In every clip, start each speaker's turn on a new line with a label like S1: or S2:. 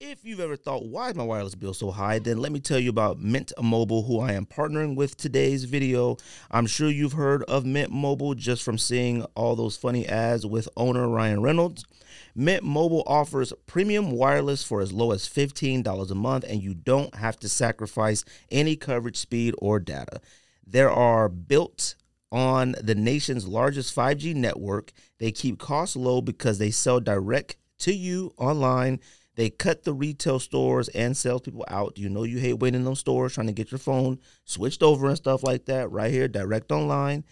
S1: If you've ever thought, why is my wireless bill so high? Then let me tell you about Mint Mobile, who I am partnering with today's video. I'm sure you've heard of Mint Mobile just from seeing all those funny ads with owner Ryan Reynolds. Mint Mobile offers premium wireless for as low as $15 a month, and you don't have to sacrifice any coverage, speed, or data. There are built on the nation's largest 5G network. They keep costs low because they sell direct to you online. They cut the retail stores and salespeople out. You know you hate waiting in those stores trying to get your phone switched over and stuff like that. Right here, direct online.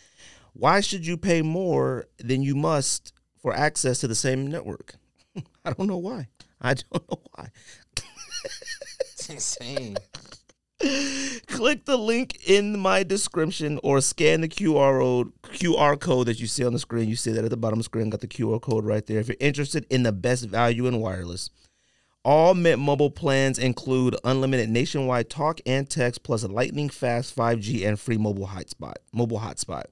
S1: Why should you pay more than you must for access to the same network? I don't know why. I don't know why.
S2: It's insane.
S1: Click the link in my description or scan the QR code, QR code that you see on the screen. You see that at the bottom of the screen, got the QR code right there. If you're interested in the best value in wireless, all Mint Mobile plans include unlimited nationwide talk and text, plus a lightning fast 5G and free mobile hotspot. Mobile hotspot.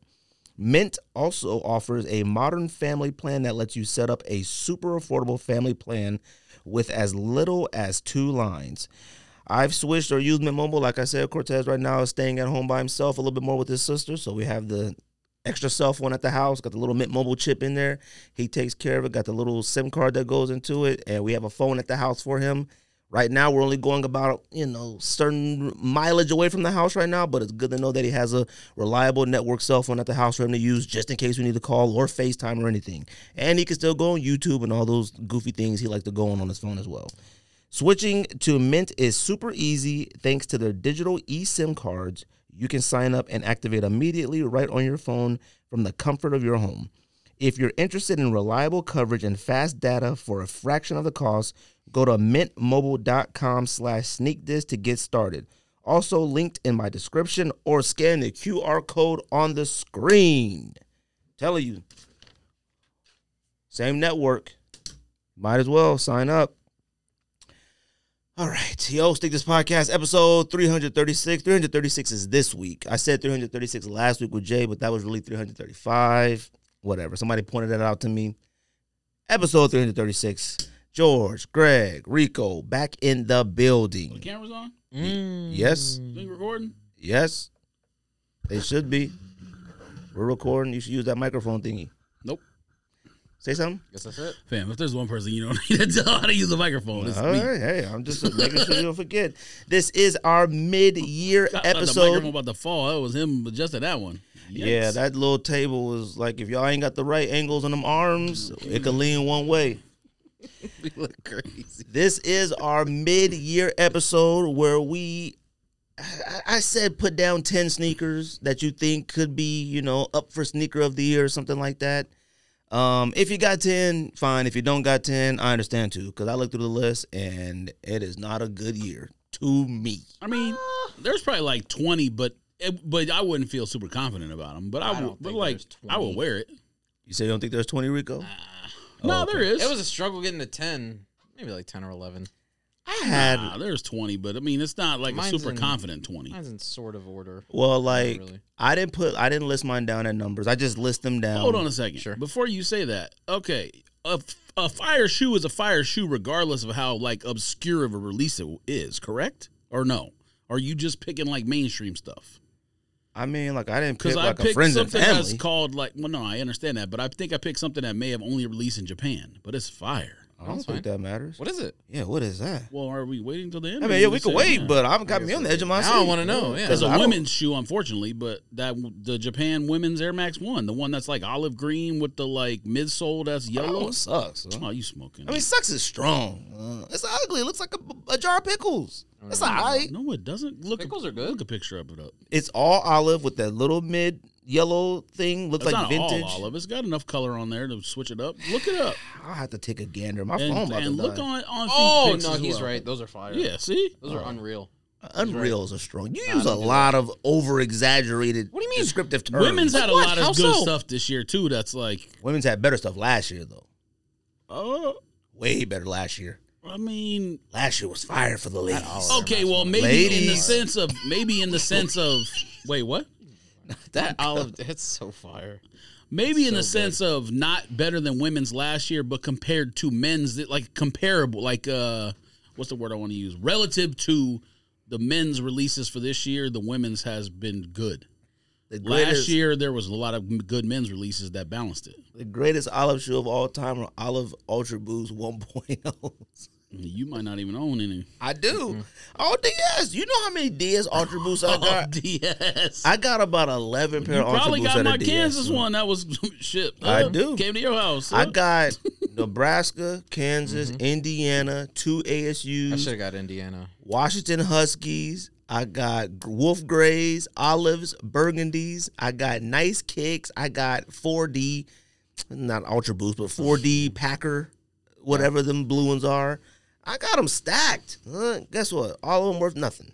S1: Mint also offers a modern family plan that lets you set up a super affordable family plan with as little as two lines. I've switched or used Mint Mobile. Like I said, Cortez right now is staying at home by himself a little bit more with his sister. So we have the extra cell phone at the house, got the little Mint Mobile chip in there. He takes care of it, got the little SIM card that goes into it, and we have a phone at the house for him. Right now, we're only going about, you know, certain mileage away from the house right now, but it's good to know that he has a reliable network cell phone at the house for him to use just in case we need to call or FaceTime or anything. And he can still go on YouTube and all those goofy things he likes to go on on his phone as well. Switching to Mint is super easy thanks to their digital eSIM cards. You can sign up and activate immediately right on your phone from the comfort of your home. If you're interested in reliable coverage and fast data for a fraction of the cost, go to mintmobile.com slash sneakdis to get started. Also linked in my description or scan the QR code on the screen. Telling you, same network. Might as well sign up. All right, yo, stick this podcast episode 336. 336 is this week. I said 336 last week with Jay, but that was really 335. Whatever. Somebody pointed that out to me. Episode 336. George, Greg, Rico, back in the
S3: The
S1: building.
S3: camera's on?
S1: Yes,
S3: Thing recording?
S1: yes. They should be. We're recording. You should use that microphone thingy.
S3: Nope.
S1: Say something.
S2: Guess that's it.
S3: Fam, if there's one person you don't need to tell how to use a microphone, it's
S1: All
S3: me.
S1: right, hey, I'm just making sure you don't forget. This is our mid-year
S3: I thought The
S1: episode.
S3: microphone about to fall. That was him adjusting that one.
S1: Yeah,
S3: Yikes.
S1: that little table was like if y'all ain't got the right angles on them arms, it could lean one way.
S3: we look crazy.
S1: This is our mid-year episode where we I- I said put down 10 sneakers that you think could be, you know, up for sneaker of the year or something like that. Um, if you got 10, fine. If you don't got 10, I understand too cuz I looked through the list and it is not a good year to me.
S3: I mean, there's probably like 20, but it, but I wouldn't feel super confident about them. But I,
S2: I
S3: would,
S2: don't
S3: but
S2: think
S3: like
S2: there's
S3: I would
S2: 20.
S3: wear it.
S1: You say you don't think there's 20 Rico?
S3: no,
S1: okay.
S3: there is.
S2: It was a struggle getting to ten, maybe like ten or eleven.
S1: I had
S3: Nah, there's 20, but I mean, it's not like
S2: Mine's
S3: a super
S2: in-
S3: confident 20.
S2: Mine's in sort of order.
S1: Well, like
S2: really.
S1: I didn't put, I didn't list mine down at numbers. I just list them down.
S3: Hold on a second.
S2: Sure.
S3: Before you say that, okay, a, f- a fire shoe is a fire shoe regardless of how like obscure of a release it is, correct? Or no? Are you just picking like mainstream stuff?
S1: I mean, like I didn't pick
S3: Because I
S1: like a
S3: picked
S1: friends and
S3: something that's
S1: family.
S3: called like well, no, I understand that, but I think I picked something that may have only released in Japan, but it's fire.
S1: I don't
S2: That's
S1: think
S2: fine.
S1: that matters.
S2: What is it?
S1: Yeah, what is that?
S3: Well, are we waiting till the end?
S1: I
S3: or
S1: mean,
S3: you
S1: yeah, we
S3: just
S1: could
S3: say-
S1: wait,
S3: yeah.
S1: but I'm got me on the edge of my seat.
S2: Now I want to know. Yeah.
S3: There's a
S1: I don't-
S3: women's shoe, unfortunately, but that the Japan women's Air Max one, the one that's like olive green with the like midsole that's
S1: That
S3: yellow.
S1: one sucks. huh?
S3: Oh, you smoking?
S1: I mean, sucks is strong. Uh, it's ugly. It looks like a, a jar of pickles. It's alright.
S3: No, it doesn't. Look,
S2: Pickles are good.
S3: Look a picture of it up.
S1: It's all olive with that little mid yellow thing. Looks
S3: It's
S1: like
S3: not
S1: vintage.
S3: all olive. It's got enough color on there to switch it up. Look it up
S1: I'll have to take a gander. My phone
S3: and,
S1: about
S3: and
S1: to
S3: look
S1: die.
S3: on on.
S2: Oh
S3: Feet Pics
S2: no,
S3: as
S2: he's
S3: well.
S2: right. Those are fire.
S3: Yeah, see,
S2: Those are unreal.
S1: Unreals are strong. You
S2: Nah,
S1: use
S2: I
S1: a
S2: don't do
S1: lot of over exaggerated
S2: What do you mean?
S1: descriptive terms.
S3: women's had a
S2: what?
S3: lot
S2: How
S3: of good
S2: so?
S3: stuff this year too. That's like,
S1: Women's had better stuff last year though.
S3: oh,
S1: Way better last year.
S3: I mean,
S1: Last year was fire for the ladies.
S3: okay, well, maybe in the
S1: Ladies.
S3: sense of maybe in the sense of wait, what?
S2: That olive, it's so fire.
S3: Maybe in the
S2: So good.
S3: sense of not better than women's last year, but compared to men's, that, like comparable, like uh, what's the word I want to use relative to the men's releases for this year. The women's has been good.
S1: The
S3: Last year there was a lot of m- good men's releases that balanced it.
S1: the greatest olive shoe of all time are Olive Ultra Boost 1.0.
S3: You might not even own any.
S1: I do. Oh, DS. You know how many DS Ultra Boosts I
S3: Oh,
S1: got?
S3: DS.
S1: I got about 11 pair
S3: you
S1: of Ultra
S3: probably
S1: Boosts.
S3: got
S1: out of
S3: my
S1: DS.
S3: Kansas one. That was shit.
S1: I
S3: Uh,
S1: do.
S3: Came to your house.
S1: I
S3: Uh,
S1: got Nebraska, Kansas, Indiana, two ASUs.
S2: I should have got Indiana.
S1: Washington Huskies. I got Wolf Grays, Olives, Burgundies. I got Nice Kicks. I got 4D, not Ultra Boost, but 4D Packer, whatever them blue ones are. I got them stacked. Uh, guess what? All of them worth nothing.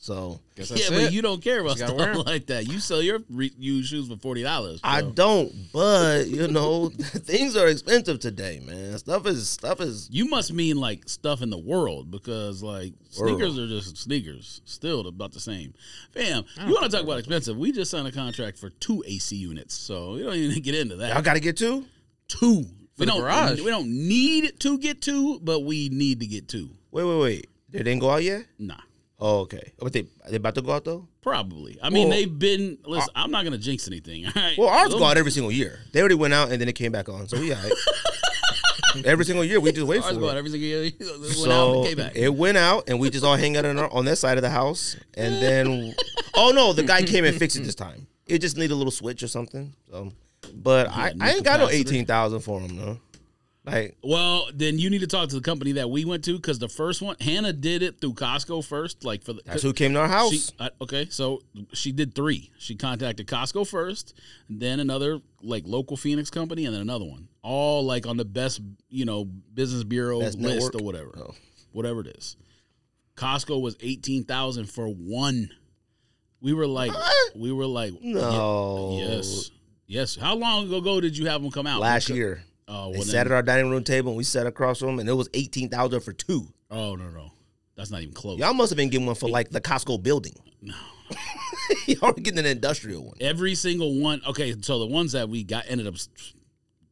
S1: So
S2: Guess that's
S3: yeah,
S2: it.
S3: but you don't care about
S2: You gotta wear
S3: stuff
S2: 'em.
S3: like that. You sell your re- used shoes for forty dollars.
S1: I don't, but you know, things are expensive today, man. Stuff is stuff is
S3: You must mean like stuff in the world because like
S1: World.
S3: sneakers are just sneakers, still about the same. Fam, you want to talk about expensive? We just signed a contract for two AC units, so we don't even get into that.
S1: y'all gotta get two?
S3: two.
S2: the
S3: We don't.
S2: garage.
S3: We don't need to get two, but we need to get two.
S1: Wait, wait, wait. They didn't go out yet?
S3: Nah,
S1: Oh, okay. But they they about to go out though?
S3: probably. I mean,
S1: Well, uh,
S3: they've been. Listen, I'm not gonna jinx anything. All right.
S1: Well, ours
S3: Those-
S1: go out every single year. They already went out and then it came back on, so we all right. every single year, we just wait
S3: Ours
S1: for
S3: go out
S1: it.
S3: every single year. It went out
S1: So
S3: and came back.
S1: it went out, and we just all hang out on, our, on that side of the house, and then oh no, the guy came and fixed it this time. It just needed a little switch or something. So, but I,
S3: new
S1: I ain't got no
S3: capacitor.
S1: eighteen thousand for him though. Like
S3: Well, then you need to talk to the company that we went to because the first one, Hannah did it through Costco first. Like for the
S1: that's who came to our
S3: she,
S1: house.
S3: I, okay, so she did three. She contacted Costco first, then another like local Phoenix company, and then another one. All like on the best you know business bureau
S1: Best
S3: list
S1: network?
S3: or whatever,
S1: Oh.
S3: whatever it is. Costco was eighteen thousand for one. We were like,
S1: What?
S3: we were like,
S1: no,
S3: yes, yes. How long ago did you have them come out?
S1: last
S3: Because-
S1: year
S3: Oh, well,
S1: they
S3: then-
S1: sat at our dining room table and we sat across from them, and it was eighteen thousand for two.
S3: Oh no, no, that's not even close.
S1: Y'all must have been getting one for like the Costco building. No. Y'all were getting an industrial one.
S3: Every single one. Okay, so the ones that we got ended up s-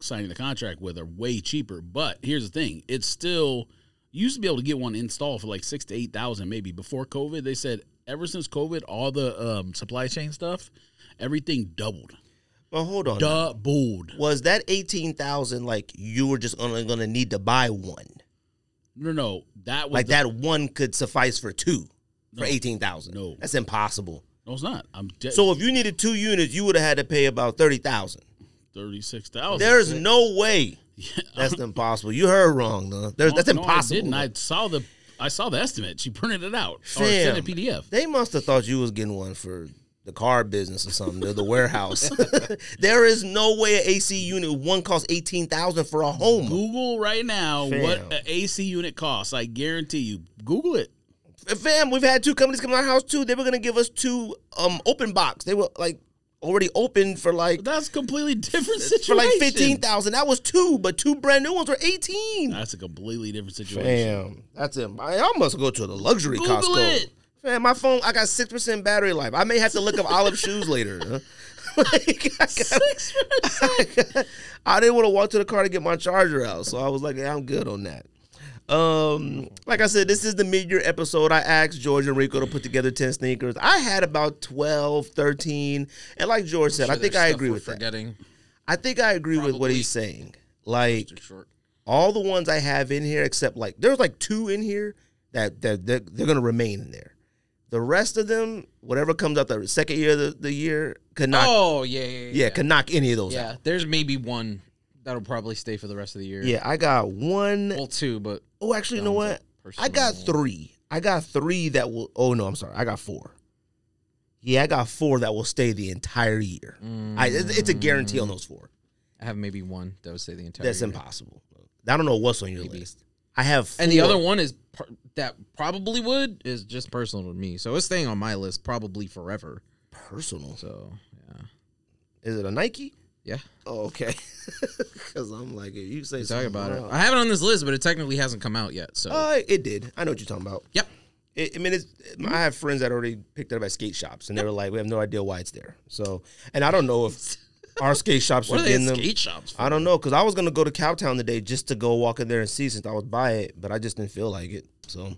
S3: signing the contract with are way cheaper. But here's the thing: it's still you used to be able to get one installed for like six to eight thousand, maybe before COVID. They said ever since COVID, all the um, supply chain stuff, everything doubled,
S1: But hold on.
S3: doubled.
S1: Was that 18,000 like you were just only going to need to buy one?
S3: No, no, that was
S1: Like
S3: the-
S1: that one could suffice for two for
S3: No.
S1: 18,000.
S3: No.
S1: That's impossible.
S3: No, it's not. I'm de-
S1: So if you needed two units, you would have had to pay about 30,000.
S3: thirty six thousand.
S1: There's no way. That's impossible. You heard wrong, though. There's, that's impossible.
S3: No, I didn't. I saw the I saw the estimate. She printed it out or
S1: Fam.
S3: sent a PDF.
S1: They must have thought you was getting one for the car business or something, or the warehouse. there is no way an AC unit one costs eighteen thousand for a home.
S3: Google right now
S1: Fam.
S3: what an AC unit costs. I guarantee you. Google it.
S1: Fam, we've had two companies come to our house too. They were gonna give us two um open box. They were like already open for like
S3: That's a completely different
S1: for
S3: situation.
S1: like fifteen thousand. That was two, but two brand new ones were eighteen.
S3: That's a completely different situation.
S1: Fam, that's it. I I must go to the luxury
S3: Google
S1: Costco.
S3: it.
S1: Fam, my phone I got six percent battery life. I may have to look up olive shoes later. huh? Like, I got-
S3: Six
S1: I didn't want to walk to the car to get my charger out, so I was like, yeah, I'm good on that. Um, like I said, this is the mid-year episode. I asked George and Rico to put together 10 sneakers. I had about 12, 13, and like George said, I
S2: Sure,
S1: think
S2: there's
S1: I
S2: stuff
S1: agree
S2: we're
S1: with that.
S2: forgetting.
S1: I think I agree with what he's saying. Like
S2: Too short.
S1: all the ones I have in here, except like there's like two in here that that they're, they're gonna remain in there. The rest of them, whatever comes out the second year of the, the year, could knock
S2: Oh yeah, yeah,
S1: yeah,
S2: yeah.
S1: could knock any of those out.
S2: Yeah, there's maybe one that'll probably stay for the rest of the year.
S1: Yeah, I got one
S2: well, two, but
S1: Oh, actually, you know
S2: Sounds
S1: what?
S2: like
S1: I got three. I got three that will. Oh no, I'm sorry. I got four. Yeah, I got four that will stay the entire year. I, it's it's a guarantee on those four.
S2: I have maybe one that would stay the Mm. entire.
S1: That's
S2: year.
S1: impossible. I don't know what's on your
S2: Maybe.
S1: list. I have. Four.
S2: And the other one is par- that probably would is just personal to me, so it's staying on my list probably forever.
S1: personal.
S2: So yeah,
S1: Is it a Nike?
S2: yeah.
S1: Oh, okay. Because I'm like, if you say
S2: We talk
S1: something
S2: about it.
S1: wrong-
S2: I have it on this list, but it technically hasn't come out yet. So
S1: Uh, it did. I know what you're talking about.
S2: yep.
S1: It, I mean, it's, I have friends that already picked it up at skate shops, and they were like, "We have no idea why it's there." So, and I don't know if our skate shops
S2: What
S1: are
S2: are they
S1: getting
S2: in
S1: them.
S2: skate shops? For?
S1: I don't know because I was gonna go to Cowtown today just to go walk in there and see since I would buy it, but I just didn't feel like it. So,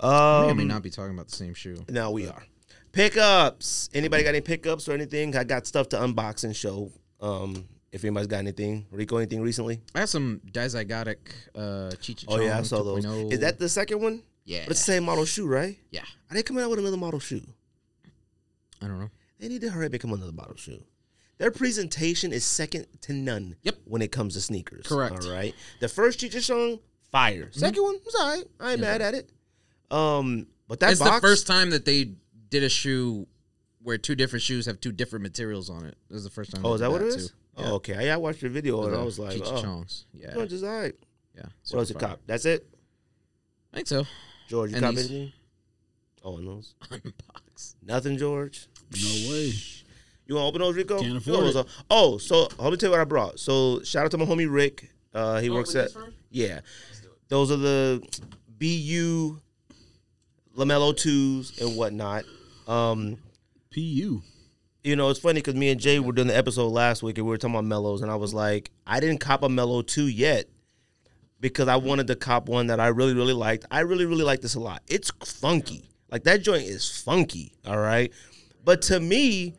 S2: I
S1: um,
S2: may not be talking about the same shoe.
S1: now we are pickups. Anybody got any pickups or anything? I got stuff to unbox and show. Um, if anybody's got anything, Rico, anything recently?
S2: I have some dizygotic uh, Cheech and
S1: Oh yeah, I
S2: Chong
S1: saw those.
S2: 2.0.
S1: Is that the second one?
S2: oh. yeah?
S1: But it's the same model shoe, right?
S2: yeah,
S1: Are they coming out with another model shoe?
S2: I don't know.
S1: They need to hurry up and come out with another model shoe. Their presentation is second to none.
S2: Yep.
S1: When it comes to sneakers,
S2: Correct. Mm-hmm.
S1: All right. The first Cheech and Chong, fire. 2nd one was all right. I ain't mad at it. Um, but that
S2: It's
S1: box,
S2: the first time that they did a shoe where two different shoes have two different materials on it. This is the first time.
S1: Oh,
S2: they
S1: is
S2: did
S1: that what it
S2: too.
S1: is?
S2: Yeah.
S1: Oh, okay. Yeah, I watched your video and
S2: The
S1: I was like,
S2: Cheech and
S1: oh,
S2: Chongs. Yeah,
S1: no, just all right.
S2: yeah.
S1: What
S2: super
S1: else you
S2: fire.
S1: cop? That's it,
S2: I think so.
S1: George. You
S2: And
S1: cop
S2: these-
S1: anything? Oh, and those
S2: Unbox.
S1: nothing, George.
S3: No way.
S1: You want to open those, Rico?
S3: Can't
S1: You
S3: afford
S1: open those. Oh, so let me tell you what I brought. So shout out to my homie Rick. Uh, he works at yeah. Those are the BU Lamelo twos and whatnot. Um,
S3: Pu.
S1: you know, it's funny because me and Jay were doing the episode last week and we were talking about mellows, and I was like, I didn't cop a mellow two yet because I wanted to cop one that I really, really liked. I really, really like this a lot. It's funky. Like that joint is funky. All right. But to me,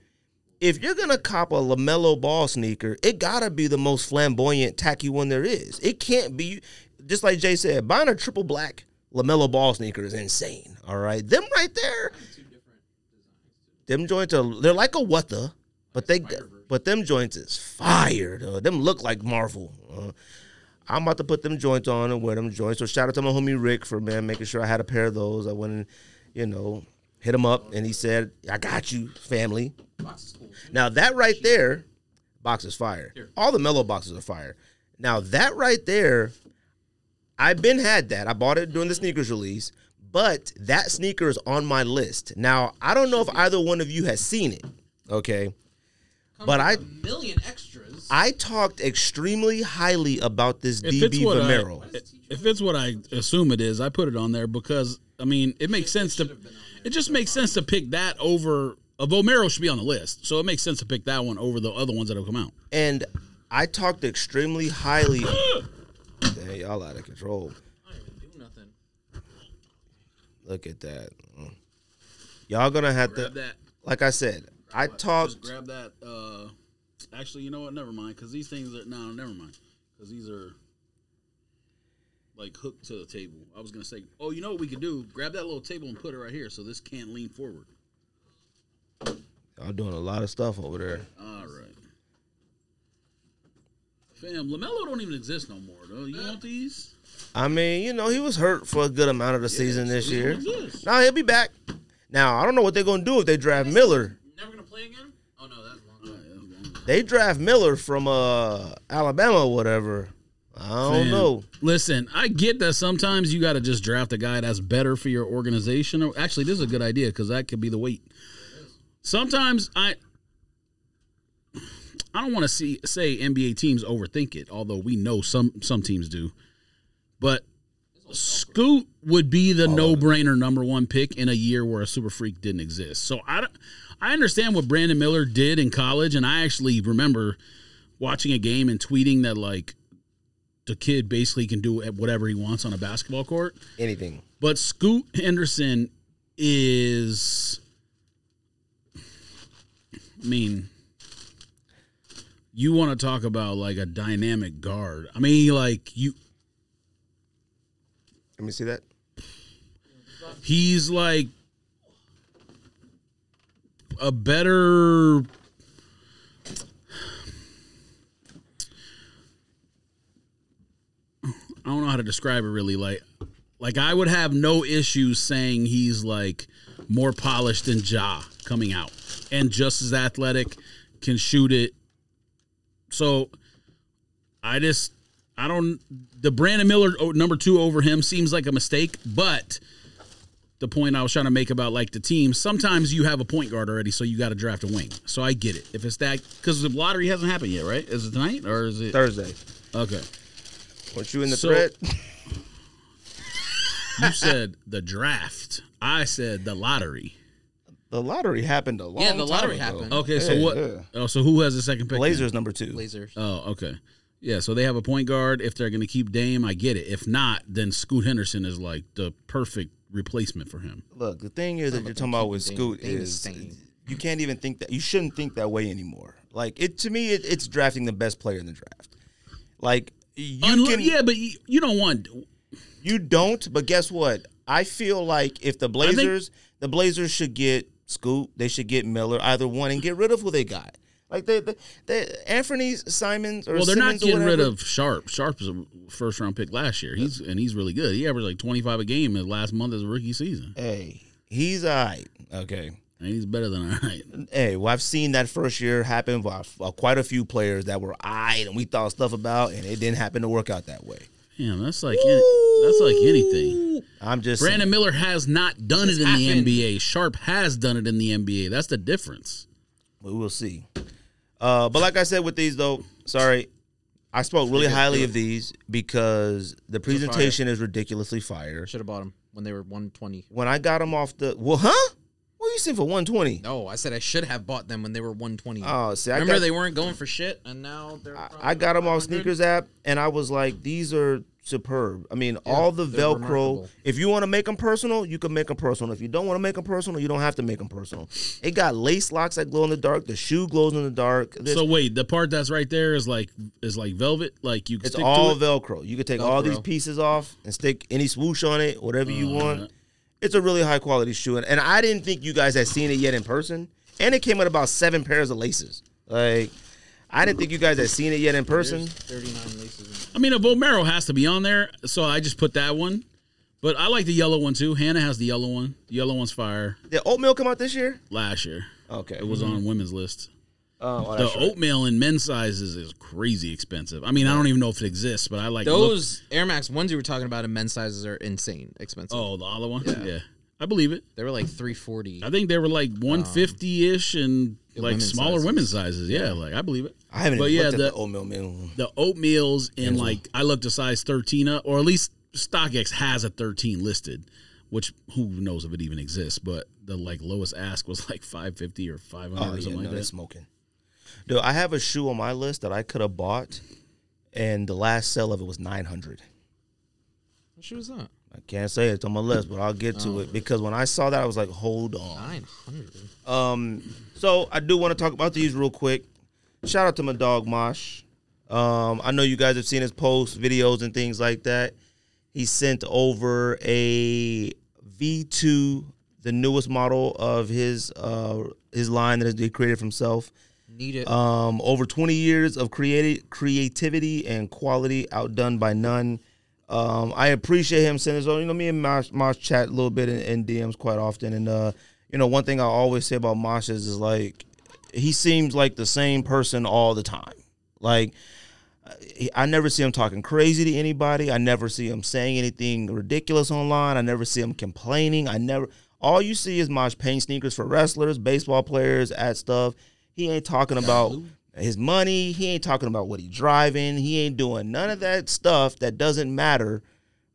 S1: if you're gonna cop a Lamelo Ball sneaker, it gotta be the most flamboyant, tacky one there is. It can't be just like Jay said. Buying a triple black Lamelo Ball sneaker is insane. All right, them right there. Them joints are they're like a what the, but they but them joints is fire. Though. Them look like Marvel. Uh, I'm about to put them joints on and wear them joints. So shout out to my homie Rick for man making sure I had a pair of those. I went and, you know, hit him up and he said, "I got you, family." Now that right there, box is fire. All the mellow boxes are fire. Now that right there, I've been had that. I bought it during the sneakers release, but that sneaker is on my list. Now I don't know if either one of you has seen it. Okay. But I
S2: million extras.
S1: I talked extremely highly about this
S3: If it's
S1: DB
S3: what I,
S1: Vomero.
S3: if it's what I assume it is, I put it on there because I mean it makes sense to. It just makes sense to pick that over. A Vomero should be on the list, so it makes sense to pick that one over the other ones that have come out.
S1: and I talked extremely highly. Dang, y'all out of control.
S2: do nothing.
S1: Look at that. Mm. Y'all gonna have
S3: Grab
S1: to.
S3: that.
S1: Like I said, I
S3: Just
S1: talked.
S3: grab that. Uh, actually, you know what? Never mind, because these things are no, never mind, because these are like hooked to the table. I was gonna say, oh, you know what we could do? Grab that little table and put it right here, so this can't lean forward.
S1: Y'all doing a lot of stuff over there.
S3: All right. Fam, Lamelo don't even exist no more. Though you want these?
S1: I mean, you know, he was hurt for a good amount of the season this
S3: he
S1: year.
S3: don't exist.
S1: Now he'll be back. Now I don't know what they're gonna do if they draft Miller.
S2: Never gonna play again? Oh no, that's long.
S3: All right, that's one.
S1: They draft Miller from uh Alabama or whatever. I don't
S3: Fam,
S1: know.
S3: Listen, I get that sometimes you got to just draft a guy that's better for your organization. Or- Actually, this is a good idea because that could be the weight. Sometimes I, I don't want to see say NBA teams overthink it, although we know some some teams do. But Scoot would be the no brainer number one pick in a year where a super freak didn't exist. So I, don't- I understand what Brandon Miller did in college, and I actually remember watching a game and tweeting that like the kid basically can do whatever he wants on a basketball court.
S1: Anything.
S3: But Scoot Henderson is, I mean, you want to talk about like a dynamic guard. I mean, like you,
S1: Let me see that.
S3: he's like a better I don't know how to describe it really like like I would have no issues saying he's like more polished than Ja coming out and just as athletic can shoot it so I just I don't the Brandon Miller oh, number 2 over him seems like a mistake but the point I was trying to make about like the team. Sometimes you have a point guard already, so you got to draft a wing. So I get it. If it's that, because the lottery hasn't happened yet, right? Is it tonight or is it
S1: Thursday.
S3: okay?
S1: Weren't you in the
S3: So-
S1: thread?
S3: You said the draft. I said the lottery.
S1: The lottery happened a long
S2: Yeah, the lottery
S3: Oh,
S1: time ago.
S2: happened.
S3: Okay, so
S1: Yeah,
S3: what?
S1: yeah.
S3: Oh, so who has the second pick? then?
S1: Blazers number two.
S2: Blazers.
S3: Oh, okay. Yeah, so they have a point guard. If they're going to keep Dame, I get it. If not, then Scoot Henderson is like the perfect replacement for him.
S1: Look, the thing is that you're talking about with Scoot is you can't even think that you shouldn't think that way anymore. Like it to me, it, it's drafting the best player in the draft. Like you
S3: Unlo-
S1: can,
S3: yeah, but you, you don't want.
S1: you don't. But guess what? I feel like if the
S3: think-
S1: Blazers, the Blazers should get Scoot. They should get Miller, either one, and get rid of who they got. Like they, they, they Anthony Simons or
S3: Well, they're
S1: Simmons
S3: not
S1: or
S3: getting rid
S1: whatever.
S3: of Sharp. Sharp is a first round pick last year. He's and he's really good. He averaged like twenty five a game his last month as a rookie season,
S1: Hey, he's all right. Okay.
S3: and he's better than all right.
S1: Hey, well, I've seen that first year happen by f- uh, quite a few players that were I and we thought stuff about, and it didn't happen to work out that way.
S3: Damn, that's like any, that's like anything.
S1: I'm just saying.
S3: Brandon Miller has not done it in
S2: happened.
S3: the NBA. Sharp has done it in the NBA. That's the difference.
S1: We will see. Uh, but like I said with these though, sorry, I spoke really highly of these because the presentation is ridiculously fire.
S2: Should have bought them when they were 120.
S1: When I got them off the well, huh? What you saying for 120?
S2: No, I said I should have bought them when they were 120.
S1: Oh, see, I
S2: Remember
S1: got,
S2: they weren't going for shit, and now they're.
S1: I-
S2: probably
S1: I got them off
S2: 500?
S1: sneakers app, and I was like, these are superb. I mean, all the
S2: they're
S1: Velcro.
S2: remarkable.
S1: If you want to make them personal, you can make them personal. If you don't want to make them personal, you don't have to make them personal. It got lace locks that glow in the dark. The shoe glows in the dark. This-
S3: So wait, the part that's right there is like is like velvet. Like you can
S1: It's
S3: stick
S1: all
S3: to it.
S1: Velcro. You can take all these
S2: Velcro.
S1: pieces off and stick any swoosh on it, whatever you
S3: Uh-huh.
S1: want. It's a really high quality shoe, and, and I didn't think you guys had seen it yet in person. And it came with about seven pairs of laces. Like, I didn't think you guys had seen it yet in person.
S2: 39 laces.
S3: I mean, a Vomero has to be on there, so I just put that one. But I like the yellow one too. Hannah has the yellow one. The yellow one's fire.
S1: Did oatmeal come out this year?
S3: Last year,
S1: Okay,
S3: it was on women's list.
S1: Oh, well,
S3: The
S1: that's right.
S3: oatmeal in men's sizes is crazy expensive. I mean, I don't even know if it exists, but I like look-
S2: Those Air Max ones you were talking about in men's sizes are insane expensive.
S3: oh, the olive one. Yeah. I believe it.
S2: They were like 340.
S3: I think they were
S1: Um,
S3: like 150 ish and like
S2: women's
S3: smaller
S2: sizes.
S3: women's sizes. Yeah, like I believe it.
S1: I haven't
S3: but
S1: even
S3: yeah,
S1: looked at
S3: the-
S1: the oatmeal meal.
S3: the oatmeals in like I looked a size thirteen up, or at least StockX has a thirteen listed, which who knows if it even exists. But the like lowest ask was like five fifty or five hundred
S1: Oh,
S3: or
S1: yeah,
S3: something
S1: no,
S3: like that.
S1: that's smoking. Dude, I have a shoe on my list that I could have bought, and the last sale of it was nine hundred.
S2: What shoe was that?
S1: I can't say it's on my list, but I'll get
S3: Oh.
S1: to it because when I saw that, I was like, hold on.
S2: 900.
S1: Um, so I do want to talk about these real quick. Shout out to my dog Mosh. Um, I know you guys have seen his posts, videos, and things like that. He sent over a V2, the newest model of his uh, his line that he created for himself.
S2: Need it.
S1: Um, over 20 years of creative creativity and quality outdone by none. Um, I appreciate him sending us over. You know, me and Mosh, Mosh chat a little bit in, in DMs quite often. And, uh, you know, one thing I always say about Mosh is, is like, he seems like the same person all the time. Like, he- I never see him talking crazy to anybody. I never see him saying anything ridiculous online. I never see him complaining. I never. All you see is Mosh paint sneakers for wrestlers, baseball players, at stuff. He ain't talking about his money. He ain't talking about what he driving. He ain't doing none of that stuff that doesn't matter.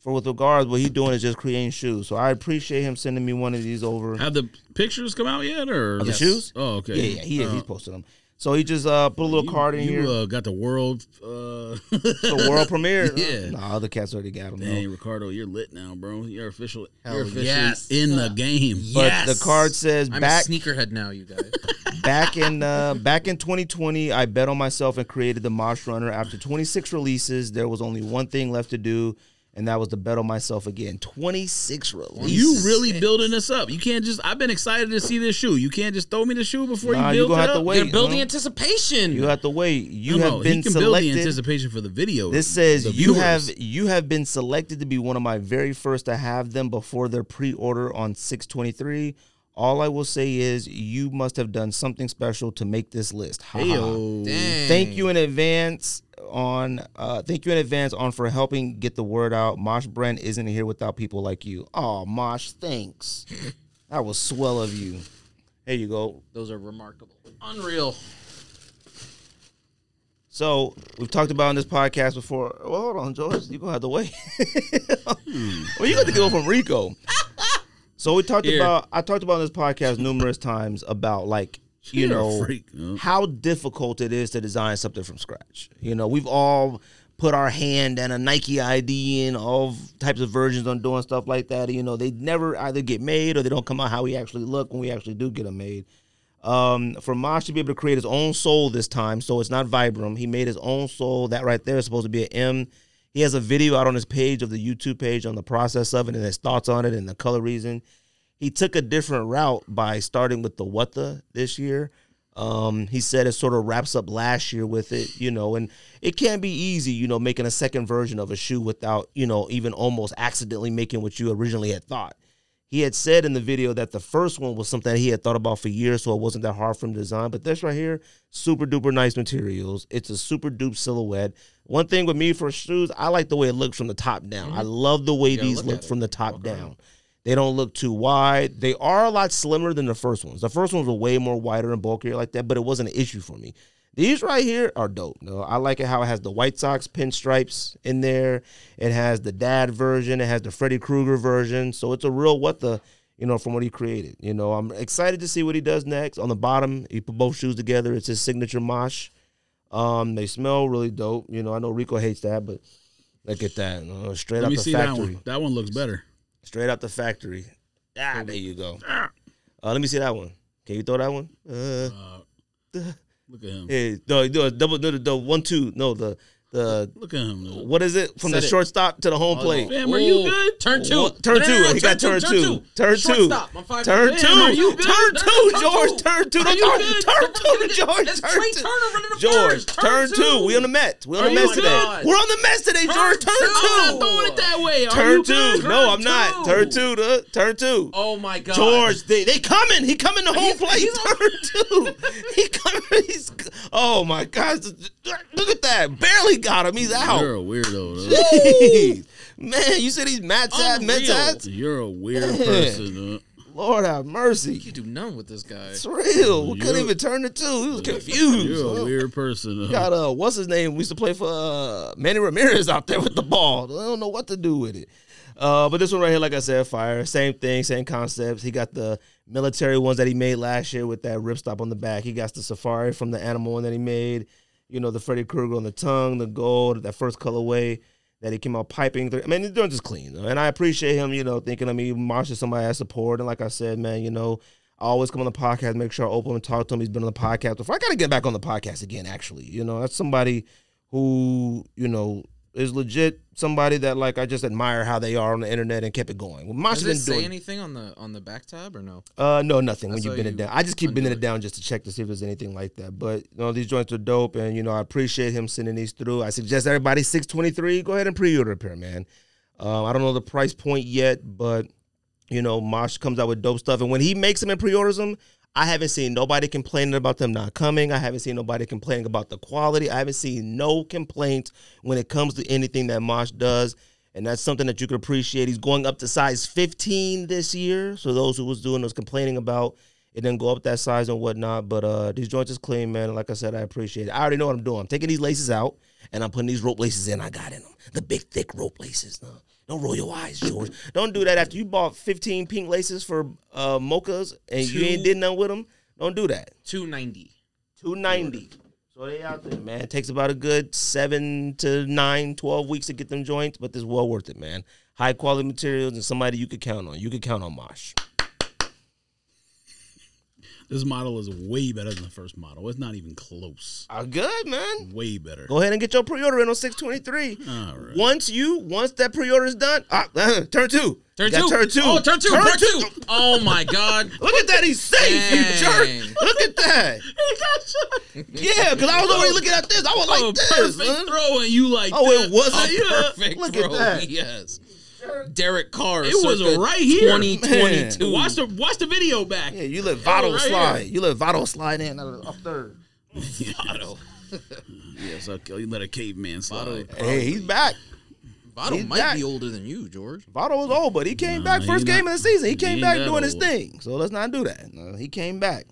S1: For with regards, what he doing is just creating shoes. So I appreciate him sending me one of these over.
S3: Have the pictures come out yet, or
S1: the shoes?
S3: Oh, okay.
S1: Yeah, yeah, he, he's posted them. So he just uh, put a little card in
S3: you
S1: here.
S3: Uh, got the world. Uh,
S1: the world premiere.
S3: Yeah.
S1: Nah, the cats already got them.
S3: Hey Ricardo, you're lit now, bro. You're official. you're officially
S2: yes.
S3: in
S1: Uh,
S3: the game.
S1: But
S2: Yes.
S1: the card says
S2: I'm
S1: back
S2: a sneakerhead now, you guys.
S1: back in uh, back in 2020, I bet on myself and created the Mosh Runner. After 26 releases, there was only one thing left to do, and that was to bet on myself again. 26 releases.
S3: You really building this up. You can't just. I've been excited to see this shoe. You can't just throw me the shoe before
S1: Nah,
S3: you
S1: you
S3: build
S1: gonna
S3: it
S1: have to
S3: up.
S1: wait.
S2: They're building
S1: huh?
S2: anticipation.
S1: you have to wait. You
S3: No,
S1: have
S3: no,
S1: been
S3: he can build the
S1: selected.
S3: anticipation for the video.
S1: This says
S3: the
S1: you
S3: viewers.
S1: have you have been selected to be one of my very first to have them before their pre-order on 623. All I will say is you must have done something special to make this list. Ha
S3: Ah.
S1: ha.
S3: Ayo.
S2: Dang.
S1: Thank you in advance on uh thank you in advance on for helping get the word out. Mosh Brand isn't here without people like you. Oh, Mosh, thanks. that was swell of you. There you go.
S2: Those are remarkable. Unreal.
S1: So we've talked about on this podcast before. Well, hold on, George. You're gonna have to wait.
S3: Hmm.
S1: well, you got to go from Rico. So we talked
S2: Here.
S1: about I talked about on this podcast numerous times about like you
S3: You're a
S1: know
S3: freak, huh?
S1: how difficult it is to design something from scratch. You know, we've all put our hand and a Nike ID and all types of versions on doing stuff like that. You know, they never either get made or they don't come out how we actually look when we actually do get them made. Um, for Mosh to be able to create his own soul this time, so it's not Vibram. He made his own soul. That right there is supposed to be an M. He has a video out on his page of the YouTube page on the process of it and his thoughts on it and the color reason he took a different route by starting with the what the this year. Um, he said it sort of wraps up last year with it, you know, and it can be easy, you know, making a second version of a shoe without, you know, even almost accidentally making what you originally had thought. He had said in the video that the first one was something that he had thought about for years, so it wasn't that hard for him to design. But this right here, super duper nice materials. It's a super dupe silhouette. One thing with me for shoes, I like the way it looks from the top down. I love the way
S2: Mm-hmm. gotta
S1: these
S2: look
S1: look
S2: at it.
S1: from the top down. They don't look too wide. They are a lot slimmer than the first ones. The first ones were way more wider and bulkier like that, but it wasn't an issue for me. These right here are dope. No, I like it how it has the White Sox pinstripes in there. It has the dad version. It has the Freddy Krueger version. So it's a real what the you know from what he created. You know, I'm excited to see what he does next. On the bottom, he put both shoes together. It's his signature mosh. Um, they smell really dope. You know, I know Rico hates that, but look at that. Uh, straight
S3: Let
S1: out
S3: me
S1: the
S3: see
S1: factory
S3: that one. That one looks better.
S1: straight out the factory. Ah, there you go. Uh, let me see that one. Can you throw that one? Uh,
S3: Look at him.
S1: yeah, no, no, double, no, the, the one, two, no, the the
S3: Look at him. though.
S1: what is it from
S2: Set
S1: the
S2: it.
S1: shortstop to the home plate?
S3: Fam, are you
S2: Ooh.
S3: good?
S2: Turn two.
S1: Well, turn
S2: No,
S1: two.
S2: no, no,
S1: he got turn two. Turn two.
S2: Shortstop. I'm five
S1: Turn
S2: feet.
S1: two.
S2: Man, are you good?
S1: Turn
S2: No,
S1: two,
S2: no,
S1: George. Turn two.
S2: Are
S1: Don't
S2: you
S1: turn,
S2: good?
S1: turn
S2: Don't
S1: two to
S2: do
S1: George.
S2: this. That's
S1: Turn
S2: Trey
S1: two.
S2: Turner running the
S1: George,
S2: first.
S1: turn
S2: Turn
S1: two.
S2: two.
S1: We on the Mets. We on
S2: Are
S1: the
S2: you
S1: Mets today.
S2: good?
S1: We're on the Mets today, George. Turn
S2: two.
S3: I'm not
S1: two.
S3: throwing it that way. Are
S1: Turn
S3: you
S1: two.
S3: good?
S1: No, I'm
S2: Turn
S1: not.
S2: two.
S1: Turn two. to- Turn two.
S2: Oh my God.
S1: George, they, they coming. He coming to home
S2: He's-
S1: plate.
S2: he's on-
S1: Turn two. He coming. He's oh my gosh. Look at that. Barely got him. He's
S3: You're
S1: out.
S3: a weirdo. though.
S1: Jeez. Man, you said he's mad sad, mad
S2: Unreal.
S1: sad.
S3: You're a weird person. huh?
S1: Lord have
S2: You
S1: mercy.
S2: do none with this guy.
S1: It's real. We couldn't
S3: You're-
S1: even turn the two. He was
S3: You're a
S1: confused.
S3: weird person. huh?
S1: Got uh, what's his name? We used to play for uh, Manny Ramirez out there with the ball. I don't know what to do with it. Uh, but this one right here, like I said, fire. Same thing, same concepts. He got the military ones that he made last year with that ripstop on the back. He got the safari from the animal one that he made. You know, the Freddy Krueger on the tongue, the gold, that first colorway that he came out piping. through. I mean, he's doing just clean. though. And I appreciate him, you know, thinking of me, marching somebody I support. And like I said, man, you know, I always come on the podcast, make sure I open and talk to him. He's been on the podcast before. I got to get back on the podcast again, actually. You know, that's somebody who, you know, is legit somebody that like I just admire how they are on the internet and kept it going. Well, Masha's
S2: Does it
S1: been
S2: say
S1: doing
S2: anything on the on the back tab or no?
S1: uh, no, nothing. When
S2: I
S1: you
S2: saw
S1: bend it
S2: you
S1: down, I just keep
S2: undo
S1: bending it
S2: it.
S1: down just to check to see if there's anything like that. But you know, these joints are dope, and you know, I appreciate him sending these through. I suggest everybody six twenty three. Go ahead and pre-order a pair, man. Um, I don't know the price point yet, but you know, Mosh comes out with dope stuff, and when he makes them and pre-orders them, I haven't seen nobody complaining about them not coming. I haven't seen nobody complaining about the quality. I haven't seen no complaints when it comes to anything that Mosh does, and that's something that you can appreciate. He's going up to size 15 this year, so those who was doing was complaining about it didn't go up that size and whatnot. But uh, these joints is clean, man. Like I said, I appreciate it. I already know what I'm doing. I'm taking these laces out and I'm putting these rope laces in. I got in them, the big thick rope laces. No, don't roll your eyes, George. don't do that after you bought 15 pink laces for uh, mochas and you
S2: Two-
S1: ain't did nothing with them. Don't do that.
S2: Two ninety.
S1: 290. So they out there, man. takes about a good seven to nine, 12 weeks to get them joints, but it's well worth it, man. High quality materials and somebody you could count on. You could count on Mosh.
S3: This model is way better than the first model. It's not even close.
S1: Are good, man.
S3: Way better.
S1: Go ahead and get your pre-order in on 623.
S3: All right.
S1: Once you, once that pre-order is done, ah, turn two. You
S2: Turn
S1: got
S2: two.
S1: Turn two.
S2: Oh, turn two.
S1: Turn
S2: part
S1: two.
S2: two. Oh my God.
S1: Look at that. He's safe,
S2: Dang.
S1: you jerk. Look at that. yeah, because I was already looking at this. I was like
S3: Oh,
S1: this.
S3: perfect
S1: huh?
S3: throw, and you like
S1: Oh, it
S3: that.
S1: wasn't?
S3: Oh, yeah.
S2: Perfect.
S1: Look at
S2: throw.
S1: that.
S2: Yes. Derek Carr.
S3: It was
S2: circa
S3: right here.
S2: 2022.
S3: Watch the watch the video back.
S1: Yeah, you let Votto
S3: right
S1: slide.
S3: here.
S1: You let Votto slide in out of- off third.
S2: Votto.
S3: Yes, okay. You let a caveman slide.
S2: Votto.
S1: Hey, he's back.
S2: Votto
S1: He's
S2: might
S1: back.
S2: be older than you, George.
S1: Votto was old, but he came back
S3: he
S1: first
S3: not-
S1: game of the season. He
S3: he
S1: came
S3: ain't
S1: back
S3: that
S1: doing his
S3: old.
S1: thing. So let's not do that. No, he came back.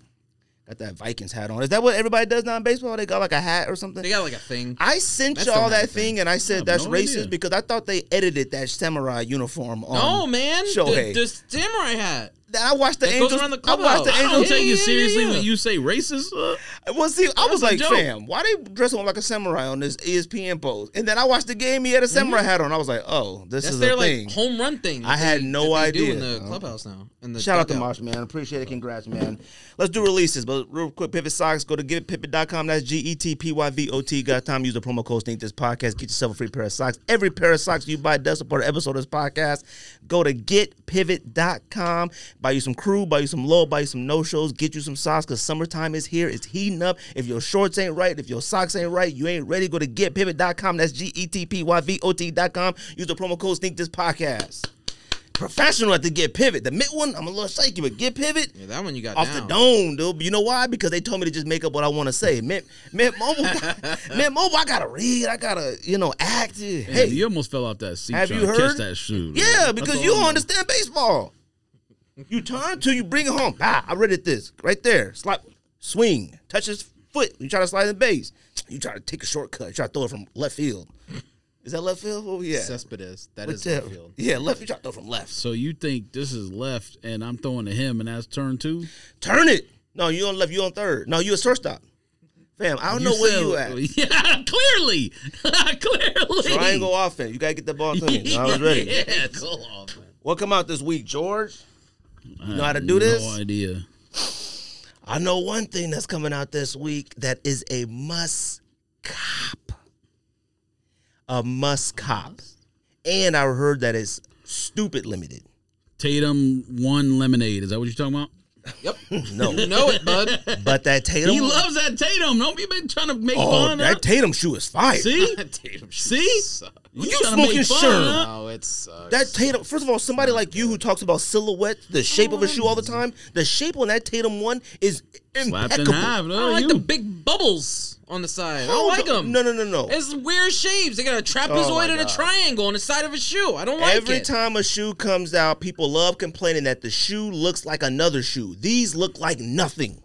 S1: Got that Vikings hat on. Is that what everybody does now in baseball? They got like a hat or something?
S2: They got like a thing.
S1: I sent
S2: That's
S1: y'all
S2: the
S1: that
S2: right
S1: thing,
S2: thing.
S1: and I said
S3: have
S1: that's
S3: no
S1: racist
S3: idea.
S1: because I thought they edited that samurai uniform on.
S2: No, Oh, man.
S1: Shohei.
S2: The, the samurai hat.
S1: I watched the
S2: That goes
S1: Angels.
S2: around the
S1: I watched
S2: clubhouse.
S1: the
S2: I
S3: I
S1: Angels.
S3: don't take
S2: Yeah,
S3: you
S2: yeah,
S3: seriously
S2: yeah.
S3: when you say racist. Uh,
S1: Well, see, I was
S2: That's a
S1: like,
S2: joke.
S1: fam, why they dressing him like a samurai on this E ESPN pose? And then I watched the game; he had a samurai hat on. I was like, oh, this
S2: Mm-hmm. That's
S1: is
S2: their
S1: a
S2: like
S1: thing.
S2: home run thing.
S1: I
S2: that
S1: had
S2: they-
S1: no
S2: that they do
S1: idea.
S2: in the
S1: Oh.
S2: clubhouse now. In the
S1: Shout out to
S2: dugout.
S1: Marsh, man. Appreciate it. Congrats, man. Let's do releases, but real quick, Pivot Socks, go to getpivot.com. That's G E T P Y V O T. Got time. Use the promo code Stink This Podcast. Get yourself a free pair of socks. Every pair of socks you buy does support an episode of this podcast. Go to getpivot.com. Buy you some crew, buy you some low, buy you some no shows. Get you some socks because summertime is here. It's heating up. If your shorts ain't right, if your socks ain't right, you ain't ready. Go to getpivot.com. That's G E T P Y V O T.com. Use the promo code Stink This Podcast professional at the get pivot. The mid one, I'm a little shaky, but get pivot
S2: Yeah, that one you got
S1: off the
S2: down.
S1: dome, dude. You know why? Because they told me to just make up what I want to say. Mid mid mobile, mid mobile. I gotta read. I gotta you know act.
S3: hey,
S1: Hey,
S3: you almost fell off that seat.
S1: Have
S3: trying
S1: you
S3: to
S1: heard?
S3: Catch that shoe.
S1: yeah,
S3: That's
S1: because
S3: all
S1: you
S3: I
S1: don't
S3: know.
S1: understand baseball. You turn to you bring it home. Ah, I read it this right there. Slap, swing, touch his foot. You try to slide the base. You try to take a shortcut. You try to throw it from left field. Is that left field? Oh yeah.
S2: Cespedes. That
S1: What's
S2: is left
S1: that?
S2: field.
S1: Yeah, left. You try to throw from left.
S3: So you think this is left, and I'm throwing to him, and that's turn two.
S1: Turn it. No, you on left. You on third. No, you a shortstop. Fam, I don't know where you at.
S3: Yeah, clearly, clearly.
S1: Triangle offense. You gotta get the ball to me. I was ready.
S3: Yeah, go off.
S1: What come out this week, George?
S3: You
S1: know how to do this?
S3: No idea.
S1: I know one thing that's coming out this week that is a must cop. A must cop. And I heard that it's stupid limited.
S3: Tatum one lemonade. Is that what you're talking about?
S2: Yep.
S1: No.
S2: You know it, bud.
S1: but that Tatum.
S3: He loves that Tatum. Don't be been trying to make
S1: Oh,
S3: fun of
S1: that
S3: that.
S1: Tatum shoe is fire.
S3: See,
S2: Tatum shoes
S3: See?
S2: suck.
S1: You
S3: trying to make
S1: smoking
S3: fun of
S1: Sherm.
S3: that?
S2: Oh, it sucks.
S1: That Tatum, first of all, somebody like you who talks about silhouette, the shape of a shoe all the time, the shape on that Tatum one is
S3: Slapped in
S1: impeccable.
S3: half.
S2: I don't like the big bubbles on the side. I don't
S1: Hold
S2: like
S1: on.
S2: them.
S1: No, no, no, no.
S2: It's weird shapes. They got a
S1: Oh, my
S2: trapezoid and a
S1: God.
S2: triangle on the side of a shoe. I don't like
S1: Every
S2: it.
S1: time a shoe comes out, people love complaining that the shoe looks like another shoe. These look like nothing.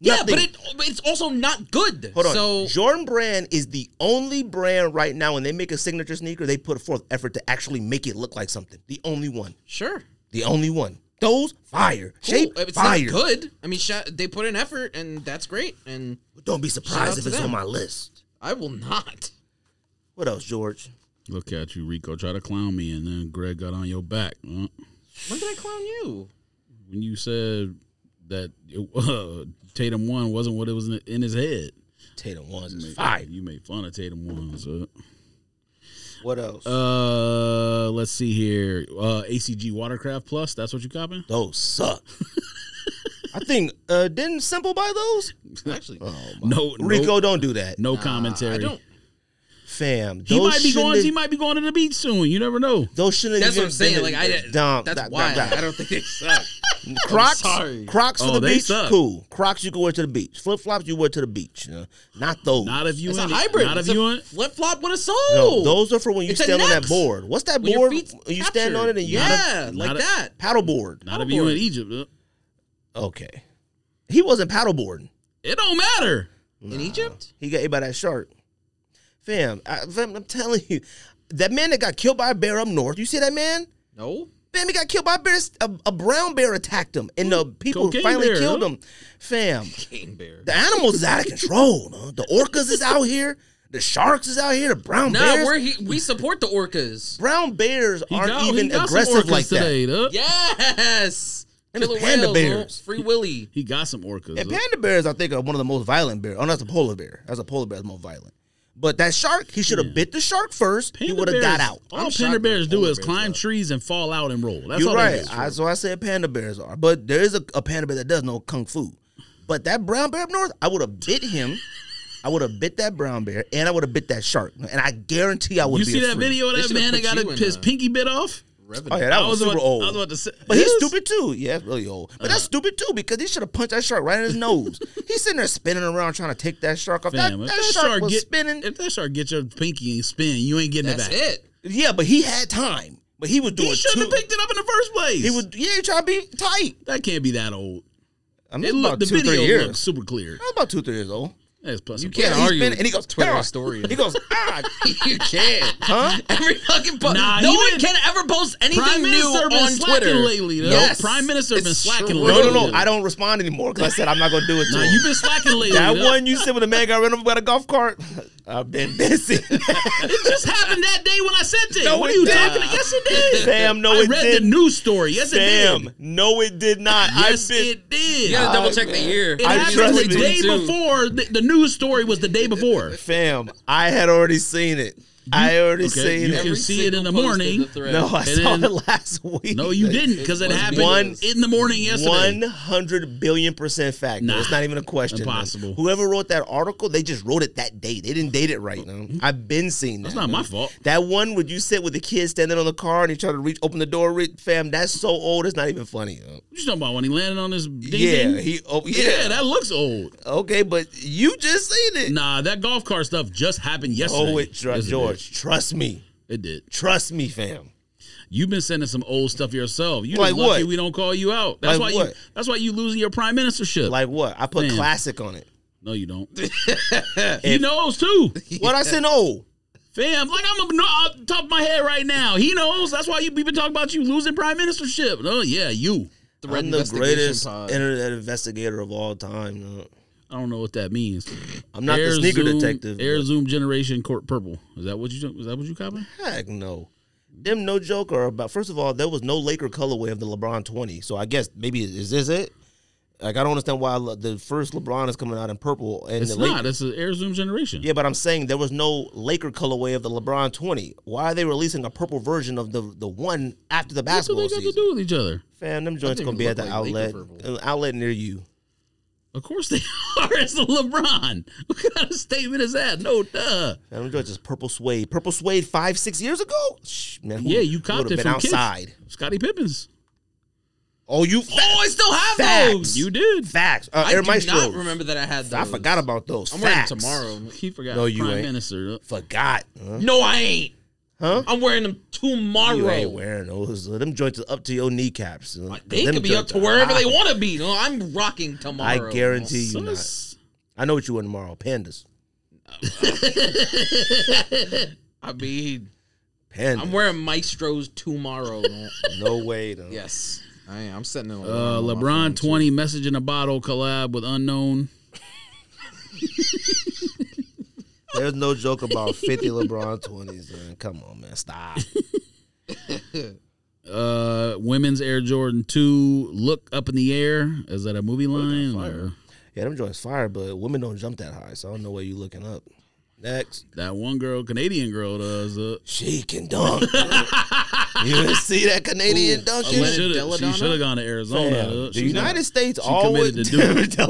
S2: yeah,
S1: Nothing.
S2: but it, it's also not good.
S1: Hold on.
S2: So
S1: Jordan Brand is the only brand right now when they make a signature sneaker, they put forth effort to actually make it look like something. The only one.
S2: sure,
S1: The only one. Those fire.
S2: Cool.
S1: Shape
S2: If it's
S1: fire.
S2: not good. I mean, sh- they put in effort, and that's great. And
S1: Don't be
S2: Shout out
S1: surprised if
S2: to
S1: it's
S2: them.
S1: on my list.
S2: I will not.
S1: What else, George?
S3: Look at you, Rico. Try to clown me, and then Greg got on your back. Huh?
S2: When did I clown you?
S3: When you said that uh, Tatum one wasn't what it was in- in his head.
S1: Tatum ones
S3: You
S1: is
S3: made-
S1: fire.
S3: You made fun of Tatum one. So.
S1: What else?
S3: Uh, let's see here. Uh, ACG Watercraft Plus. That's what you copping?
S1: those suck. I think uh didn't Simple buy those?
S2: Actually,
S3: No, no-
S1: Rico, don't do that.
S3: Oh, No,
S2: nah,
S3: commentary.
S2: I don't.
S1: Fam,
S3: he
S1: those
S3: might be going.
S1: shouldn't-
S3: He might be going to the beach soon. You never know.
S1: Those shouldn't.
S2: That's
S1: even
S2: what I'm saying.
S1: been
S2: Like I,
S1: in- Dom,
S2: that's
S1: Dom,
S2: why
S1: Dom, Dom.
S2: I don't think they suck.
S1: Crocs,
S2: sorry.
S1: Crocs for
S3: Oh,
S1: the
S3: they
S1: beach,
S3: suck.
S1: cool. Crocs you can wear to the beach. Flip flops you wear to the beach. you know? Not those.
S3: Not if you
S2: It's a
S3: in it.
S2: hybrid.
S3: Not if
S2: It's
S3: you
S2: a
S3: in.
S2: flip flop with a sole.
S1: no, those are for when you
S2: It's a
S1: stand on that
S2: Nex.
S1: board. What's that
S2: When your
S1: board?
S2: feet's
S1: You stand
S2: captured.
S1: on it and you
S2: yeah, like
S3: not a-
S2: that.
S1: paddleboard.
S3: Not if you in
S2: Paddleboard.
S3: Egypt. uh,
S1: Okay, he wasn't paddleboarding.
S3: It don't matter.
S2: In Egypt,
S1: He got ate by that shark. Fam, I, fam, I'm telling you, that man that got killed by a bear up north. You see that man?
S2: no.
S1: Fam, he got killed by a bear. A, a brown bear attacked him, and the people
S3: cocaine
S1: finally
S3: bear,
S1: killed
S3: huh?
S1: him. Fam,
S2: King bear.
S1: the animals is out of control. huh? The orcas is out here. The sharks is out here. The brown
S2: Nah,
S1: bears.
S2: we're he- we support the orcas.
S1: brown bears
S3: He
S1: aren't
S3: got, he
S1: even
S3: got some
S1: aggressive
S3: orcas
S1: like that.
S3: today, that.
S2: Yes.
S1: And the panda
S2: whales,
S1: bears.
S2: huh? Free Willy.
S3: He got some orcas.
S1: And
S3: uh.
S1: panda bears, I think, are one of the most violent bears. Oh, that's a polar bear. That's a polar bear that's more violent. But that shark, he should have bit the shark first. he
S3: Panda
S1: would have got
S3: bears-
S1: out.
S2: I'm
S3: All panda
S2: shocked that
S3: bears do
S2: polar
S3: is
S2: bears
S3: climb
S2: love.
S3: trees and fall out and roll. That's
S1: You're
S3: all
S1: right.
S3: They do.
S1: I, so I said panda bears are. But there is a, a panda bear that does know kung fu. But that brown bear up north, I would have bit him. I would have bit that brown bear, and I would have bit that shark. And I guarantee I would.
S3: You
S1: be
S3: see
S1: a
S3: that
S1: freak.
S3: video of
S2: They
S3: that
S2: should've
S3: man that
S2: put
S3: got
S2: you in
S3: his
S2: a-
S3: pinky bit off?
S1: Oh yeah, that
S3: I
S1: was,
S3: was
S1: super
S3: about,
S1: old.
S3: I was about to say,
S1: But he's
S3: Yes. Uh-huh.
S1: stupid too. Yeah, that's really old. But that's stupid too because he should have punched that shark right in his nose. he's sitting there spinning around trying to take that shark off.
S3: Fam,
S1: that,
S3: if
S1: that, shark, was
S3: get,
S1: spinning.
S3: If that shark get your pinky and spin, you ain't getting
S2: That's
S3: it back.
S2: it.
S1: yeah, but he had time. But he was doing
S3: He shouldn't
S1: two.
S3: have picked it up in the first place.
S1: He would. Yeah, he tried to be tight.
S3: That can't be that old.
S1: I mean,
S3: It
S1: it was
S3: looked,
S1: about
S3: the
S1: two three
S3: video
S1: years.
S3: looked super clear.
S1: I was about two three years old.
S3: That's plus
S2: You
S3: a
S2: can't
S3: plus.
S1: he's
S2: argue
S1: been-
S2: with
S1: and he goes
S2: Twitter
S1: "Ah!"
S2: historian.
S1: He goes, ah,
S2: you can't.
S1: huh?
S2: Every fucking post.
S3: Nah,
S2: no
S3: even-
S2: one can ever post anything
S3: Prime
S2: new
S3: Minister been
S2: on
S3: slacking
S2: Twitter
S3: lately, though.
S2: Yes,
S3: Prime Minister been
S2: It's
S3: slacking
S2: true.
S1: No,
S3: lately.
S1: no, no. I don't respond anymore because I said I'm not gonna do it to
S3: Nah,
S1: him.
S3: you've been slacking lately.
S1: that
S3: though.
S1: one you said when the man got ran over by the golf cart. I've been busy.
S3: It just happened that day when I sent it.
S1: No,
S3: what
S1: it
S3: are you
S1: didn't.
S3: talking about? Yes, it did.
S1: Sam, no,
S3: I
S1: it
S3: read
S1: did.
S3: the news story. Yes, it did.
S1: Sam, no, it did not.
S3: Yes,
S1: I've been.
S3: it did.
S2: You gotta double
S1: I-
S2: check the year.
S3: It
S1: I
S3: happened the
S1: trust
S3: day
S1: me.
S3: before. The, the news story was the day before.
S1: Fam, I had already seen it. I already
S3: okay,
S1: seen
S3: you
S1: it.
S3: can see it in the morning.
S1: No, I
S3: And
S1: saw
S3: then-
S1: it last week.
S3: No, you didn't, because it
S2: was
S3: happened
S1: one-
S3: in the morning yesterday.
S1: One hundred billion percent fact.
S3: Nah,
S1: it's not even a question. man.
S3: impossible.
S1: Whoever wrote that article, they just wrote it that day. They didn't date it right. man. I've been seeing that.
S3: Mm-hmm. That's not my fault.
S1: That one where you sit with the kid standing on the car and he tried to reach, open the door, re- fam. That's so old. It's not even funny. yo.
S3: You talking about when he landed on his ding
S1: Yeah,
S3: ding?
S1: he. Oh, yeah.
S3: Yeah, that looks old.
S1: okay, but you just seen it.
S3: Nah, that golf cart stuff just happened yesterday.
S1: oh, it, Dr-
S3: Yes,
S1: George. Trust me.
S3: Did. It did.
S1: Trust me, fam.
S3: You've been sending some old stuff yourself. You
S1: Like
S3: like lucky
S1: what?
S3: we don't call you out. That's
S1: Like
S3: why
S1: what?
S3: you. That's why you losing your prime ministership.
S1: Like what? I put
S3: Fam.
S1: classic on it.
S3: no, you don't. he knows too,
S1: What I said? No.
S3: fam. Like I'm no, off the top of my head right now. He knows. That's why you we've been talking about you losing prime ministership. No, yeah, you.
S1: I'm the greatest internet investigator of all time. you know.
S3: I don't know what that means.
S1: I'm not the sneaker detective.
S3: Air
S1: but-
S3: Zoom Generation Court Purple. Is that what you? Is that what you copying?
S1: Heck no. Them no joke are about. First of all, there was no Laker colorway of the LeBron twenty, so I guess maybe is this it? Like I don't understand why Le- the first LeBron is coming out in purple and
S3: It's
S1: the Laker-
S3: not. It's an Air Zoom Generation.
S1: Yeah, but I'm saying there was no Laker colorway of the LeBron twenty. Why are they releasing a purple version of the the one after the
S3: What's what
S1: basketball
S3: they got to
S1: season?
S3: do with each other?
S1: Fam, them joints
S2: think
S1: gonna
S2: it
S1: be at the
S2: looked like Laker
S1: outlet,
S2: purple.
S1: an outlet near you.
S3: Of course they are. It's the LeBron. What kind of statement is that? No, duh.
S1: Fam, them joints is purple suede, purple suede five six years ago. Shh, man, who-
S3: Yeah, you
S1: who
S3: copped
S1: would've
S3: it
S1: been
S3: from Kiss.
S1: outside.
S3: Scottie Pippen's.
S1: Oh, you
S2: Oh, I still have
S1: Facts.
S2: those.
S3: You did.
S1: facts. Uh,
S2: I
S1: Air
S2: do
S1: Maestros.
S2: not remember that I had those.
S1: I forgot about those.
S2: I'm wearing them
S1: Facts.
S2: tomorrow.
S3: He forgot.
S1: No, you
S3: Prime
S1: ain't.
S3: Minister.
S1: Forgot. Huh?
S2: No, I ain't.
S1: Huh?
S2: I'm wearing them tomorrow.
S1: You ain't wearing those. Them joints are up to your kneecaps.
S2: They
S1: Them
S2: could be up
S1: joints
S2: to
S1: are
S2: wherever they
S1: high.
S2: want to be. No, I'm rocking
S1: I
S2: tomorrow.
S1: guarantee you not.
S3: Sus.
S1: I know what you want tomorrow. Pandas.
S2: I mean,
S1: Pandas.
S2: I'm wearing Maestros tomorrow. no.
S1: no way. Though.
S2: yes, I am. I'm setting an
S3: Uh,
S2: alarm on my phone,
S3: LeBron
S2: too.
S3: twenty message in a bottle collab with unknown.
S1: There's no joke about 50 LeBron 20s. Man. Come on, man. Stop.
S3: Uh, women's Air Jordan two. Look up in the air. Is that a movie line? or-
S1: Yeah, them joints fire, but women don't jump that high, so I don't know where you looking up. Next.
S3: That one girl, Canadian girl, does. Uh,
S1: She can dunk. you didn't see that Canadian
S2: Ooh,
S1: dunk?
S3: she
S2: Elena
S3: should
S2: Deladonna?
S3: have gone to Arizona.
S1: Damn,
S3: uh,
S1: the
S3: she's
S1: United
S3: not-
S1: States always
S3: committed to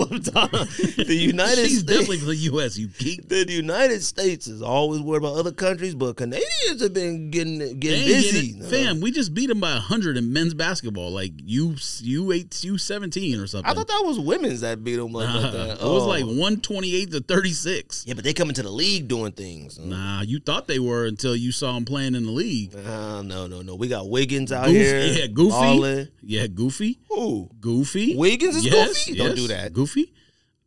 S3: do
S1: the United
S3: She's
S1: States
S3: definitely for the U.S. You geek.
S1: the United States is always worried about other countries, but Canadians have been getting getting
S3: They ain't
S1: busy.
S3: getting it. fam. We just beat them by hundred in men's basketball. Like you, you eight, you seventeen or something.
S1: I thought that was women's that beat them like that.
S3: it was
S1: Oh.
S3: like one twenty eight to thirty six.
S1: yeah, but they come into the league doing things.
S3: Nah, you thought they were until you saw them playing in the league.
S1: Uh, no, no, no. We got Wiggins out
S3: Goof-
S1: here.
S3: yeah, Goofy.
S1: balling.
S3: Yeah, Goofy.
S1: Who?
S3: Goofy.
S1: Wiggins is
S3: Yes,
S1: Goofy. Don't
S3: yes,
S1: do that.
S3: Goofy.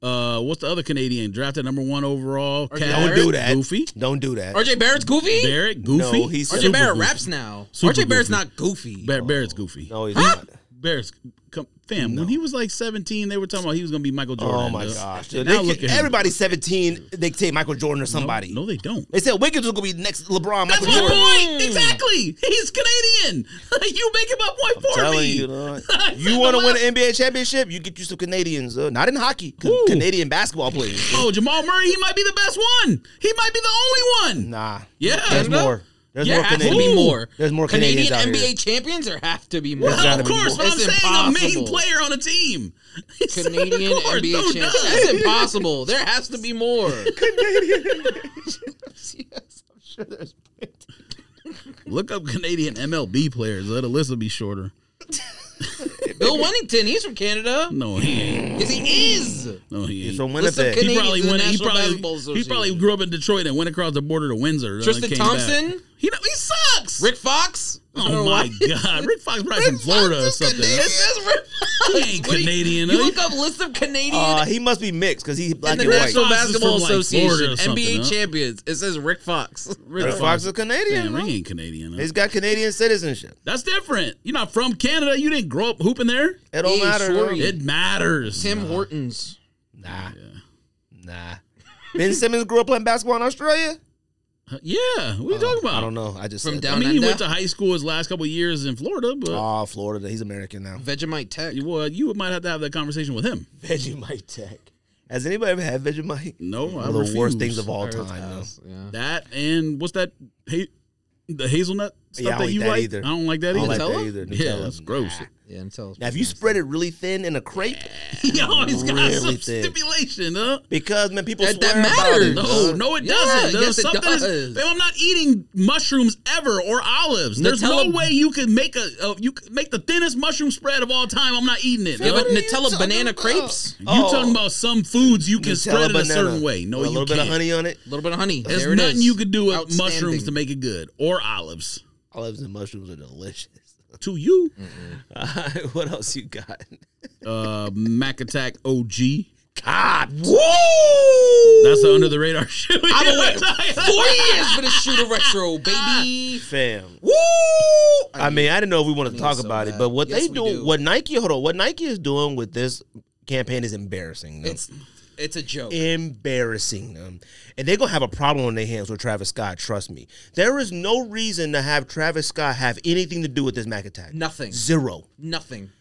S3: Uh, what's the other Canadian drafted number one overall?
S1: Don't
S3: Cat,
S1: do that.
S3: Goofy.
S1: Don't do that.
S2: RJ Barrett's goofy.
S3: Barrett. Goofy.
S1: No, he's-
S2: RJ
S1: Super
S2: Barrett
S3: goofy.
S2: raps now.
S3: Super
S2: RJ Barrett's
S3: goofy.
S2: not goofy.
S3: Bar- Barrett's Goofy.
S1: No, he's not.
S3: Bears, come, fam. When he was like seventeen, they were talking about he was gonna be Michael Jordan.
S1: Oh my
S3: duh.
S1: gosh!
S3: Now
S1: They
S3: look
S1: can-
S3: at him.
S1: everybody seventeen. They say Michael Jordan or somebody.
S3: No, they don't.
S1: They said Wiggins was gonna be next LeBron.
S3: That's
S1: Michael
S3: my
S1: Jordan.
S3: point. Exactly. He's Canadian. you making my point for
S1: telling
S3: me.
S1: you, dog.
S3: I said
S1: you want to
S3: the
S1: win
S3: last-
S1: an NBA championship, you get you some Canadians, uh, not in hockey, c-
S3: Who?
S1: Canadian basketball players.
S3: Oh, Jamal Murray. He might be the best one. He might be the only one.
S1: Nah,
S3: Yeah.
S1: there's
S3: Canada?
S1: more. There's
S2: yeah,
S1: more
S2: has
S1: Canadians.
S2: to be more.
S1: There's more
S2: Canadian
S1: Canadians out
S2: NBA
S1: here.
S2: champions. There have to be more.
S1: There's gotta
S3: Well, of
S1: be more.
S3: course, but I'm
S2: It's
S3: saying a main
S2: impossible.
S3: player on a team.
S2: Canadian
S3: Of course,
S2: NBA
S3: no
S2: champions.
S3: doubt.
S2: That's impossible. There has to be more.
S1: yes, I'm sure there's.
S3: Look up Canadian MLB players. That list will be shorter.
S2: Bill Wennington, he's from Canada.
S3: No, he ain't.
S2: Yes, he is.
S3: No, he ain't.
S1: He's from
S2: What's up,
S1: Winnipeg.
S2: Canadian-
S3: he probably
S2: Canadians in
S3: went.
S2: the
S3: He
S2: National Basketball
S3: probably, he
S2: Association.
S3: probably grew up in Detroit and went across the border to Windsor. uh,
S2: Tristan
S3: and came back.
S2: Thompson?
S3: He, know- he sucks.
S2: Rick Fox.
S3: Oh my god, Rick Fox probably from Florida or something.
S2: It says Rick Fox.
S3: He ain't
S2: What do you-
S3: Canadian, eh?
S2: You,
S3: huh?
S2: look up list of Canadian
S1: Uh, he must be mixed because he's black
S2: and the
S1: and white.
S2: National
S3: Fox is
S2: Basketball
S3: from, like, Florida
S2: Association
S3: or
S2: NBA
S3: something, huh?
S2: champions. It says Rick Fox.
S1: Rick Fox is Canadian.
S3: Damn, Rick
S1: bro.
S3: ain't Canadian. huh?
S1: He's got Canadian citizenship.
S3: That's different. You're not from Canada. You didn't grow up hooping there.
S1: It don't
S2: Yeah,
S1: matter.
S2: sure
S1: bro.
S2: he-
S3: It matters.
S2: Tim Hortons.
S1: Nah,
S3: Yeah.
S1: nah. Ben Simmons grew up playing basketball in Australia.
S3: Yeah, what are you talking about?
S1: I don't know. I just
S2: From
S1: said
S2: down-
S3: I mean, he
S2: Under.
S3: went to high school his last couple of years in Florida, but
S1: Oh, Florida. He's American now.
S2: Vegemite Tech.
S3: you, well, you might have to have that conversation with him.
S1: Vegemite Tech. Has anybody ever had Vegemite?
S3: No, I
S1: One of the
S3: refuse.
S1: worst things of all
S2: Earth
S1: time. though.
S2: House, yeah.
S3: That and what's that? Ha- the hazelnut stuff
S1: Yeah, I don't
S3: that
S1: eat
S3: you
S1: that
S3: like.
S1: either.
S3: I don't like that
S1: I don't
S3: either.
S1: like that
S2: Nutella?
S1: either.
S3: Yeah,
S1: Nutella.
S3: that's gross.
S2: Yeah, Nutella.
S1: Now, if you spread it really thin in a crepe,
S3: he always got
S1: Really
S3: some
S1: thick.
S3: stimulation, huh?
S1: because man, people
S2: That-
S1: swear
S2: that
S1: about it.
S2: matters.
S3: No,
S1: dog.
S3: no, it
S2: Yeah,
S3: doesn't. There's
S2: yes, it
S3: something.
S2: does.
S3: Babe, I'm not eating mushrooms ever or olives. There's no
S2: Nutella-
S3: way you can make a uh, you could make the thinnest mushroom spread of all time. I'm not eating it.
S2: Yeah,
S3: huh?
S2: but Nutella banana crepes.
S3: you
S1: Oh.
S3: talking about some foods you can
S1: Nutella
S3: spread it a
S1: banana.
S3: certain way? No,
S1: With a
S3: you
S1: little
S3: can't.
S1: bit of honey on it.
S2: A little bit of honey.
S3: There's
S2: there it
S3: nothing
S2: is.
S3: you could do with
S2: Outstanding.
S3: mushrooms to make it good or olives.
S1: Olives and mushrooms are delicious.
S3: To you,
S1: All right, what else you got?
S3: uh, Mac Attack OG.
S1: God, whoa!
S3: That's the under the radar shit. we
S2: I've been
S3: do.
S2: waiting four years for this shooter retro, baby.
S1: fam.
S2: Woo!
S1: I mean, I didn't know if we want to
S2: mean,
S1: talk
S2: so
S1: about it,
S2: bad.
S1: but what
S2: Yes,
S1: they
S2: we
S1: do,
S2: do.
S1: what Nike, hold on, what Nike is doing with this campaign is embarrassing. Them.
S2: it's it's a joke.
S1: embarrassing them. And they're going to have a problem on their hands with Travis Scott, trust me. There is no reason to have Travis Scott have anything to do with this Mac attack.
S2: Nothing.
S1: Zero.
S2: Nothing.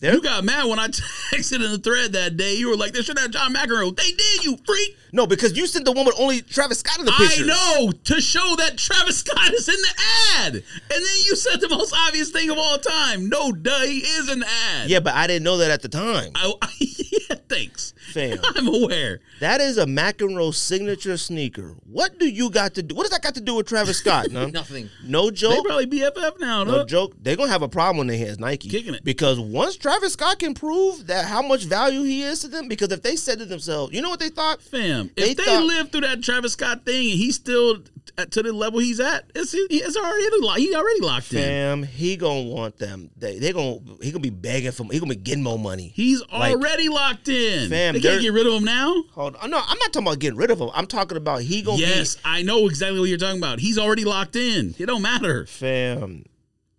S3: You got mad when I texted in the thread that day. You were like, "They should have John McEnroe." They did, you freak.
S1: No, because you sent the woman only Travis Scott in the picture.
S3: I know to show that Travis Scott is in the ad, and then you said the most obvious thing of all time. No, duh, he is in the ad.
S1: Yeah, but I didn't know that at the time.
S3: I, yeah, thanks.
S1: Fam.
S3: I'm aware.
S1: That is a McEnroe signature sneaker. What do you got to do? What does that got to do with Travis Scott? No,
S2: Nothing.
S1: no
S3: They
S1: joke.
S3: probably BFF now.
S1: No
S3: huh?
S1: joke. They're gonna have a problem on their hands, Nike.
S3: Kicking it.
S1: Because once Travis Scott can prove that how much value he is to them, because if they said to themselves, you know what they thought?
S3: Fam,
S1: They
S3: if they
S1: thought-
S3: live through that Travis Scott thing and he's still at, to the level he's at, it's, it's already lo- he already locked in.
S1: Fam, he gonna want them. They they gonna he gonna be begging for he gonna be getting more money.
S3: He's
S1: Like-
S3: already locked in.
S1: Fam,
S3: they can't
S1: they're-
S3: get rid of him now.
S1: Hold on. uh, No, I'm not talking about getting rid of him. I'm talking about he gonna
S3: Yes, I know exactly what you're talking about. He's already locked in. It don't matter.
S1: be fam.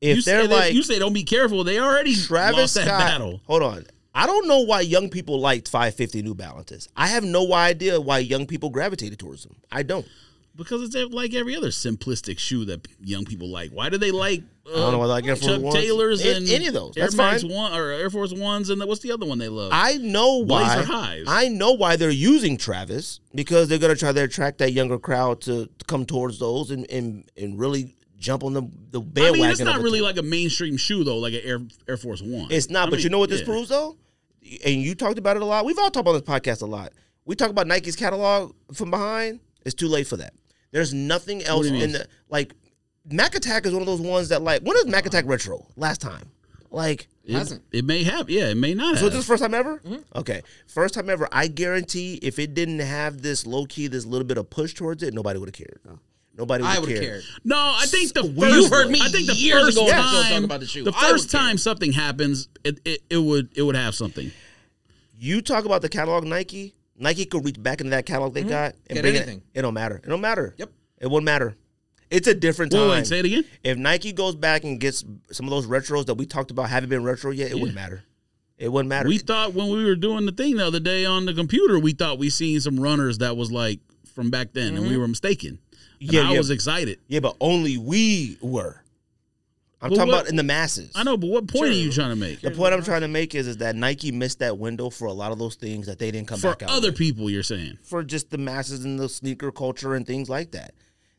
S3: You
S1: If
S3: say
S1: they're
S3: that-
S1: like
S3: you say, don't be careful. They already
S1: Travis
S3: lost that
S1: Scott,
S3: battle.
S1: hold on. I don't know why young people liked 550 New Balances. I have no idea why young people gravitated towards them. I don't.
S3: Because it's like every other simplistic shoe that young people like. Why do they like? Uh, I
S1: don't know why they like Air Force
S3: Chuck
S1: Ones.
S3: Taylors
S1: A-
S3: and
S1: any of those.
S3: Air
S1: That's
S3: Max
S1: fine.
S3: One or Air Force Ones and the, what's the other one they love?
S1: I know why.
S3: Blazer highs.
S1: I know why they're using Travis because they're gonna try to attract that younger crowd to, to come towards those and, and and really jump on the the
S3: I
S1: bandwagon.
S3: mean, it's
S1: of
S3: not
S1: it.
S3: really like a mainstream shoe though, like an Air Air Force One.
S1: It's not.
S3: I
S1: but
S3: mean,
S1: you know what this
S3: yeah.
S1: proves though, and you talked about it a lot. We've all talked about this podcast a lot. We talk about Nike's catalog from behind. It's too late for that. There's nothing else
S3: you
S1: in
S3: mean?
S1: the like. Mac Attack is one of those ones that like. When is Mac Attack retro? Last time, like.
S3: It,
S2: Hasn't.
S3: It may have. Yeah, Mm-hmm. it may not
S1: So
S3: have.
S1: this is the first time ever? Okay. First time ever. I guarantee if it didn't have this low key, this little bit of push towards it, nobody would have cared. Nobody would
S2: I
S1: have
S2: would
S1: cared.
S2: have cared.
S3: no, I think the
S2: Well,
S3: first.
S2: you heard me
S3: I think the
S2: years
S3: first
S2: ago when I was
S3: time
S2: talking about the shoe. I
S3: first
S2: would care.
S3: time something happens, it, it it would it would have something.
S1: You talk about the catalog Nike, Nike could reach back into that catalog
S3: Mm-hmm.
S1: they got and
S2: Get
S1: bring
S2: anything.
S1: It, it don't matter. It don't matter.
S2: Yep.
S1: It wouldn't matter. It's a different time.
S3: Wait, wait, say it again.
S1: if Nike goes back and gets some of those retros that we talked about haven't been retro yet, it wouldn't matter. It wouldn't matter.
S3: We thought when we were doing the thing the other day on the computer, we thought we seen some runners that was like from back then, and we were mistaken. And
S1: Mm-hmm. Yeah,
S3: I
S1: yeah.
S3: was excited.
S1: yeah, but only we were. I'm talking
S3: Well, what-
S1: about in the masses.
S3: I know, but what point are you trying to make?
S1: The point I'm trying to make is is that Nike missed that window for a lot of those things that they didn't come
S3: For
S1: back out
S3: other
S1: with.
S3: people, you're saying.
S1: for just the masses in the sneaker culture and things like that.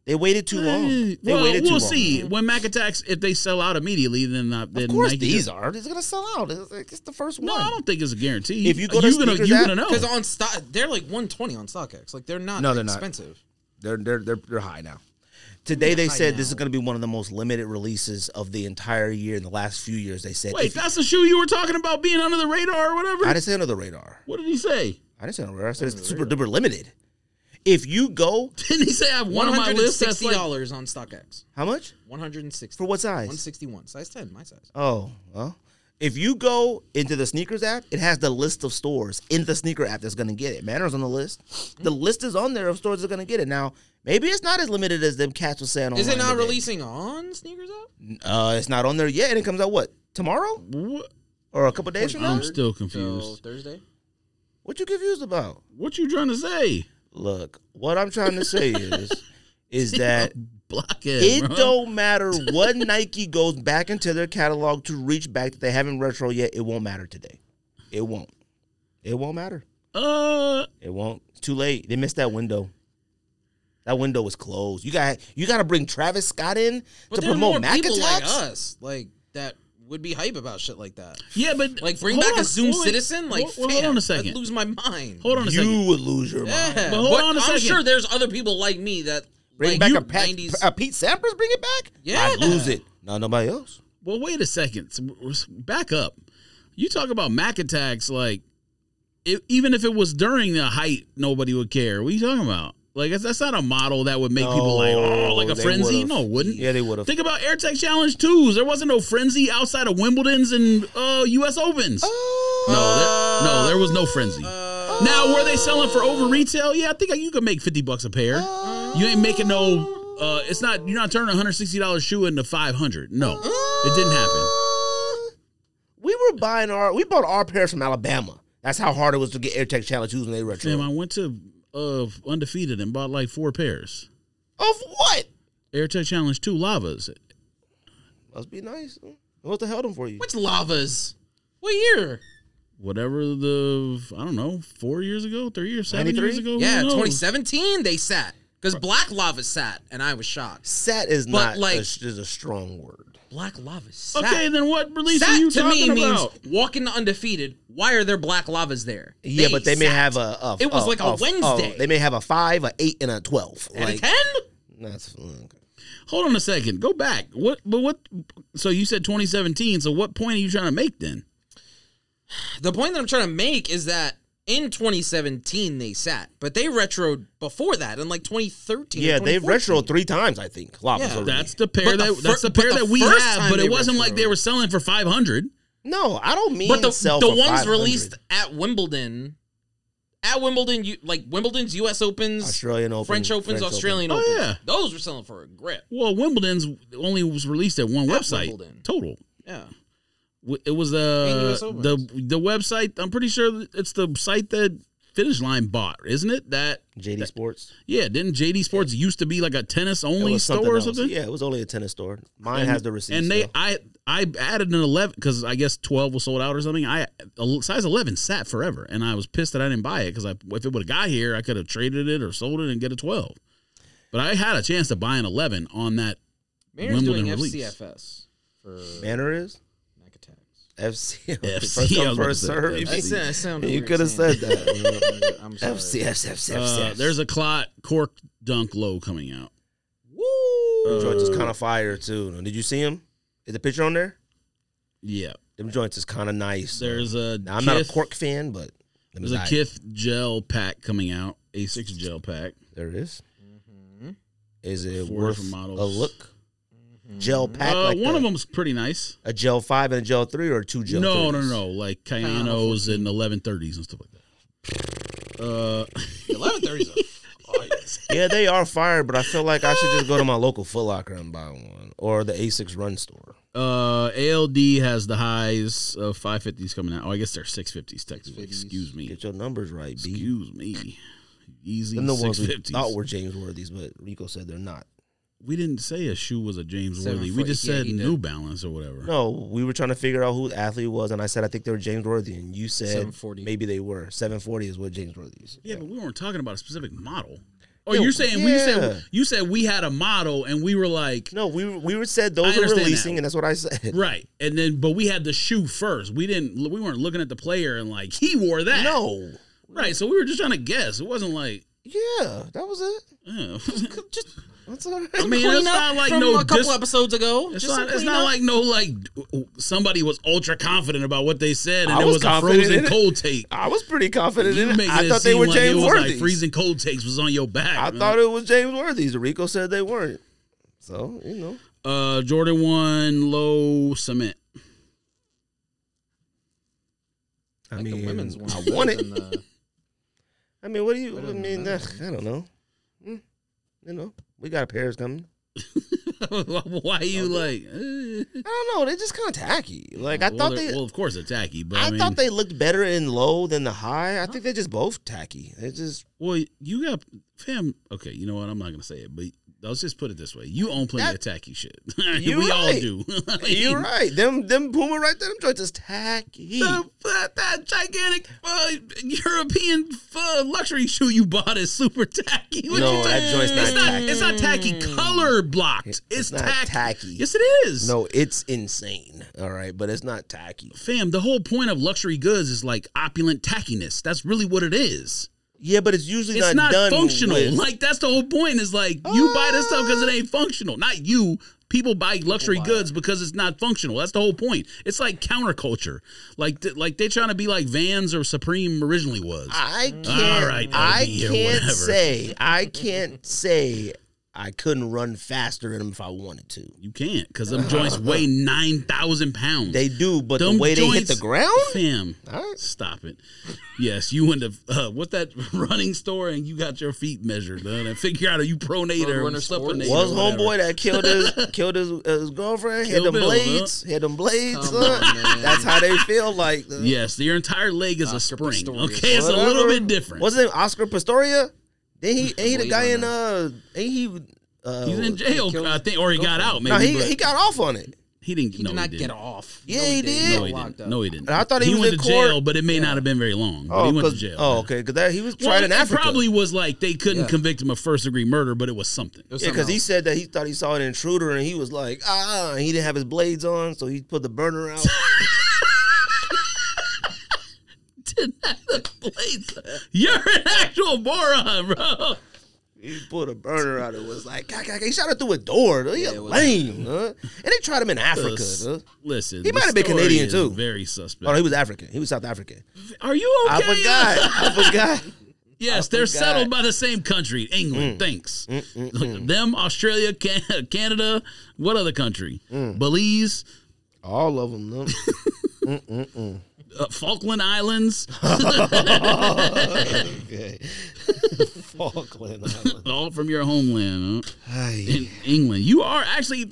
S1: They waited too long.
S3: Eh,
S1: They
S3: well,
S1: waited too
S3: we'll
S1: long.
S3: see. When Mac attacks, if they sell out immediately, then not. Then
S1: Of course,
S3: Nike
S1: these
S3: does-
S1: are. It's gonna sell out. It's, like- it's the first
S3: No,
S1: one.
S3: I don't think it's a guarantee.
S1: If you go to
S3: you gonna,
S1: sneakers
S3: you
S1: app-
S3: gonna know.
S2: Because on stock, they're like 120 on StockX. Like they're not
S1: No, they're not.
S2: expensive.
S1: They're they're they're, they're high now. Today they said this is gonna be one of the most limited releases of the entire year. In the last few years, they said.
S3: Wait,
S1: if-
S3: that's the shoe you were talking about being under the radar or whatever.
S1: I didn't say under the radar.
S3: what did he say?
S1: I didn't say under the radar. I said it's super duper limited. If you go,
S3: Didn't he say I have one on my list that's like
S2: dollars on StockX.
S1: how much?
S2: One hundred and sixty
S1: For what size?
S2: One sixty one, size ten, my size.
S1: Oh, well. If you go into the sneakers app, it has the list of stores in the sneaker app that's going to get it. Manner's on the list.
S3: Hmm.
S1: The list is on there of stores that's going to get it. Now, maybe it's not as limited as them cats was
S3: Oh
S1: saying.
S2: Is it
S1: online
S2: not
S1: today.
S2: releasing on sneakers app?
S1: Uh, it's not on there yet, and it comes out what tomorrow
S3: what?
S1: or a couple days from now.
S3: I'm still
S2: So
S3: confused.
S2: Thursday.
S1: What you confused about?
S3: What you trying to say?
S1: Look, what I'm trying to say is, is that
S3: Blockhead.
S1: it
S3: bro.
S1: don't matter what Nike goes back into their catalog to reach back that they haven't retro yet. It won't matter today. It won't. It won't matter.
S3: Uh,
S1: It won't. It's too late. They missed that window. That window was closed. You got you got to bring Travis Scott in
S2: But
S1: to
S2: there are
S1: promote
S2: more
S1: Mac
S2: people like
S1: attacks.
S2: us, like that would be hype about shit like that.
S3: yeah, but
S2: Like bring
S3: hold
S2: back
S3: on,
S2: a Zoom
S3: hold on,
S2: citizen, like
S3: hold, hold on
S2: fam,
S3: a second.
S2: I'd lose my mind.
S3: hold on a second.
S1: You would lose your mind.
S2: yeah,
S3: But hold
S2: but
S3: on a
S2: I'm
S3: second.
S2: sure there's other people like me that
S1: Bring
S2: like
S1: back
S2: you-
S1: a, Pat,
S2: 90s
S3: uh,
S1: a Pete Sampras. Bring it back.
S2: Yeah.
S1: I lose it. Not nobody else.
S3: Well, wait a second. So, we're- we're- Back up. You talk about Mac attacks, like it, even if it was during the height, nobody would care. What are you talking about? Like that's, that's not a model that would make people like oh, like a
S1: they
S3: frenzy.
S1: would've.
S3: No, it wouldn't.
S1: Yeah, they would've.
S3: Think about AirTech Challenge twos. There wasn't no frenzy outside of Wimbledon's and uh, U.S. Opens. no, there, no, there was no frenzy.
S1: uh,
S2: uh,
S3: now, were they selling for over retail? Yeah, I think you could make fifty bucks a pair. you ain't making no. Uh, it's not. You're not turning a hundred sixty dollars shoe into five hundred. No, it didn't happen.
S1: We were buying our we bought our pairs from Alabama. That's how hard it was to get AirTech Challenge twos when they retro.
S3: Damn, I went to uh undefeated and bought like four pairs.
S1: of what?
S3: AirTech Challenge two lavas.
S1: Must be nice. What the hell them for you?
S2: What's lavas? What year?
S3: Whatever the I don't know, four years ago, three years, seven
S1: 93?
S3: years ago. who
S2: Yeah,
S3: knows?
S2: 2017 they sat because black lava sat, and I was shocked.
S1: Sat is not
S2: like-
S1: like, is a strong word.
S2: Black lava sat.
S3: Okay, then what release are
S2: Sat
S3: you
S2: to me
S3: talking
S2: means
S3: about?
S2: walking to undefeated. Why are there black lavas there?
S1: Yeah, but they may
S2: sat.
S1: have a, a-
S2: It was like a Wednesday.
S1: they may have a five, a eight, and a twelve.
S2: And a
S1: Like
S2: ten.
S1: that's mm, okay.
S3: Hold on a second. Go back. What? But what? So you said 2017. So what point are you trying to make then?
S2: The point that I'm trying to make is that in 2017 they sat, but they retroed before that in like 2013. or
S1: yeah. They've
S2: 2014.
S1: retro three times, I think. Lava.
S2: Yeah.
S3: That's the pair
S2: But the
S3: that
S2: fir-
S3: that's the
S2: but
S3: pair
S2: the
S3: that we
S2: first
S3: have.
S2: time
S3: But
S2: they
S3: it wasn't
S2: were
S3: like they
S2: thrown.
S3: were selling for 500.
S1: no, I don't mean.
S2: But the,
S1: sell
S2: the
S1: for
S2: ones
S1: 500.
S2: released at Wimbledon, at Wimbledon, you like Wimbledon's U.S. Opens,
S1: Australian Open,
S2: French Opens,
S1: French
S2: Australian
S3: Open. Oh,
S2: Opens.
S3: yeah.
S2: Those were selling for a grip.
S3: Well, Wimbledon's only was released at one
S2: At
S3: website
S2: Wimbledon.
S3: total.
S2: Yeah.
S3: W- It was
S2: And
S3: uh,
S2: US Opens.
S3: the the website. I'm pretty sure it's the site that Finish Line bought, isn't it? That
S1: JD Sports.
S3: yeah. Didn't JD Sports used to be like a tennis
S1: It
S3: only
S1: was
S3: store
S1: something
S3: or
S1: else.
S3: something?
S1: Yeah, it was only a tennis store. Mine has the receipt.
S3: And they, I, I added an eleven because I guess twelve was sold out or something. I a size eleven sat forever, and I was pissed that I didn't buy it because I, if it would have got here, I could have traded it or sold it and get a twelve. But I had a chance to buy an eleven on that.
S2: Mariners
S3: Wimbledon
S2: doing
S3: release.
S2: FCFS for
S1: Manner is
S2: Mac attacks.
S1: FC.
S3: FC,
S1: First
S3: I was
S1: come,
S3: about to
S1: first
S3: say
S1: serve.
S3: FC.
S1: FC,
S2: I sound
S1: You
S2: weird
S1: coulda
S2: saying
S1: said that.
S2: I'm sorry.
S1: FC, FC,
S3: Uh, there's a clot cork dunk low coming out.
S2: Woo!
S1: joints
S3: uh,
S1: is kind of fire too. Did you see him? Is the picture on there?
S3: Yeah,
S1: Them joints is kind of nice.
S3: there's a.
S1: now, I'm not a
S3: Kith-
S1: cork fan, but them
S3: There's
S1: is
S3: a
S1: aight.
S3: Kith gel pack coming out, A6 gel pack.
S1: There it is. Is it
S3: Mm-hmm. Four
S1: worth
S3: different models.
S1: a look? Gel pack.
S3: Uh,
S1: like
S3: one
S1: a,
S3: of them's pretty nice.
S1: A gel five and a gel three, or two gel.
S3: no, no,
S1: 3s?
S3: no, like Cayanos and 1130s and stuff like that. Uh,
S2: 11:30 's a oh,
S1: Yeah, they are fire, but I feel like I should just go to my local Foot Locker and buy one, or the Asics Run store.
S3: uh, ALD has the highs of 550s coming out. Oh, I guess they're 650s technically. Excuse me.
S1: Get your numbers right, B.
S3: Excuse me. Easy
S1: Them the ones we
S3: 650s.
S1: thought were James Worthies, but Rico said they're not.
S3: we didn't say a shoe was a James
S2: Seven
S3: Worthy. We
S2: foot-
S3: just
S2: yeah,
S3: said
S2: he did.
S3: New Balance or whatever.
S1: No, we were trying to figure out who the athlete was, and I said I think they were James Worthy, and you said
S2: 740.
S1: maybe they were. Seven forty is what James Worthy is.
S3: Yeah, but we weren't talking about a specific model. Oh,
S1: Yeah,
S3: you're saying you
S1: yeah.
S3: said you said we had a model and we were like
S1: No, we we were said
S3: I
S1: those are
S3: understand that.
S1: releasing, and that's what I said.
S3: right, and then but we had the shoe first. We didn't we weren't looking at the player and like he wore that.
S1: No,
S3: right. So we were just trying to guess. It wasn't like
S1: yeah, that was it.
S3: uh,
S2: just
S1: That's all right.
S3: I mean,
S2: Clean
S3: it's
S2: up
S3: not like
S2: from
S3: no
S2: a couple
S3: dis-
S2: episodes ago.
S3: It's
S2: Just
S3: not,
S2: a
S3: it's
S2: clean
S3: not
S2: up.
S3: like no like d- w- somebody was ultra confident about what they said and
S1: I
S3: there
S1: was
S3: was, a
S1: confident in
S3: frozen
S1: it.
S3: cold take.
S1: I was pretty confident
S3: You
S1: in it.
S3: making
S1: I
S3: it
S1: thought they
S3: seem
S1: were
S3: like it
S1: James
S3: was
S1: Worthy.
S3: like freezing cold takes was on your back.
S1: I
S3: man.
S1: thought it was James Worthy's. Rico said they weren't. So, you know.
S3: Uh, Jordan one low cement.
S1: I,
S2: Like the women's one.
S1: I want
S2: And,
S1: it.
S2: uh,
S1: I mean, what do you, I
S2: don't
S1: mean,
S2: know.
S1: ugh, I don't know. Mm, You know, we got a pairs coming.
S3: Why you like? eh?
S1: I don't know. They're just kind of tacky. Like, I
S3: well,
S1: thought
S3: they're-
S1: they.
S3: well, of course, they're tacky, but I,
S1: I
S3: mean,
S1: thought they looked better in low than the high. I think they're just both tacky. They just
S3: Well, you got fam. Okay, you know what? I'm not gonna say it, but let's just put it this way: you own plenty
S1: That-
S3: of tacky shit.
S1: You
S3: we all
S1: right.
S3: do.
S1: You're right. Them them Puma right there, them joints is tacky.
S3: The- that, that gigantic uh, European uh, luxury shoe you bought is super tacky. What
S1: No,
S3: you
S1: that
S3: talking-
S1: joint's not
S3: it's not,
S1: tacky.
S3: It's not tacky. Color blocked. It's,
S1: it's not
S3: tacky.
S1: tacky.
S3: Yes, it is.
S1: No, it's insane. All right, but it's not tacky.
S3: fam. The whole point of luxury goods is like opulent tackiness. That's really what it is.
S1: Yeah, but it's usually
S3: It's not,
S1: done
S3: functional.
S1: with-
S3: Like that's the whole point. Is like you buy this stuff because it ain't functional. Not you. People buy luxury goods because it's not functional. That's the whole point. It's like counterculture. Like th- like they trying to be like Vans or Supreme originally was.
S1: I can't.
S3: Mm. All right,
S1: I
S3: LB or
S1: can't
S3: whatever.
S1: say. I can't say. I couldn't run faster in them if I wanted to.
S3: You can't because them joints weigh nine thousand pounds.
S1: They do, but
S3: Them
S1: the way they hit
S3: joints-
S1: the ground.
S3: Fam,
S1: All right.
S3: stop it. Yes, you went to uh, what's that running store and you got your feet measured done and figure out are you pronate or
S2: Runner
S3: supinate?
S1: Was
S2: Sports.
S3: or whatever.
S1: homeboy that killed his killed his, uh, his girlfriend?
S3: Kill
S1: had them
S3: Bill, huh?
S1: blades. Had them blades.
S2: Come
S1: huh?
S2: on, man.
S1: That's how they feel like. uh,
S3: Yes, your entire leg is a
S2: Oscar
S3: spring.
S2: Pistorius.
S3: Okay, it's a little
S1: Whatever.
S3: bit different.
S1: What's his name? Oscar Pistoria? Then he ain't he the
S2: Believe
S1: guy
S2: I
S1: in uh ain't he uh
S3: He's in jail,
S2: killed
S3: I
S2: his
S3: think, or he got out. Maybe
S1: No, he
S3: but
S1: he got off on it.
S3: he didn't.
S2: He
S3: no,
S2: did not
S3: he
S2: get
S3: didn't.
S2: off.
S1: Yeah, he did.
S2: He
S3: No,
S2: got
S3: he
S2: locked
S3: didn't.
S2: up.
S3: No, he didn't.
S1: I thought he was
S3: went
S1: in
S3: to
S1: court.
S3: jail, but it may not have been very long. but
S1: Oh,
S3: he went to
S1: 'cause-
S3: jail.
S1: Oh,
S3: yeah.
S1: okay, because he was
S3: Well,
S1: tried in
S3: it
S1: Africa.
S3: probably was like they couldn't
S2: Yeah.
S3: convict him of first degree murder, but it was something.
S2: It was
S1: Yeah, because
S2: something
S1: he
S2: else.
S1: said that he thought he saw an intruder and he was like, ah, and he didn't have his blades on, so he put the burner out.
S3: Did not look blades. You're an actual moron, bro.
S1: he pulled a burner out and was like, "Cock, cock," he shot it through a door. He
S2: it
S1: a
S2: was-
S1: lame. huh? And they tried him in Africa.
S3: Us.
S1: huh?
S3: Listen,
S1: He
S3: the
S1: might have been
S3: story
S1: Canadian,
S3: is
S1: too.
S3: Very
S1: Oh, no,
S3: suspect.
S1: he was African. He was South African.
S3: Are you okay?
S1: I forgot. I forgot.
S3: Yes,
S1: I
S3: they're
S1: forgot.
S3: settled by the same country,
S1: Mm.
S3: England. Thanks. Them, Australia, Can- Canada, what other country?
S1: Mm.
S3: Belize,
S1: All of them. Though.
S3: uh, Falkland Islands,
S1: okay. Falkland Island.
S3: all from your homeland, huh?
S1: Ay,
S3: in England. You are actually.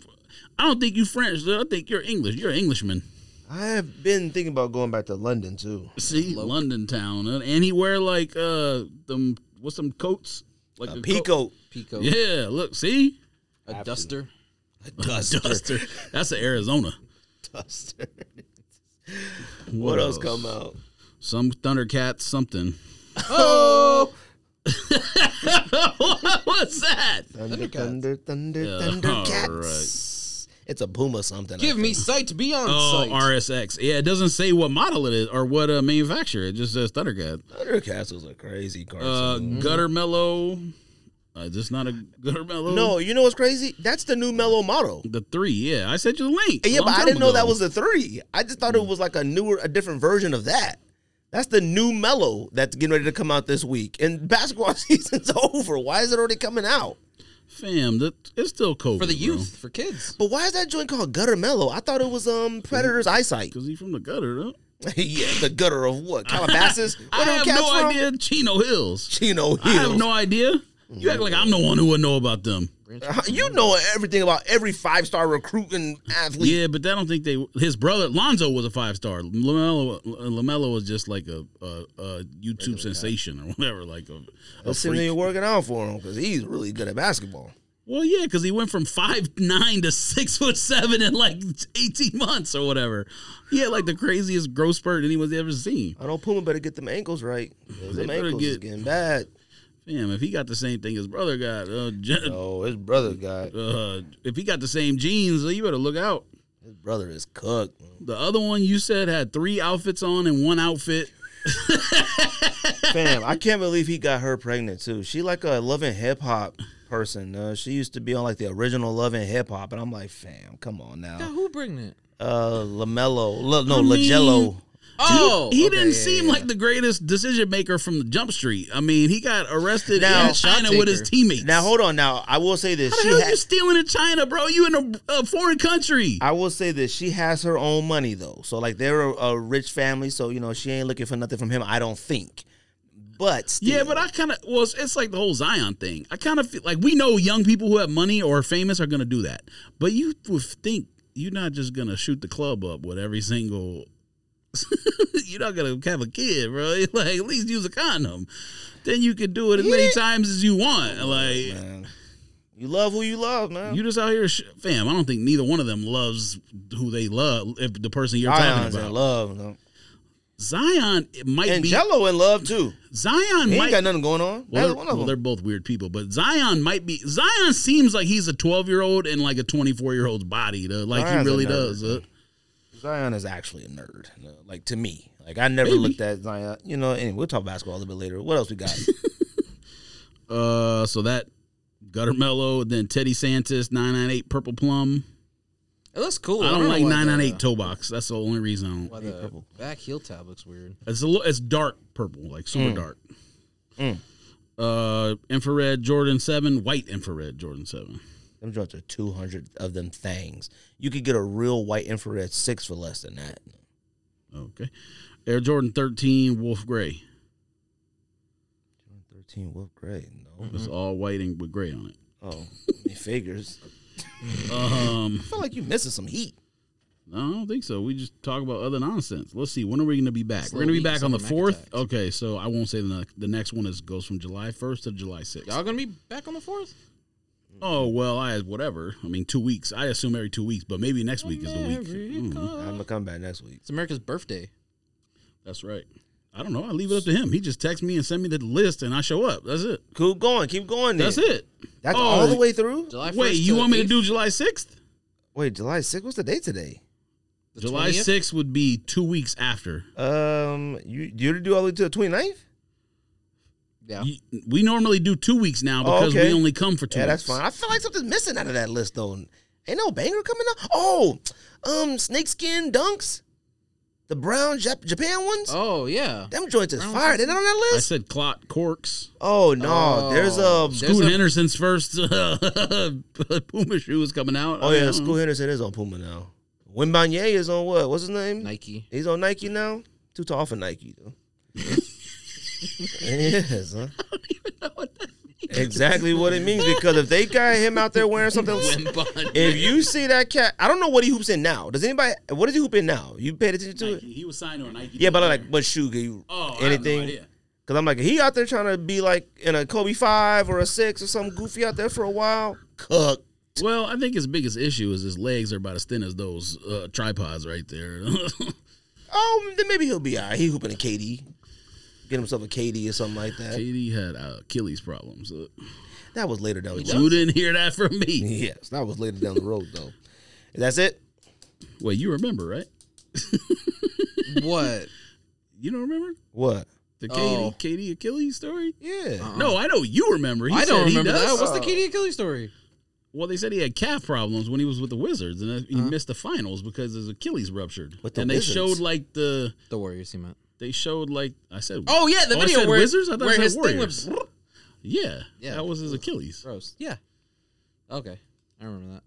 S3: I don't think you French. I think you're English. You're an Englishman.
S1: I have been thinking about going back to London too.
S3: See, London town, huh? and he wear like uh them what's some coats like the coat-
S1: Pico.
S2: Pico,
S3: Yeah, look, see,
S2: a duster.
S1: Duster.
S3: duster. That's a Arizona.
S1: Duster. What, else come out?
S3: Some Thundercats, something.
S1: Oh,
S3: What's that?
S1: thunder, thunder, thunder,
S3: Yeah,
S1: Thundercats. It's a Puma something. I
S2: Give me
S1: think.
S2: sight to be on
S3: Oh,
S2: sight.
S3: RSX. Yeah, it doesn't say what model it is or what uh, manufacturer. It just says Thundercat.
S1: Thundercats was a crazy
S3: Uh,
S1: cartoon.
S3: Gutter Mellow. Uh, is this not a Gutter Mellow?
S1: no, you know what's crazy? That's the new Mellow model.
S3: The three, yeah. I sent you the link.
S1: Yeah,
S3: a long
S1: but I
S3: time
S1: didn't know
S3: ago. Hmm.
S1: that was a three. I just thought it was like a newer, a different version of that. That's the new mellow that's getting ready to come out this week. And basketball season's over. Why is it already coming out?
S3: Fam, that, it's still COVID.
S2: for the youth, for kids.
S1: But why is that joint called gutter mellow? I thought it was um Predator's eyesight.
S3: Because he's from the gutter, huh?
S1: yeah, the gutter of what? Calabasas?
S3: I
S1: Where them
S3: have
S1: cats
S3: no
S1: from?
S3: idea. Chino Hills.
S1: Chino
S3: I have
S1: Hills.
S3: no idea. You act like I'm the one who would know about them.
S1: you know everything about every five star recruiting athlete.
S3: Yeah, but I don't think they. His brother Lonzo was a five star. Lamelo Lamelo was just like a, a, a YouTube sensation or whatever. Like a, a
S1: Let's see
S3: freak.
S1: you're working out for him because he's really good at basketball.
S3: Well, yeah, because he went from five nine to six foot seven in like eighteen months or whatever. He had like the craziest growth spurt anyone's ever seen.
S1: I know Puma better get them ankles right. 'cause
S3: They
S1: Them
S3: better
S1: ankles is
S3: get-
S1: getting bad.
S3: Damn, if he got the same thing his brother got, uh, Je-
S1: Oh, his brother got
S3: uh, if he got the same jeans, you better look out.
S1: his brother is cooked.
S3: The other one you said had three outfits on and one outfit.
S1: Fam, I can't believe he got her pregnant too. She like a loving hip hop person. Uh, she used to be on like the original Love and Hip Hop, and I'm like, fam, come on
S2: Yeah,
S1: now.
S2: who pregnant?
S1: Uh, Lamelo, L- no,
S3: I mean,
S1: Lagello.
S2: Oh,
S3: he
S2: okay,
S3: didn't
S2: yeah,
S3: seem
S2: yeah,
S3: like the greatest decision maker from the Jump Street. I mean, he got arrested
S1: Now-
S3: in China with his
S2: Shot
S3: teammates.
S1: Now hold on. Now I will say this.
S3: How the
S1: She
S3: hell
S1: ha-
S3: you stealing in China, bro? You in a, a foreign country.
S1: I will say this. She has her own money though, so like they're a, a rich family, so you know she ain't looking for nothing from him. I don't think. But still,
S3: yeah, but I kind of well, it's, it's like the whole Zion thing. I kind of feel like we know young people who have money or are famous are going to do that, but you would think you're not just going to shoot the club up with every single. you're not going to have a kid, bro. Like at least use a condom. Then you can do it as many times as you want. Like
S1: man, you love who you love, man.
S3: You just out here, sh- fam. I don't think neither one of them loves who they love. If the person you're
S1: Zion's
S3: talking about,
S1: in love, no.
S3: Zion it might
S1: and
S3: be
S1: Jello in love too.
S3: Zion
S1: He
S3: might.
S1: ain't got nothing going on.
S3: well,
S1: Neither
S3: they're,
S1: one of
S3: well,
S1: them.
S3: they're both weird people, but Zion might be. Zion seems like he's a 12 year old in like a 24 year old's body. Though. Like
S1: Zion's
S3: he
S1: a
S3: really
S1: nerd,
S3: does.
S1: man.
S3: uh.
S1: Zion is actually a nerd, you know, like to me. Like I never
S3: Maybe.
S1: looked at Zion. You know, anyway, we'll talk basketball a little bit later. What else we got?
S3: Uh, so that Gutter Mello, then Teddy Santis, 998 Purple Plum.
S2: It looks cool.
S3: I don't
S2: know
S3: like
S2: why the-
S3: 998 Toe Box. That's the only reason. I don't.
S2: Why the back heel tab looks weird.
S3: It's a little, it's dark purple, like
S2: Mm.
S3: super dark. Uh, infrared Jordan Seven, white infrared Jordan Seven.
S1: them joints are two hundred of them things. You could get a real white infrared six for less than that.
S3: Okay, Air Jordan Thirteen, Wolf Gray.
S1: Thirteen Wolf Gray. No.
S3: It's
S2: Mm.
S3: all white and with gray on it.
S1: Oh, it figures.
S3: Um,
S1: I feel like you missing some heat.
S3: no, I don't think so. We just talk about other nonsense. Let's see. When are we going to be back?
S2: It's a
S3: We're going to be
S2: little
S3: back
S2: weak,
S3: on the
S2: some
S3: fourth.
S2: Mac attacks.
S3: Okay, so I won't say the next, the next one is goes from July first to July sixth.
S2: Y'all gonna be back on the fourth?
S3: Oh well, I whatever. I mean, two weeks. I assume every two weeks, but maybe next week is the week. Mhm.
S1: I'm gonna come back next week.
S2: It's America's birthday.
S3: That's right. I don't know. I leave it up to him. He just texts me and send me the list, and I show up. That's it.
S1: Keep going. Keep going. Then.
S3: That's it.
S1: That's
S3: Oh,
S1: all the way through.
S2: July 1st
S3: Wait,
S2: to
S3: you want me to
S2: eighth,
S3: do July sixth?
S1: Wait, July sixth. What's the date today?
S2: the
S3: July
S2: 20th?
S3: sixth would be two weeks after.
S1: Um, you you to do all the way to the 29th?
S2: Yeah.
S3: You- We normally do two weeks now
S1: Oh,
S3: because we
S1: okay.
S3: only come for two.
S1: Yeah, that's
S3: weeks.
S1: fine. I feel like something's missing out of that list though. Ain't no banger coming up. Oh, um, snakeskin dunks, the brown Jap- Japan ones.
S2: Oh yeah.
S1: Them joints is fire. They're not on that
S3: I
S1: list.
S3: said clot corks.
S1: Oh no,
S2: Oh.
S1: there's um, a.
S2: There's
S3: Scoot
S2: a-
S3: Henderson's first uh, Puma shoe is coming out.
S1: Oh yeah, School Henderson is on Puma now. Wimbanye is on what? What's his name?
S2: Nike.
S1: He's on Nike now. Too tall for Nike though. yes, huh? Exactly what it means because if they got him out there wearing something If you see that cat, I don't know what he hoops in now. Does anybody? What is he hoop in now? You paid attention to it?
S3: he was signed on Nike.
S1: Yeah, but like, what shoe? Can you,
S3: oh,
S1: anything? Because I'm like, he out there trying to be like in a Kobe five or a six or something goofy out there for a while. Cook.
S3: Well, I think his biggest issue is his legs are about as thin as those uh, tripods right there.
S1: Oh, then maybe he'll be all right. He hooping a KD. Get himself a KD or something like that.
S3: KD had uh, Achilles problems. Uh,
S1: That was later down the road.
S3: you didn't hear that from me.
S1: Yes, that was later down the road though. That's it.
S3: Wait, you remember, right?
S2: what?
S3: You don't remember
S1: What? Uh-huh.
S3: the KD
S2: Oh. Uh-huh.
S3: KD Achilles story?
S1: Yeah.
S3: No, I know you remember. He
S2: I
S3: said
S2: don't
S3: he
S2: remember that.
S3: does.
S2: What's the Katie Achilles story?
S3: Well, they said he had calf problems when he was with the Wizards, and that-
S2: Uh-huh.
S3: he missed the finals because his Achilles ruptured.
S1: With the
S3: and
S1: Wizards?
S3: they showed like the
S2: The Warriors, he meant.
S3: they showed like I said.
S2: Oh yeah, the
S3: Oh, I
S2: video
S3: said
S2: where
S3: Wizards? I thought
S2: where
S3: it
S2: his
S3: said
S2: thing was
S3: yeah,
S2: Yeah.
S3: that was his Achilles.
S2: gross. Yeah. Okay, I remember that.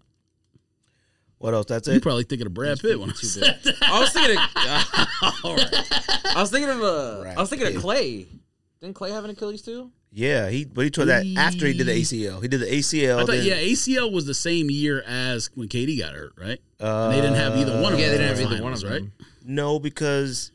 S1: What else? That's
S3: You
S1: it.
S3: probably thinking of Brad Pitt when I
S2: Too
S3: said
S2: big. I was thinking. Of, all right. I was thinking of uh, I was thinking of
S1: Right.
S2: Clay. Didn't Clay have an Achilles too?
S1: Yeah, he but he tore that after he did the ACL. He did the ACL.
S3: I thought,
S1: then-
S3: yeah, ACL was the same year as when KD got hurt, right? And they didn't have either one of them.
S2: Yeah, they
S3: in
S2: didn't
S3: the
S2: have either one of
S3: finals,
S2: them.
S1: uh,
S3: right?
S1: No, because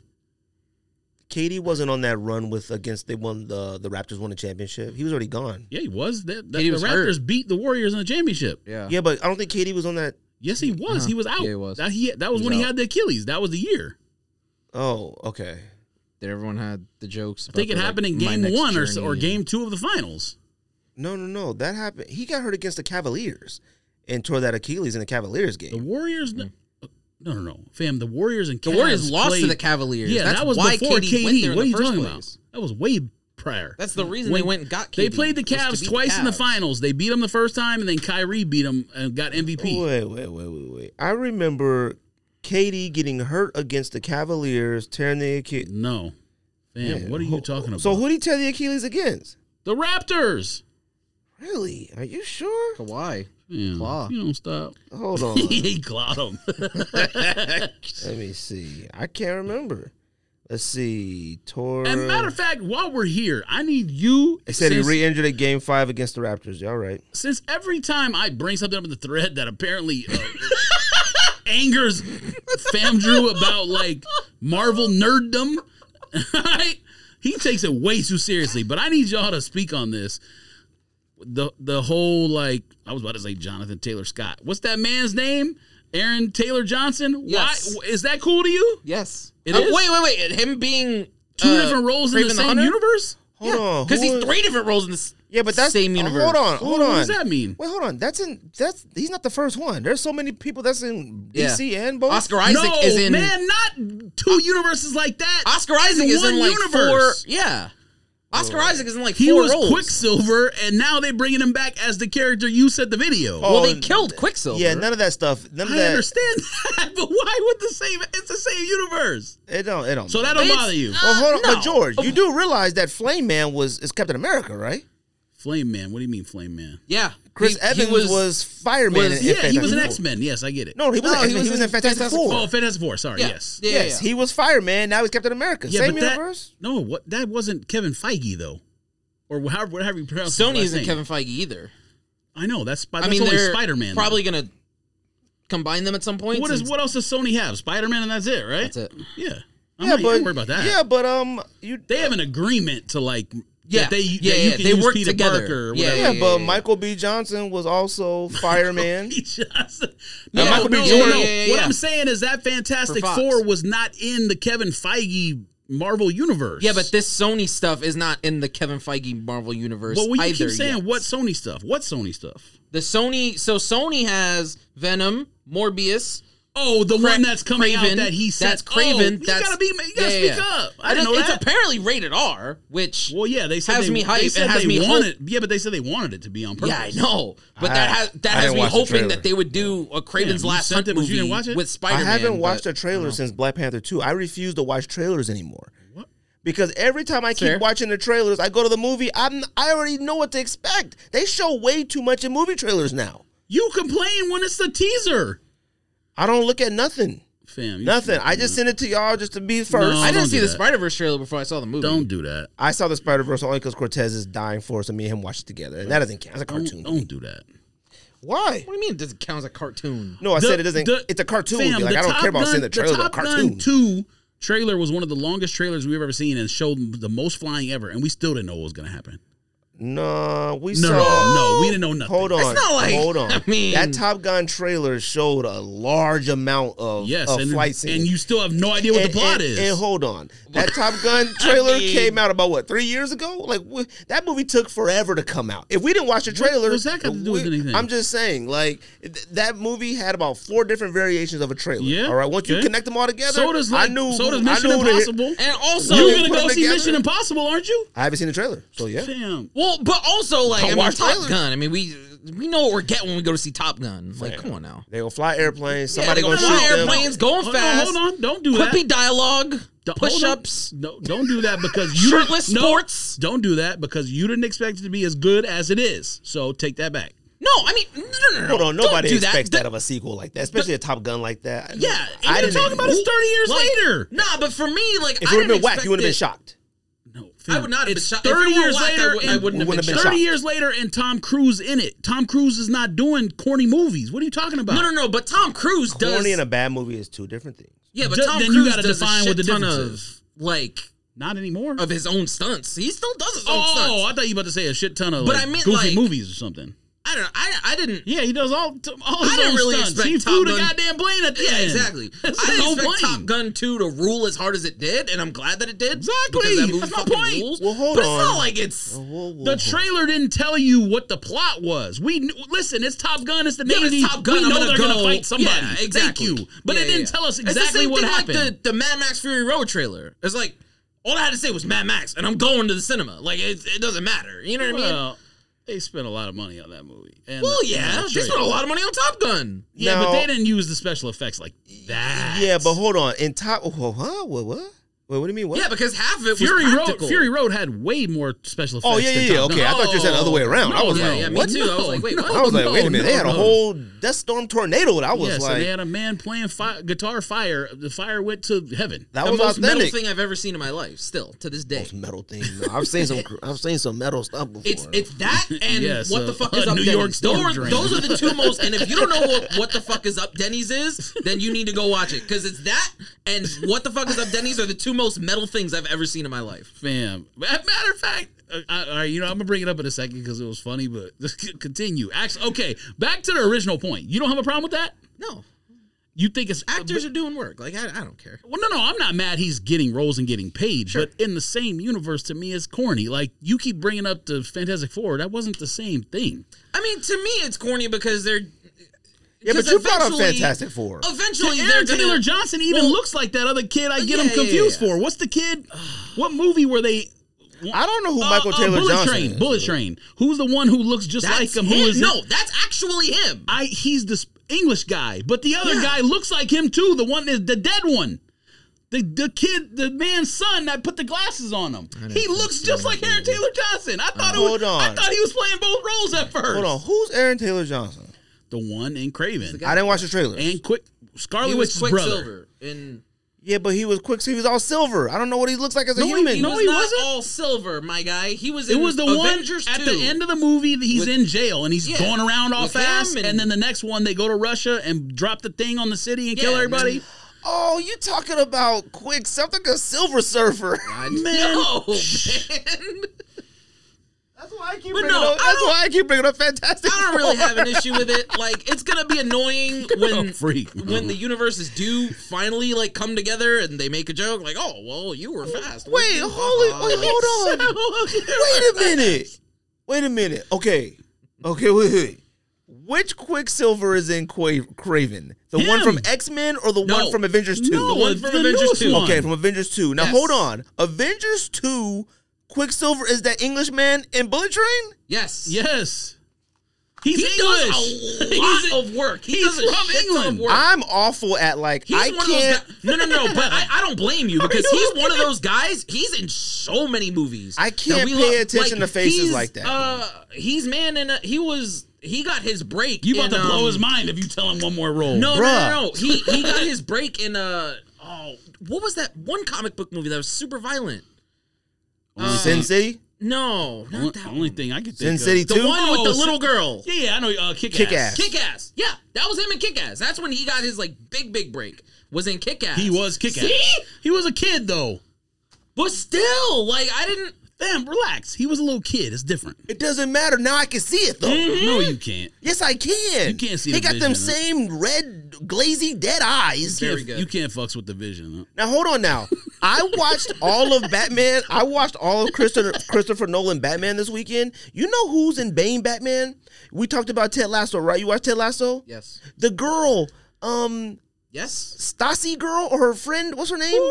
S1: Katie wasn't on that run with against they won the the Raptors won the championship. He was already gone.
S3: Yeah, he was. That, that-
S2: KD
S3: the
S2: was
S3: Raptors
S2: hurt.
S3: beat the Warriors in the championship.
S2: Yeah.
S1: Yeah, but I don't think Katie was on that.
S3: Yes, he was. He was out.
S2: Uh-huh. Yeah, he was.
S3: That, he, that was
S2: He was
S3: when he
S2: out.
S3: had the Achilles. That was the year.
S1: Oh, okay.
S2: That everyone had the jokes.
S3: I think it happened in game one or, so- or game two of the finals.
S1: No, no, no. That happened. He got hurt against the Cavaliers and tore that Achilles in the Cavaliers
S3: The
S1: game.
S3: Warriors. No, no, no, no. Fam, the Warriors and
S2: The Warriors
S3: Cavs
S2: lost to
S3: played-
S2: the Cavaliers.
S3: Yeah,
S2: That's
S3: that was
S2: why
S3: before
S2: KD went there in
S3: What are
S2: the
S3: you
S2: first
S3: talking
S2: place.
S3: about? That was way prior.
S2: That's the reason
S3: When-
S2: they went and got.
S3: They
S2: KD,
S3: played the
S2: was to
S3: Cavs
S2: beat
S3: twice in the
S2: Cavs.
S3: finals. They beat them the first time, and then Kyrie beat them and got MVP.
S1: Wait, wait, wait, wait, wait. I remember Katie getting hurt against the Cavaliers, tearing the Achilles.
S3: No, man, what are you talking about?
S1: So who did he tear the Achilles against?
S3: the Raptors.
S1: Really? Are you sure?
S2: Kawhi.
S3: Yeah,
S2: Claw.
S3: You don't stop.
S1: Hold on.
S3: he clawed them.
S1: Let me see. I can't remember. Let's see. Tore.
S3: and matter of fact, while we're here, I need you.
S1: They said he
S3: since-
S1: re-injured at Game Five against the Raptors. Y'all right?
S3: since every time I bring something up in the thread that apparently uh, angers Fam Drew about like Marvel nerddom, right? He takes it way too seriously. But I need y'all to speak on this. The the whole like I was about to say Jonathan Taylor Scott. What's that man's name? Aaron Taylor Johnson.
S2: Yes.
S3: Why is that cool to you?
S2: Yes.
S3: It
S2: Uh,
S3: is?
S2: Wait, wait, wait. Him being
S3: Two
S2: uh,
S3: different roles in
S2: Craven
S3: the same
S2: Hunter?
S3: universe.
S1: Hold on.
S2: Because
S1: who
S2: he's
S1: is-
S2: three different roles in this.
S1: Yeah, but that's
S2: same
S1: uh,
S2: universe.
S1: Hold on. Hold
S3: What
S1: on.
S3: does that mean?
S1: Wait, hold on. That's in. That's he's not the first one. There's so many people that's in
S2: Yeah.
S1: DC and both.
S2: Oscar Isaac
S3: no,
S2: is in.
S3: man, not two universes like that.
S2: Oscar Isaac is in
S3: one
S2: like
S3: universe.
S2: four. Yeah. Oscar Isaac is in like
S3: He
S2: four
S3: was
S2: roles.
S3: Quicksilver, and now they're bringing him back as the character you said the video.
S1: Oh,
S2: well, they
S1: n-
S2: killed Quicksilver.
S1: Yeah, none of that stuff. None of
S3: I
S1: that.
S3: understand that, but why would the same? It's the same universe,
S1: It don't. It don't.
S3: so that don't
S2: It's
S3: bother you.
S2: not-
S1: Well, hold on,
S2: no.
S1: but George, you do realize that Flame Man was is Captain America, right?
S3: Flame Man. What do you mean, Flame Man?
S2: Yeah.
S1: Chris
S2: He- he
S1: Evans was, Fireman.
S2: was-
S1: in
S3: Yeah, he
S1: Fantastic
S3: was an
S1: Four.
S3: X Men. Yes, I get it.
S1: No, he was.
S2: No,
S1: not
S2: he
S1: he,
S2: was
S1: was
S2: in
S1: in Fantastic
S2: Fantastic
S1: Four.
S3: oh, Fantastic Four. Sorry,
S2: Yeah.
S3: yes,
S2: Yeah,
S1: yes,
S2: yeah.
S1: he was Fireman. Now he's Captain America.
S3: yeah,
S1: Same
S3: but that-
S1: universe.
S3: no, what that wasn't Kevin Feige though, or however, whatever you pronounce his
S2: Sony
S3: last
S2: isn't
S3: name.
S2: Kevin Feige either.
S3: I know that's, Spi-
S2: I
S3: that's
S2: mean,
S3: only
S2: they're
S3: Spider Man.
S2: probably gonna combine them at some point.
S3: What is
S2: since-
S3: what else does Sony have? Spider Man, and that's it, right?
S2: That's it.
S3: Yeah, I'm
S1: yeah,
S3: not,
S1: but
S3: don't worry about that.
S1: yeah, but um, you
S3: they have an agreement to like
S2: Yeah,
S3: that they
S2: yeah,
S3: that you
S2: yeah,
S3: can
S2: they
S3: use
S2: work
S3: Peter
S2: together.
S3: Parker or
S2: Yeah,
S3: whatever.
S1: yeah,
S2: yeah,
S1: but
S2: yeah.
S1: Michael B. Johnson was also Fireman.
S3: He just-
S2: Yeah,
S3: No,
S1: Michael B.
S3: no,
S1: Jordan.
S3: no, no.
S2: Yeah, yeah, yeah.
S3: What I'm saying is that Fantastic
S2: For Fox.
S3: Four was not in the Kevin Feige Marvel universe.
S2: Yeah, but this Sony stuff is not in the Kevin Feige Marvel universe.
S3: but we
S2: either
S3: keep saying
S2: yet.
S3: what Sony stuff? What Sony stuff?
S2: the Sony. So Sony has Venom, Morbius.
S3: Oh, the
S2: Cra-
S3: one that's coming
S2: Craven,
S3: out that he said.
S2: That's Craven.
S3: Oh, you
S2: that's
S3: gotta be. You gotta
S2: yeah, yeah,
S3: speak
S2: yeah.
S3: up. I
S2: And
S3: didn't
S2: it-
S3: know
S2: It's
S3: that.
S2: apparently rated R, which
S3: well, yeah, they said
S2: has
S3: they,
S2: me hyped,
S3: They
S2: it
S3: said
S2: has
S3: they
S2: me hope-
S3: wanted. Yeah, but they said they wanted it to be on purpose.
S2: yeah, I know. But
S1: I-
S2: that has that
S1: I
S2: has
S1: didn't
S2: me
S1: watch the
S2: hoping
S1: trailer.
S2: that they would do a Craven's
S3: Yeah, you
S2: Last
S3: sent
S2: Hunt
S3: it, but you
S2: movie
S3: didn't watch it?
S2: with
S1: I
S2: Spider-Man.
S1: haven't watched
S2: but-
S1: a trailer since Black Panther two. I refuse to watch trailers anymore.
S3: What?
S1: Because every time I keep
S2: Fair.
S1: watching the trailers, I go to the movie. I'm I already know what to expect. They show way too much in movie trailers now.
S3: You complain when it's the teaser.
S1: I don't look at nothing.
S3: Fam, you
S1: Nothing.
S3: should-
S1: I just sent it to y'all just to be first.
S3: No.
S2: I
S3: don't
S2: didn't see
S3: do
S2: the
S3: that.
S2: Spider Verse trailer before I saw the movie.
S3: don't do that.
S1: I saw the Spider Verse only because Cortez is dying for us, and me and him watched it together. And that doesn't count. It's a
S3: Don't,
S1: cartoon.
S3: don't do that.
S1: Why?
S2: What do you mean? It doesn't count as a cartoon?
S1: No, I
S3: The-
S1: said it doesn't.
S3: the-
S1: it's a cartoon.
S3: fam,
S1: movie. Like
S3: the
S1: I don't
S3: Top
S1: care about seeing the
S3: Gun-
S1: trailer.
S3: Top
S1: cartoon.
S3: Gun Two trailer was one of the longest trailers we've ever seen, and showed the most flying ever, and we still didn't know what was going to happen.
S1: No, we
S3: No,
S1: saw.
S3: no, we didn't know nothing.
S1: Hold on.
S2: not like-
S1: hold on.
S2: I mean-
S1: that Top Gun trailer showed a large amount of,
S3: Yes,
S1: of
S3: and,
S1: flight scenes.
S3: and you still have no idea what
S1: And-
S3: the plot
S1: and-
S3: is.
S1: And hold on, that Top Gun trailer
S2: mean-
S1: came out about what three years ago? Like wh- that movie took forever to come out. If we didn't watch the trailer,
S3: what's that got to do with anything?
S1: I'm just saying, like th- that movie had about four different variations of a trailer.
S3: Yeah,
S1: All right, once you
S3: okay.
S1: connect them all together,
S3: so does like,
S1: I knew.
S3: so does
S1: I
S3: Mission
S1: knew who to hit.
S3: Impossible.
S2: And also,
S3: You're
S1: put
S3: gonna
S1: them
S3: go see
S1: together?
S3: Mission Impossible, aren't you?
S1: I haven't seen the trailer, so yeah.
S3: Fam,
S2: Well, but also like I mean,
S1: watch
S2: Top
S1: trailers.
S2: Gun. I mean, we we know what we're getting when we go to see Top Gun. Like, come on now.
S1: They gonna fly airplanes.
S2: Yeah,
S1: Somebody
S2: they gonna
S1: gonna
S2: fly
S1: shoot them.
S2: airplanes, going
S3: hold on,
S2: fast.
S3: hold on, don't do that.
S2: Quippy dialogue,
S3: Don't- hold on.
S2: push-ups.
S3: No, don't do that because you didn't-
S2: Shirtless
S3: no,
S2: sports.
S3: Don't do that because you didn't expect it to be as good as it is. So take that back.
S2: No, I mean, no, no, no.
S1: Hold on,
S2: don't
S1: nobody
S2: do
S1: expects that
S2: The-
S1: of a sequel like that, especially a Top Gun like that.
S3: Yeah, and
S1: I
S3: you're
S1: didn't.
S3: talking about us 30 years
S2: Like,
S3: later.
S2: Nah, but for me, like,
S1: if it
S2: I
S1: would have
S2: didn't
S1: been whack,
S2: expect
S1: you would have been
S2: it.
S1: shocked.
S3: No,
S2: I would not have been
S3: It's
S2: shocked. If
S3: Thirty
S2: it were
S3: years
S2: whack, I
S3: later,
S2: would- I
S3: and
S2: wouldn't
S1: have
S3: wouldn't
S1: been
S3: have Thirty
S1: shocked.
S3: years later, and Tom Cruise in it. Tom Cruise is not doing corny movies. What are you talking about?
S2: No, no, no. But Tom Cruise does.
S1: Corny and a bad movie is two different things.
S2: yeah, but
S3: Ju-
S2: Tom
S3: then you
S2: Cruise
S3: gotta
S2: does
S3: define
S2: a shit
S3: what the
S2: ton
S3: difference
S2: of
S3: is.
S2: like
S3: not anymore.
S2: of his own stunts. He still does his own stunts.
S3: oh, I thought you were about to say a shit ton of
S2: But
S3: like,
S2: I meant,
S3: goofy
S2: like-
S3: movies or something.
S2: I don't know. I I didn't.
S3: Yeah, he does all t- all his
S2: I didn't
S3: own
S2: really
S3: stunts.
S2: expect
S3: He
S2: Top
S3: flew the
S2: Gun-
S3: goddamn plane at the
S2: Yeah,
S3: end.
S2: exactly. I
S3: That's
S2: didn't
S3: his own
S2: expect
S3: plane.
S2: Top Gun 2 to rule as hard as it did, and I'm glad that it did.
S3: Exactly.
S2: Because that movie
S3: That's my
S2: fucking
S3: point. Oh.
S2: rules.
S1: Well, hold
S2: but
S1: on.
S2: it's not like it's.
S3: The trailer didn't tell you what the plot was. We knew, listen. It's Top Gun. It's the
S2: Yeah, but
S3: Navy.
S2: it's Top Gun.
S3: We
S2: I'm
S3: know
S2: gonna
S3: they're
S2: go.
S3: gonna fight somebody.
S2: Yeah, exactly.
S3: Thank you. But
S2: Yeah,
S3: it didn't
S2: yeah,
S3: tell us
S2: yeah. It's the
S3: exactly
S2: same
S3: what
S2: thing
S3: happened.
S2: Like the, the Mad Max Fury Road trailer. It's like, All I had to say was Mad Max, and I'm going to the cinema. Like it, it doesn't matter. You know what I mean?
S3: Well, they spent a lot of money on that movie. And
S2: Well,
S3: the-
S2: yeah,
S3: and the
S2: they spent a
S3: trailer.
S2: lot of money on Top Gun.
S3: Yeah, but
S1: Now-
S3: they didn't use the special effects like that.
S1: Yeah, but hold on. In top, oh, huh? What? What? Wait, what do you mean? What?
S2: Yeah, because half of it
S3: Fury
S2: was
S3: Road.
S2: practical.
S3: Fury Road had way more special effects.
S1: oh yeah,
S3: than
S1: yeah, yeah.
S3: Top Gun.
S1: Okay, I thought you said the other way around. I
S3: No,
S1: was
S2: yeah,
S1: like,
S2: yeah, me
S1: what?
S2: too. I was like, wait, what?
S1: I was like,
S3: No,
S1: wait a minute. they
S3: no,
S1: had a
S3: no.
S1: whole dust storm tornado that I was
S3: yeah,
S1: like,
S3: so they had a man playing fi- guitar fire. The fire went to heaven.
S1: that
S2: the
S1: was
S2: most metal
S1: authentic.
S2: thing I've ever seen in my life. Still to this day,
S1: Most metal thing. No, I've seen some. I've seen some metal stuff before.
S2: it's it's that and
S3: Yeah,
S2: what the
S3: so,
S2: fuck is
S3: uh,
S2: up
S3: New
S2: Denny's.
S3: York Storm
S2: those, are,
S3: Drain.
S2: those are the two most. And if you don't know what, what the fuck is up Denny's is, then you need to go watch it because it's that and what the fuck is up Denny's are the two most metal things I've ever seen in my life.
S3: Fam. As a matter of fact, uh, I, all right, you know, I'm gonna bring it up in a second because it was funny, but just c- continue. Actually, okay, back to the original point. You don't have a problem with that?
S2: No,
S3: You think it's
S2: actors are doing work. Like I, I don't care.
S3: Well, no, no, I'm not mad he's getting roles and getting paid, but in the same universe to me is corny. Like you keep bringing up the Fantastic Four, that wasn't the same thing.
S2: I mean, to me, it's corny because they're
S1: yeah, but
S2: 'cause
S1: you brought up
S2: eventually-
S1: Fantastic Four.
S2: Eventually, they're
S3: Aaron
S2: gonna-
S3: Taylor Johnson even
S2: Well-
S3: looks like that other kid. I get
S2: yeah,
S3: him
S2: yeah,
S3: confused
S2: yeah.
S3: for. What's the kid? What movie were they?
S1: I don't know who
S3: Uh,
S1: Michael
S3: uh,
S1: Taylor
S3: Bullet
S1: Johnson
S3: Train.
S1: is.
S3: Bullet Train. Who's the one who looks just
S2: That's
S3: like him? Who
S2: him.
S3: is it?
S2: no, that's actually him.
S3: I he's this English guy, but the other
S2: Yeah.
S3: guy looks like him too. The one is the dead one. The, the kid, the man's son that put the glasses on him. He looks just like Aaron Taylor Johnson. I thought it was,
S1: Hold on.
S3: I thought he was playing both roles at first.
S1: Hold on, who's Aaron Taylor Johnson?
S3: The one in Craven.
S1: I didn't watch the trailer.
S3: and Quick Scarlet
S2: He was
S3: Witch's brother.
S2: Quicksilver in.
S1: yeah, but he was quick. So he was all silver. I don't know what he looks like as a
S3: No, he-
S1: human.
S3: no,
S2: No,
S3: he
S2: he not
S3: wasn't.
S2: all silver, my guy. He was.
S3: It
S2: in
S3: was the
S2: Avengers
S3: one at
S2: 2.
S3: the end of the movie that he's
S2: With-
S3: in jail and he's
S2: Yeah.
S3: going around all
S2: With
S3: fast.
S2: him
S3: And,
S2: and-
S3: then the next one they go to Russia and drop the thing on the city and kill
S2: Yeah, and then-
S3: everybody.
S1: Oh, you talking about quick something? A silver surfer.
S2: I-
S3: Man.
S2: No, man.
S1: That's why I keep
S2: But
S1: bringing
S2: no,
S1: up.
S2: I
S1: That's
S2: don't-
S1: why I keep bringing up Fantastic.
S2: I don't really
S1: Four.
S2: have an issue with it. Like, it's gonna be annoying
S3: Oh,
S2: when
S3: freak.
S2: when the universes do finally like come together and they make a joke, like, "Oh, well, you were fast."
S1: Wait, holy, wait,
S2: Oh,
S1: hold on. Wait a minute. Wait a minute. Okay. Okay, wait, wait. Which Quicksilver is in Qua- Craven? The one
S3: Him.
S1: from X Men or the
S2: No.
S1: one from Avengers 2?
S3: No,
S2: The one from
S3: the
S2: Avengers
S3: newest
S2: 2.
S3: one.
S1: Okay, from Avengers 2. Now
S2: Yes.
S1: hold on. Avengers 2, Quicksilver is that Englishman in Bullet Train?
S2: Yes.
S3: Yes. He's
S2: He
S3: English.
S2: does a
S3: He's-
S2: lot of work. He
S3: he's
S2: does a
S3: from
S2: shit ton
S3: England.
S2: of work.
S1: I'm awful at like
S2: He's
S1: I
S2: one
S1: can't
S2: of those guys. No, no, no. But I, I don't blame you because
S3: you
S2: he's
S3: okay?
S2: one of those guys. He's in so many movies.
S1: I
S2: that
S1: can't
S2: we
S1: pay attention to faces
S2: he's,
S1: like that.
S2: Uh, he's man, and he was he got his break.
S3: You about
S2: in,
S3: to blow
S2: um,
S3: his mind if you tell him one more role.
S2: No, no,
S1: Bruh.
S2: no, no. He he got his break in uh oh what was that one comic book movie that was super violent?
S1: Sin City?
S2: No,
S3: only,
S2: not that
S3: only
S2: one.
S3: thing I could think
S1: Sin
S3: of.
S1: City
S2: The
S1: 2?
S2: one with
S3: Oh,
S2: the
S3: so-
S2: little girl.
S3: Yeah, yeah, I know. Uh, kick,
S1: Kick
S3: ass.
S1: Ass.
S2: Kick ass. Yeah, that was him in Kick Ass. That's when he got his like big big break. Was in Kick Ass.
S3: He was kick
S2: See?
S3: ass. He was a kid though.
S2: But still, like I didn't
S3: Damn, relax. He was a little kid. It's different.
S1: It doesn't matter. Now I can see it though.
S2: Hmm? Mm-hmm.
S3: No, you can't.
S1: Yes, I can.
S3: You can't see
S1: He
S3: the
S1: got them
S3: vision, huh?
S1: same red glazy dead eyes.
S2: Very
S3: Can't-
S2: good.
S3: You can't fucks with the vision. Huh?
S1: Now hold on. Now I watched all of Batman. I watched all of Christopher, Christopher Nolan Batman this weekend. You know who's in Bane Batman? We talked about Ted Lasso, right? You watched Ted Lasso?
S2: Yes.
S1: The girl, um,
S2: Yes.
S1: Stasi girl or her friend, what's her name?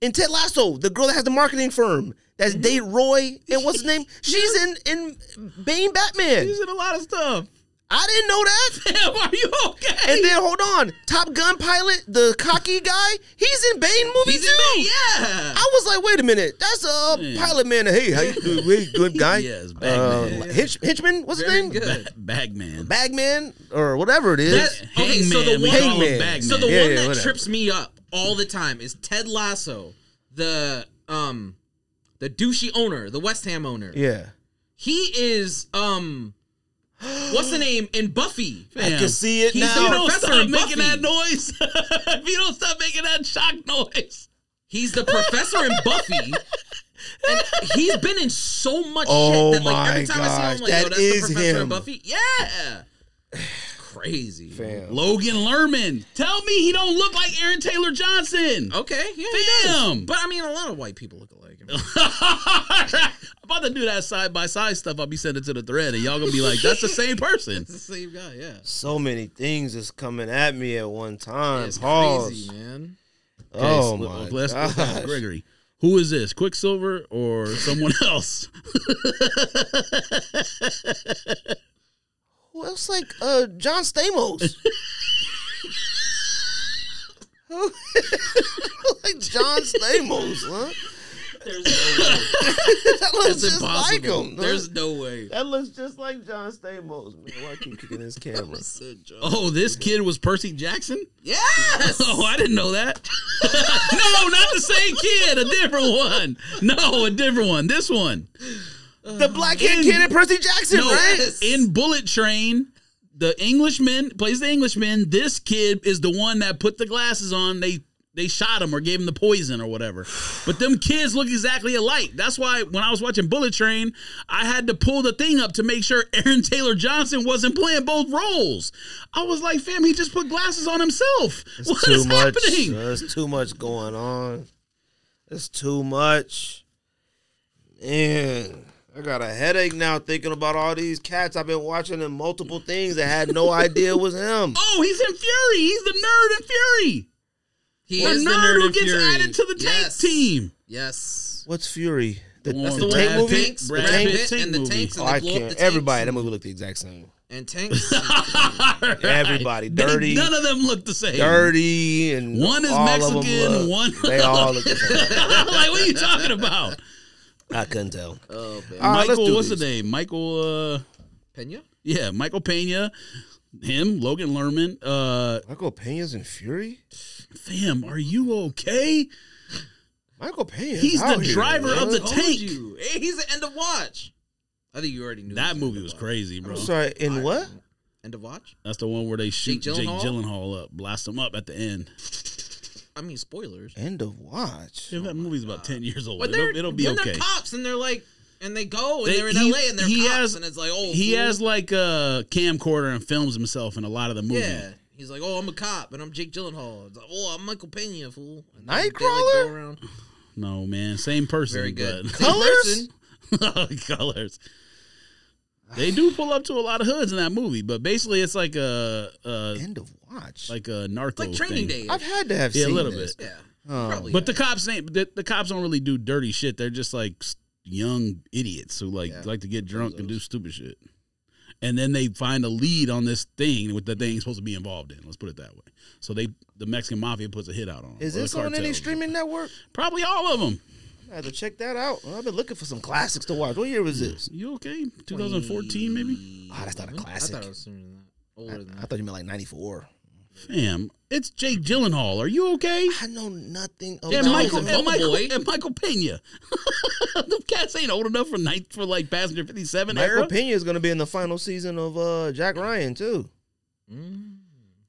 S1: In Ted Lasso, the girl that has the marketing firm. That's Date Roy and what's her name? She's in in Bane Batman.
S3: in a lot of stuff.
S1: I didn't know that.
S3: Damn, are you okay?
S1: And then hold on, Top Gun pilot, the cocky guy, he's in Bane movie
S2: He's
S1: too.
S2: in Bane, yeah.
S1: I was like, wait a minute, that's a uh, pilot man. Hey, how you doing? Hey, good guy.
S3: Yes, Bagman.
S1: Uh, Hitch, Hitchman, what's
S2: Very
S1: his name?
S2: good.
S3: Ba- Bagman.
S1: Bagman or whatever it is.
S2: That- Okay, so the
S3: Hangman, we
S2: one-
S3: call him
S1: Hangman.
S3: Bagman.
S2: So the
S1: Yeah,
S2: one
S1: yeah,
S2: that
S1: whatever.
S2: trips me up all the time is Ted Lasso, the um the douchey owner, the West Ham owner.
S1: yeah.
S2: He is um what's the name in Buffy?
S3: Damn.
S1: I can see it
S2: He's
S3: If
S1: now.
S3: you
S2: the-
S3: don't
S2: Professor
S3: stop
S2: in
S3: making
S2: Buffy.
S3: that noise, if you don't stop making that shock noise,
S2: He's the professor in Buffy. And he's been in so much
S1: Oh
S2: shit that like every
S1: my
S2: time I see
S1: gosh,
S2: him I'm like, yo,
S1: that
S2: that's
S1: is
S2: the professor in
S1: him.
S2: Buffy. Yeah. Crazy.
S1: Damn.
S3: Logan Lerman. Tell me he don't look like Aaron Taylor Johnson.
S2: Okay, yeah,
S3: Damn.
S2: He does. But I mean a lot of white people look alike. I mean,
S3: I'm about to do that side by side stuff. I'll be sending to the thread, and y'all gonna be like, "That's the same person."
S2: it's the same guy, yeah.
S1: So many things is coming at me at one time.
S2: It's
S1: Pause.
S2: crazy, man.
S1: Oh
S3: Okay, so
S1: my
S3: let's look at
S1: gosh.
S3: Gregory. Who is this? Quicksilver or someone else?
S1: Who else like uh John Stamos? like John Stamos, huh?
S2: There's no way.
S1: That looks
S2: That's
S1: just like
S2: impossible.
S1: him.
S2: There's no way.
S1: that looks just like John Stamos, man. Why I keep kicking his camera?
S3: Oh, this kid was Percy Jackson?
S2: Yes.
S3: Oh, I didn't know that. no, not the same kid. A different one. No, a different one. This one.
S1: the black haired
S3: In-
S1: kid in Percy Jackson,
S3: No,
S1: right?
S3: in Bullet Train, the Englishman plays the Englishman. This kid is the one that put the glasses on. They they shot him or gave him the poison or whatever. But them kids look exactly alike. That's why when I was watching Bullet Train, I had to pull the thing up to make sure Aaron Taylor Johnson wasn't playing both roles. I was like, fam, he just put glasses on himself. What is
S1: much.
S3: happening?
S1: There's too much going on. It's too much. Man, I got a headache now thinking about all these cats I've been watching in multiple things that had no idea was him.
S3: Oh, he's in Fury. He's the nerd in Fury.
S2: he
S3: The
S2: is
S3: nerd,
S2: the nerd
S3: who
S2: of
S3: gets
S2: Fury.
S3: added to the tank
S2: Yes.
S3: team.
S2: Yes.
S1: What's Fury? The,
S3: That's
S1: the
S3: the
S1: tank
S3: one-
S1: movie?
S2: Tanks,
S3: Brad
S2: Brad
S1: Tank?
S2: Pitt
S3: Tank
S2: and the
S3: movie.
S2: tanks, and
S1: Oh, I
S2: they blow up the
S1: can't.
S2: tanks.
S1: Everybody, that movie looked the exact same.
S2: and tanks.
S1: Everybody,
S3: They-
S1: dirty,
S3: none of them look the same.
S1: dirty, and
S3: One is
S1: all of 'em
S3: Mexican,
S1: look-
S3: one-
S1: They all look the same.
S3: like, what are you talking about?
S1: I couldn't tell.
S2: oh
S1: All right,
S2: man,
S1: Ah, let's
S3: Michael,
S1: do
S3: what's
S1: these.
S3: the name? Michael, uh,
S2: Pena.
S3: yeah, Michael Pena, him, Logan Lerman. Uh,
S1: Michael Pena's in Fury.
S3: fam, are you okay?
S1: Michael Pena.
S3: He's the driver of the
S2: Told
S3: tank.
S2: you. Hey, he's the end of watch. I think you already knew
S3: That
S2: he
S3: movie
S2: End
S3: was
S2: of Watch.
S3: crazy, bro.
S1: I'm sorry. In what?
S2: End of watch.
S3: That's the one where they shoot Jake
S2: Jake
S3: Gyllenhaal,
S2: Gyllenhaal?
S3: up, blast him up at the end.
S2: I mean, spoilers.
S1: End of watch.
S3: Dude, that movie's about ten years old.
S2: But they're
S3: Oh, It'll, it'll be
S2: when
S3: okay.
S2: they're cops and they're like and they go and
S3: They-
S2: they, are in
S3: he-
S2: LA and they're
S3: he
S2: cops
S3: has-
S2: and it's like oh
S3: He
S2: fool.
S3: has like a camcorder and films himself in a lot of the movie.
S2: yeah. He's like oh I'm a cop and I'm Jake Gyllenhaal. It's like, oh I'm Michael Pena fool. And they,
S1: Nightcrawler?
S2: They, like, go around.
S3: No man, same person.
S2: Very good.
S3: but-
S2: Same
S1: Colors?
S2: person.
S3: colors. They do pull up to a lot of hoods in that movie, but basically it's like a, a
S1: End of watch.
S3: like a narco
S2: Like Training
S3: thing.
S2: Day.
S1: I've had to have
S3: Yeah, a
S1: seen
S3: little
S1: this.
S2: yeah.
S1: Oh.
S2: Probably.
S3: Oh, But the cops ain't the, the cops don't really do dirty shit. They're just like s- young idiots who like
S2: Yeah.
S3: like to get drunk and do stupid shit. And then they find a lead on this thing with the thing supposed to be involved in. Let's put it that way. So they the Mexican mafia puts a hit out on. 'em,
S1: Is
S3: or the
S1: this on any
S3: cartels.
S1: streaming network?
S3: Probably all of them.
S1: I have to check that out. Well, I've been looking for some classics to watch. What year was this?
S3: You okay? 2014 maybe.
S1: Ah, that's not a
S2: I thought
S1: classic.
S2: it was sooner than that. Older than
S1: I
S2: that.
S1: thought you meant like '94.
S3: Fam, it's Jake Gyllenhaal. Are you okay?
S1: I know nothing about.
S3: And
S2: Oh, no,
S3: Michael,
S2: he's
S1: him.
S2: a
S3: and Michael,
S2: boy.
S3: and Michael Pena. Them cats ain't old enough for night for like Passenger Fifty Seven
S1: Michael
S3: era.
S1: Pena is going to be in the final season of uh, Jack Ryan too.
S2: Mm.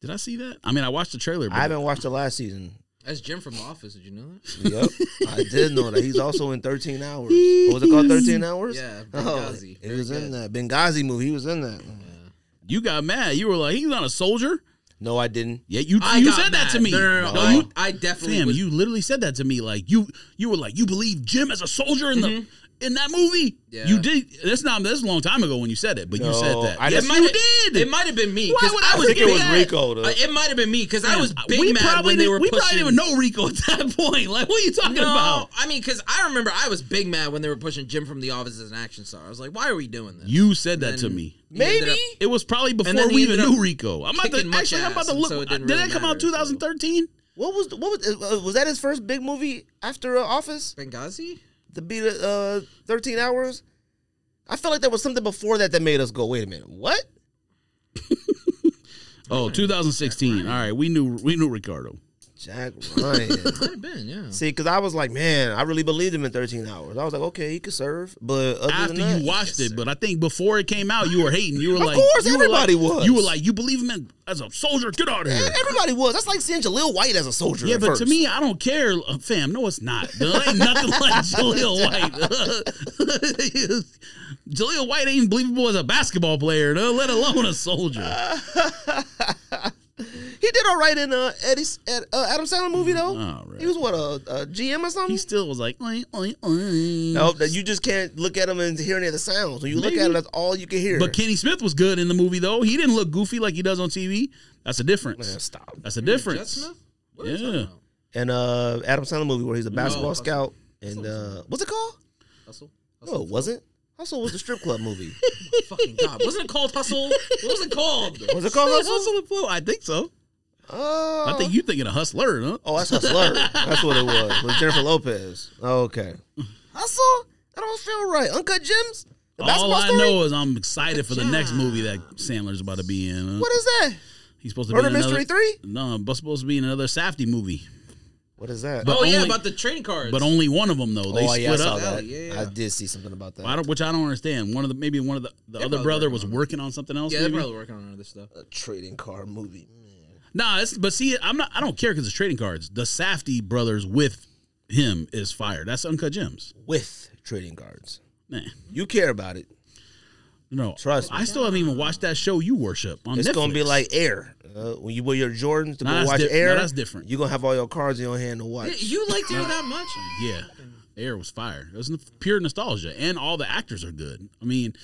S3: Did I see that? I mean, I watched the trailer. But
S1: I haven't watched the last season.
S2: That's Jim from The Office. Did you know that?
S1: Yep, I did know that he's also in 13 Hours. What was it called? 13 Hours.
S2: Yeah,
S1: Oh,
S2: Benghazi.
S1: he
S2: Very
S1: was in that
S2: good.
S1: Benghazi movie. He was in that.
S3: You got mad. You were like, "He's not a soldier."
S1: No, I didn't.
S3: Yeah, you
S2: I
S3: you
S2: got
S3: said that
S2: mad.
S3: to me.
S2: No, no, no, no.
S1: No.
S2: I,
S3: you,
S2: I definitely
S3: fam,
S2: was.
S3: you literally said that to me. Like you, you were like, "You believe Jim as a soldier in the in that movie?"
S2: Mm-hmm. Yeah.
S3: You did. That's not. That's a long time ago when you said it, but you said
S1: No,
S3: that.
S1: I
S3: yes,
S1: didn't-
S2: might
S3: you
S2: have-
S3: did.
S2: It might have been me.
S3: Why
S2: 'cause
S3: would I was
S1: I think it
S3: Big
S1: was
S3: mad.
S1: Rico. Though.
S2: Uh, it might have been me because I was big
S3: we
S2: mad
S3: probably
S2: when they
S3: didn't-
S2: were
S3: we
S2: pushing.
S3: probably didn't even know Rico at that point. Like, what are you talking
S2: No,
S3: about?
S2: I mean, because I remember I was big mad when they were pushing Jim from The Office as an action star. I was like, why are we doing this?
S3: You said that
S2: And
S3: to
S2: then
S3: me.
S2: he ended up-
S3: It was probably before
S2: then he
S3: we even
S2: ended up
S3: knew Rico. I'm about
S2: kicking
S3: to
S2: much
S3: actually. I'm about
S2: ass,
S3: to
S2: and
S3: look.
S2: so it didn't
S3: did
S2: really
S3: that come out
S2: matter, so-
S3: 2013?
S1: What was the, what was uh, was that his first big movie after uh, Office?
S2: Benghazi?
S1: The beat uh, thirteen hours. I felt like there was something before that that made us go. Wait a minute, what?
S3: Oh, 2016. All right, we knew we knew Ricardo.
S1: Jack Ryan.
S2: Might have been, yeah.
S1: See, because I was like, man, I really believed him in thirteen hours. I was like, okay, he could serve, but other
S3: After
S1: than that,
S3: you watched it, but I think before it came out, you were hating. You were like,
S1: course,
S3: you were like-
S1: everybody was.
S3: You were like, you believe him in- as a soldier. Get out of here.
S1: And everybody was. That's like seeing Jaleel White as a soldier.
S3: Yeah,
S1: at
S3: but to
S1: first.
S3: me, I don't care, uh, fam. No, it's not. There ain't nothing like Jaleel White. Jaleel White ain't believable as a basketball player, though, let alone a soldier.
S1: he did all right in uh, Eddie's Ed, uh, Adam Sandler movie though.
S3: All right.
S1: He was what a, a GM or something.
S3: He still was like, oi, oi, oi.
S1: no, that you just can't look at him and hear any of the sounds. When you look
S3: Maybe.
S1: at him, that's all you can hear.
S3: But Kenny Smith was good in the movie, though. He didn't look goofy like he does on TV. That's a
S1: Man,
S3: difference.
S1: stop.
S3: That's a
S2: Jet
S3: difference.
S2: Smith? What are you
S3: Yeah.
S2: talking about?
S1: and uh Adam Sandler movie where he's a basketball
S2: No.
S1: scout And uh, what's it called?
S2: Hustle.
S1: No, it wasn't. Hustle was the strip club movie.
S2: Fucking god! Wasn't it called Hustle? What was it called?
S1: Was it called Hustle?
S3: Oh, Hustle and Flow. I think so.
S1: Oh,
S3: I think you thinking of Hustler, huh?
S1: Oh, that's Hustler. That's what it was. With Jennifer Lopez. Okay. Hustle? That don't feel right. Uncut Gems? The
S3: All
S1: basketball
S3: I
S1: story?
S3: know is I'm excited for the next movie that Sandler's about to be in. huh?
S1: What is that?
S3: He's supposed to
S1: Murder
S3: be in another,
S1: Mystery 3?
S3: No, but supposed to be in another Safety movie.
S1: What is that?
S2: Oh yeah,
S3: only-
S2: about the trading cards.
S3: But only one of them though. They
S1: oh,
S3: split
S1: yeah, I saw
S3: up.
S1: that.
S2: Yeah.
S1: I did see something about that.
S3: I don't, which I don't understand. One of the maybe one of the, the other
S2: probably
S3: brother
S2: working
S3: was
S2: on
S3: working on something else.
S2: yeah, they're
S3: maybe?
S2: probably working on other stuff.
S1: A trading card movie.
S3: Nah, it's, but see, I'm not. I don't care because it's trading cards. The Safety brothers with him is fire. That's uncut gems.
S1: With trading cards.
S3: Nah,
S1: You care about it.
S3: no,
S1: Trust me.
S3: I still haven't even watched that show you worship on
S1: It's
S3: Netflix.
S1: going to be like Air. Uh, when you wear your Jordans to
S3: Nah,
S1: go
S3: that's
S1: watch
S3: di-
S1: Air,
S3: nah, that's different.
S1: You're going to have all your cards in your hand to watch.
S2: You liked it that much?
S3: yeah. Air was fire. It was n- pure nostalgia, and all the actors are good. I mean,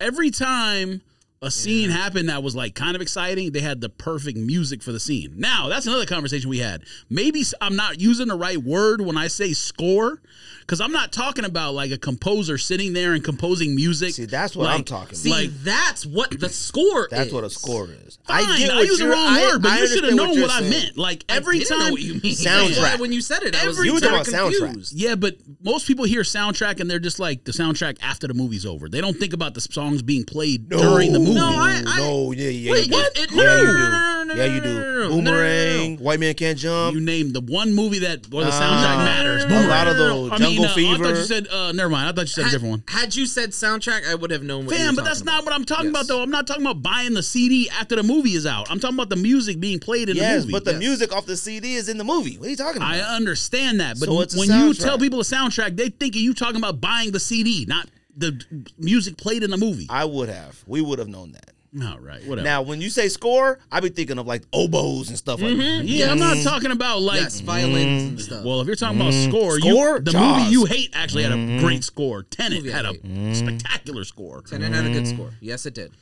S3: every time a scene happened that was like kind of exciting, they had the perfect music for the scene. Now that's another conversation we had. Maybe s- I'm not using the right word when I say score, because I'm not talking about like a composer sitting there and composing music.
S1: See, that's what
S3: Like,
S1: I'm talking about.
S2: See, that's what the score
S1: That's
S2: is.
S1: what a score is.
S3: Fine, I, used the
S1: you're-
S3: wrong
S1: I-
S3: word, but
S1: I
S3: you should have
S1: understand
S3: known
S1: you're
S3: what I
S1: saying.
S3: meant. Like every
S2: didn't know
S3: time
S2: what you mean.
S1: Soundtrack.
S2: Yeah, when you said it, I was
S1: You were
S2: kinda
S1: talking about soundtrack.
S2: confused.
S3: Yeah, but most people hear soundtrack and they're just like the soundtrack after the movie's over. They don't think about the songs being played during the movie.
S1: No,
S2: I- I-
S1: no, yeah, yeah,
S2: Wait,
S1: you do.
S2: it- it-
S1: yeah,
S2: no,
S1: you
S2: no,
S1: do.
S2: no, no, no,
S1: yeah,
S2: no,
S1: you
S2: no, no,
S1: do.
S2: no, no, no, no.
S1: Boomerang, White Man Can't Jump.
S3: you name the one movie that where the
S1: Ah,
S3: soundtrack matters.
S1: a
S3: Boomerang.
S1: lot of those.
S3: I
S1: Jungle
S3: mean, uh, I
S1: Fever.
S3: thought you said. Uh, never mind. I thought you said a
S2: Had-
S3: different one.
S2: Had you said soundtrack, I would have known what you
S3: Fam,
S2: were
S3: but that's
S2: talking
S3: not what I'm talking
S2: Yes.
S3: about though. I'm not talking about buying the CD after the movie is out. I'm talking about the music being played in
S1: yes,
S3: the movie.
S1: but the music off the CD is in the movie. What are you talking about?
S3: I understand that, but
S1: So it's a
S3: when you
S1: soundtrack.
S3: tell people a soundtrack, they think of you talking about buying the CD, not the d- music played in the movie.
S1: I would have. We would have known that.
S3: All right, whatever.
S1: Now, when you say score, I be thinking of like oboes and stuff
S2: Mm-hmm.
S1: like that.
S3: yeah, I'm not talking about like.
S2: Yes, violins and stuff.
S3: Mm. Well, if you're talking about score,
S1: Mm. Score?
S3: you, the
S1: Jaws. Mm-hmm. Mm.
S3: movie you hate actually had a great score. Tenet
S2: Movie I
S3: had a
S2: hate.
S3: spectacular score.
S2: and it had a good
S3: mm.
S2: score. Yes, it did.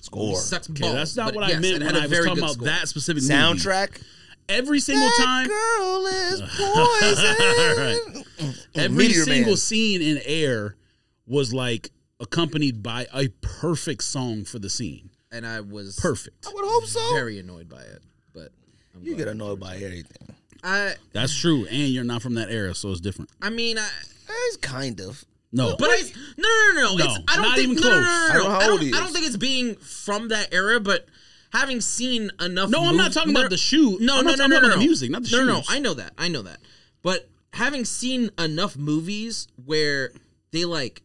S1: Score.
S2: Sucks
S3: Okay,
S2: balls,
S3: that's not
S2: Oh, but
S3: what I
S2: yes,
S3: meant
S2: it had
S3: when
S2: a
S3: I was
S2: very
S3: talking
S2: good
S3: about
S2: score.
S3: that specific movie.
S1: Soundtrack.
S3: Every single time,
S1: girl is poison.
S3: every
S1: Meteor Man.
S3: single scene in Air was like accompanied by a perfect song for the scene.
S2: And I was
S3: Perfect.
S1: I would hope so.
S2: very annoyed by it. But I'm
S1: You
S2: glad.
S1: get annoyed by everything.
S2: I
S3: That's true, and you're not from that era, so it's different.
S2: I mean I
S1: It's kind of.
S3: No,
S2: but I no no no no.
S3: No,
S2: it's, I don't
S3: not
S2: think
S3: even
S2: no, no,
S3: close.
S2: no,
S1: I
S2: no,
S1: don't
S2: no.
S1: know how
S2: I
S1: old
S2: don't,
S1: he
S2: I
S1: is.
S2: don't think it's being from that era, but having seen enough.
S3: No, I'm not
S2: mov-
S3: talking about the shoe.
S2: No,
S3: I'm
S2: no, no,
S3: not talking
S2: no,
S3: about
S2: no,
S3: the music, not the
S2: no, No, no,
S3: shoes.
S2: I know that. I know that. But having seen enough movies where they like,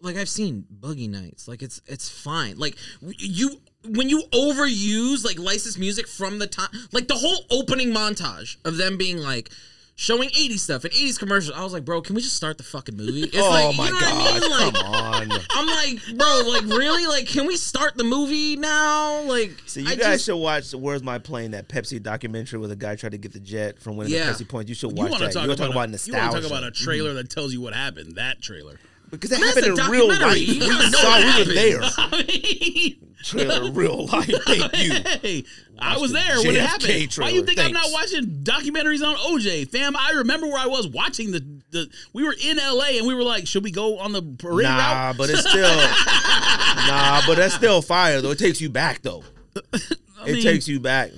S2: like I've seen Buggy Nights. Like it's it's fine. Like w- you when you overuse like licensed music from the time, like the whole opening montage of them being like. Showing 80s stuff and 80s commercials. I was like, bro, can we just start the fucking movie? It's
S1: oh
S2: like,
S1: my
S2: you know
S1: gosh!
S2: What I mean? Like,
S1: come on.
S2: I'm like, bro, like really? Like, can we start the movie now? Like,
S1: So you
S2: I
S1: guys
S2: just,
S1: should watch "Where's My Plane" that Pepsi documentary where the guy tried to get the jet from winning
S2: Yeah.
S1: the Pepsi points. You should
S3: You
S1: watch
S3: want to
S1: that.
S3: talk,
S1: you want to talk about
S3: a, you wanna
S1: nostalgia? Mm-hmm.
S3: talk about a trailer that tells you what happened? That trailer.
S1: because that
S2: That's
S1: happened in
S2: a
S1: real life.
S2: documentary.
S1: We
S2: You gotta know
S1: saw
S2: what
S1: we were there.
S3: I mean,
S1: Trailer real life. Thank you.
S3: hey, I was
S1: the
S3: there when it
S1: JFK
S3: happened. Why
S1: trailer.
S3: you think I'm not
S1: Thanks.
S3: watching documentaries on OJ, fam? I remember where I was watching the. the we were in LA and we were like, should we go on the parade route?
S1: Nah, but it's still nah, but that's still fire though. It takes you back though. it
S3: mean-
S1: takes you back.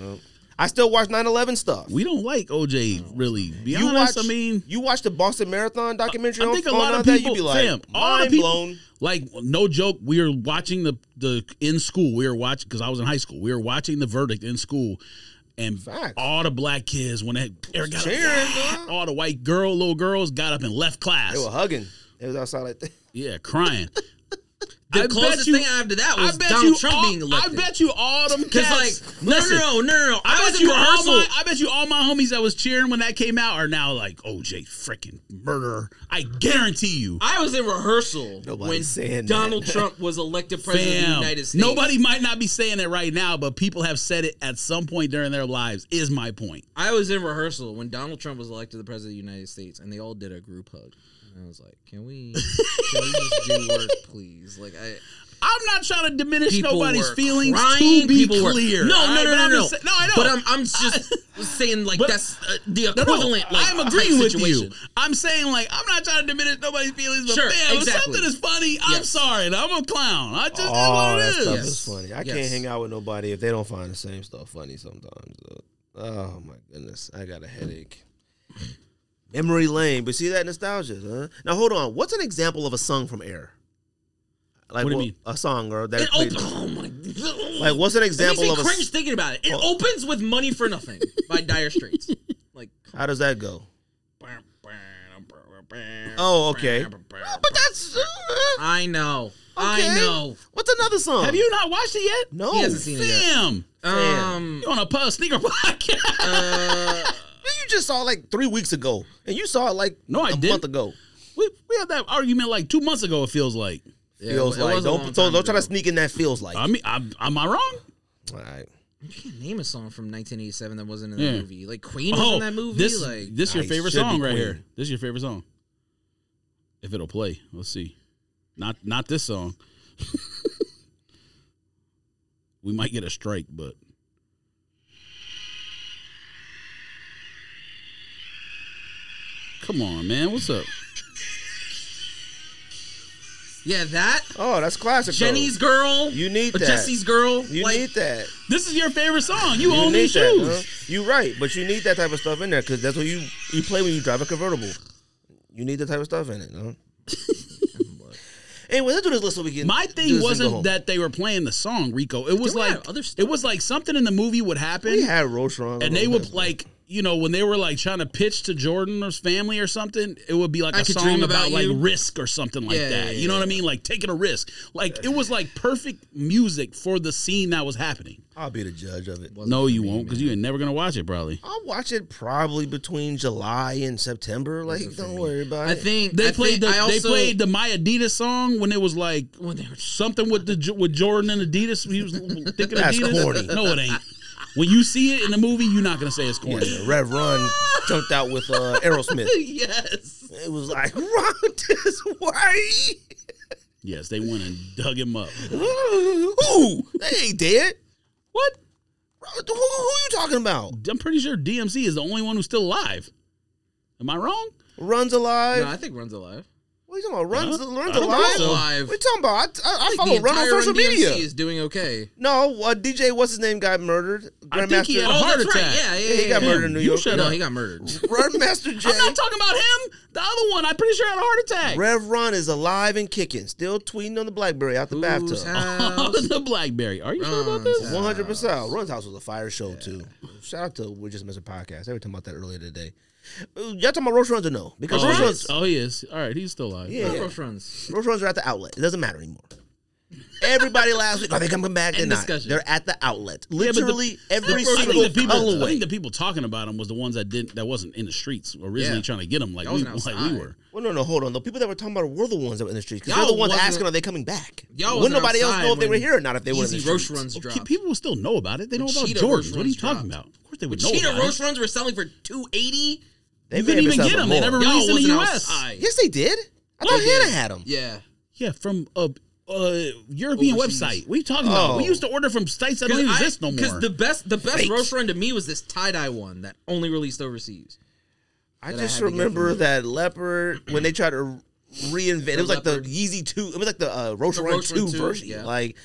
S1: I still watch 9-11 stuff.
S3: We don't like OJ really. Be
S1: you
S3: honest.
S1: watch,
S3: I mean,
S1: you watch the Boston Marathon documentary
S3: I
S1: on,
S3: think a
S1: on
S3: lot of
S1: that,
S3: people,
S1: you be like,
S3: fam, all the
S1: mind
S3: people,
S1: blown.
S3: like no joke. We were watching the the in school. We were watching because I was in high school. We were watching the verdict in school, and
S1: Facts.
S3: all the black kids when they Eric got
S1: Cheering,
S3: up,
S1: dog.
S3: all the white girl little girls got up and left class.
S1: They were hugging. It was outside like that.
S3: yeah, crying.
S2: the
S3: I bet
S2: closest
S3: you-
S2: thing after that
S3: I
S2: was
S3: bet
S2: Donald
S3: you
S2: Trump
S3: all,
S2: being elected.
S3: I bet you all them
S2: because
S3: cats.
S2: like, no,
S3: listen,
S2: no, no, no, no.
S3: I
S2: I, was
S3: bet
S2: in
S3: you all
S2: rehearsal.
S3: my I bet you all my homies that was cheering when that came out are now like OJ freaking murderer. I guarantee you.
S2: I was in rehearsal
S1: Nobody's saying
S2: when Donald
S1: that.
S2: Trump was elected president of
S3: Fam,
S2: the United States.
S3: Nobody might not be saying it right now, but people have said it at some point during their lives. Is my point?
S2: I was in rehearsal when Donald Trump was elected the president of the United States, and they all did a group hug. And I was like, "Can we, can we just do work, please?" Like, I I,
S3: I'm not trying to diminish
S2: people
S3: nobody's
S2: were
S3: feelings.
S2: crying,
S3: to be
S2: people were-
S3: clear,
S2: no, no, no,
S3: alright?
S2: no,
S3: But I'm
S2: no.
S3: just sa- no, I know.
S2: But I'm, I'm just saying like
S3: But-
S2: that's uh, the
S3: No, no,
S2: equivalent. like,
S3: I'm
S2: type
S3: agreeing with
S2: situation.
S3: you. I'm saying like I'm not trying to diminish nobody's feelings, but
S2: Sure,
S3: man,
S2: exactly.
S3: if something is funny, I'm
S2: Yes.
S3: sorry. and I'm a clown. I just that's
S1: Oh,
S3: what
S1: that
S3: it is.
S1: stuff
S2: Yes.
S1: is funny. I can't
S2: Yes.
S1: hang out with nobody if they don't find the same stuff funny sometimes. though. Oh my goodness, I got a headache. Memory lane, but see that nostalgia. Huh? Now hold on, what's an example of a song from Air? Like
S3: What do you mean?
S1: A song or that?
S2: It
S1: played-
S2: opens. Oh my! God.
S1: like what's an example
S2: it
S1: of
S2: makes
S1: a?
S2: me cringe thinking about it. It
S1: Well-
S2: opens with "Money for Nothing" by Dire Straits. Like,
S1: How does that go? Oh, okay. But that's. uh,
S2: I know.
S1: okay.
S2: I know.
S1: What's another song?
S3: Have you not watched it yet?
S1: No.
S2: He hasn't seen it yet.
S3: Damn.
S2: Um,
S3: You on a pub sneaker podcast?
S2: uh,
S1: You just saw it like three weeks ago, and you saw it like
S3: No, I
S1: a
S3: didn't.
S1: month ago.
S3: we we had that argument like two months ago. It feels like.
S2: yeah,
S1: feels
S2: it
S1: like
S2: was a
S1: don't
S2: long
S1: so
S2: time
S1: don't try to
S2: ago.
S1: sneak in that feels like.
S3: I mean, I'm, am I wrong?
S1: All right.
S2: You can't name a song from 1987 that wasn't in
S3: Yeah.
S2: that movie. Like Queen was in that movie.
S3: Oh, this
S2: like
S3: this your
S1: I
S3: favorite
S1: should be
S3: song right
S1: queen.
S3: here. This your favorite song. If it'll play, let's see. Not not this song. we might get a strike, but come on, man, what's up?
S2: yeah, that
S1: Oh, that's classic. though.
S2: Jenny's girl.
S1: You need
S2: or
S1: that.
S2: Jesse's girl.
S1: You
S2: like,
S1: need that.
S3: This is your favorite song. You,
S1: You
S3: own
S1: need
S3: these
S1: that.
S3: shoes.
S1: huh? You right, but you need that type of stuff in there because that's what you you play when you drive a convertible. You need that type of stuff in it. Huh? anyway, let's do this list so we can.
S3: My
S1: do this
S3: thing
S1: and go home.
S3: wasn't that they were playing the song, Rico. It was
S2: They were
S3: like
S2: at other
S3: it was like something in the movie would happen.
S1: we had Rotron,
S3: and they would like you know when they were like trying to pitch to Jordan's family or something, it would be like a
S2: I Could
S3: song
S2: Dream
S3: about,
S2: About
S3: like
S2: You.
S3: risk or something like
S2: Yeah,
S3: that.
S2: yeah,
S3: you know
S2: yeah,
S3: what I mean? Like taking a risk. Like it was like perfect music for the scene that was happening.
S1: I'll be the judge of it.
S2: wasn't
S3: No,
S2: for
S3: you
S2: me,
S3: won't because
S2: man.
S3: you ain't never gonna watch it probably.
S1: I'll watch it probably between July and September. Like, don't worry about
S2: I
S1: it.
S2: think
S3: They
S2: I
S3: played
S2: think
S3: the
S2: I also,
S3: they played the My Adidas song when it was like
S2: when they were
S3: something with the with Jordan and Adidas. He was thinking
S1: That's
S3: Adidas.
S1: corny.
S3: No, it ain't. When you see it in the movie, you're not gonna say it's corny.
S1: Yeah, Rev Run jumped out with uh, Aerosmith.
S2: yes.
S1: It was like, run this way.
S3: Yes, they went and dug him up.
S1: Who? They ain't dead.
S3: What?
S1: Uh, Who, who you talking about?
S3: I'm pretty sure DMC is the only one who's still alive. Am I wrong?
S1: Runs alive.
S2: No, I think Run's alive.
S1: what are you talking about? Runs,
S3: Huh?
S1: runs
S3: I don't
S1: alive.
S3: think so.
S1: What you talking about? I, I, I follow Run on social media.
S2: is doing okay.
S1: no, uh, DJ, what's his name? Got murdered.
S3: I think he had a
S2: Oh,
S3: heart
S2: that's
S3: attack.
S2: right. Yeah, yeah,
S1: Yeah, he got
S2: yeah.
S1: murdered in New
S3: you
S1: York.
S3: shut
S2: No,
S3: up.
S2: he got murdered.
S1: Runmaster J.
S3: I'm not talking about him. The other one, I'm pretty sure had a heart attack.
S1: Rev Run is alive and kicking, still tweeting on the BlackBerry out the bathtub.
S2: Whose house?
S3: the BlackBerry. Are you sure about
S2: Runs
S3: this?
S2: out.
S1: One hundred percent. Run's house was a fire show too. Shout out to We're Just Missing Podcast. They were talking about that earlier today. Uh, Y'all talking about Roche Runs or no? Because
S3: Oh,
S1: Roche
S3: he
S1: Runs,
S3: is. Oh, he is. All right, he's still alive.
S1: Yeah.
S2: Who else runs?
S1: Roche Runs are at the outlet. It doesn't matter anymore. Everybody last week, oh, they come come back. They're
S2: End
S1: not.
S2: discussion.
S1: They're at the outlet.
S3: but the-
S1: Literally every
S2: the-
S3: I
S1: single
S3: think, the people, I
S1: colorway.
S3: think the people talking about him was the ones that didn't that wasn't in the streets originally
S2: Yeah.
S3: trying to get him like
S2: That
S3: we,
S2: wasn't
S3: like we
S2: outside.
S3: were.
S1: well, no, no, hold on. The people that were talking about it were the ones that were in the streets. Because
S2: Y'all
S1: they're the ones
S2: wasn't-
S1: asking, are they coming back?
S2: Y'all
S1: Wouldn't
S2: wasn't
S1: nobody else know if
S2: outside
S1: they were
S2: when
S1: here or not if they were in the
S2: Easy Roche
S1: streets? Oh,
S2: runs
S3: Well,
S2: dropped.
S3: people will still know about it. They know about
S2: Cheetah Roche
S3: Jordans. What are
S2: Runs
S3: you talking
S2: dropped.
S3: about? Of course they would know.
S2: Cheetah
S3: about it.
S2: Roche runs were selling for two eighty.
S1: They
S3: You
S1: may have
S3: couldn't even
S1: been
S3: get
S1: selling
S3: them. They
S1: more.
S3: never
S2: Y'all
S3: released in
S2: wasn't
S3: the U.S.
S2: outside.
S1: Yes, they did. I thought Hannah had them.
S2: Yeah.
S3: Yeah, from a uh, European
S2: Overseas.
S3: website. What are you talking about?
S1: Oh.
S3: We used to order from sites that don't even exist no more.
S2: Because the best, the best
S1: Fake.
S2: Roche run to me was this tie dye one that only released overseas.
S1: I
S2: that I
S1: just
S2: had to get
S1: remember
S2: from
S1: that leopard when they tried to reinvent. it was like the
S2: leopard.
S1: Yeezy two. It was like the uh, Roche
S2: The
S1: Run
S2: Roche
S1: two
S2: Run 2,
S1: version.
S2: yeah. Mm-hmm.
S1: Like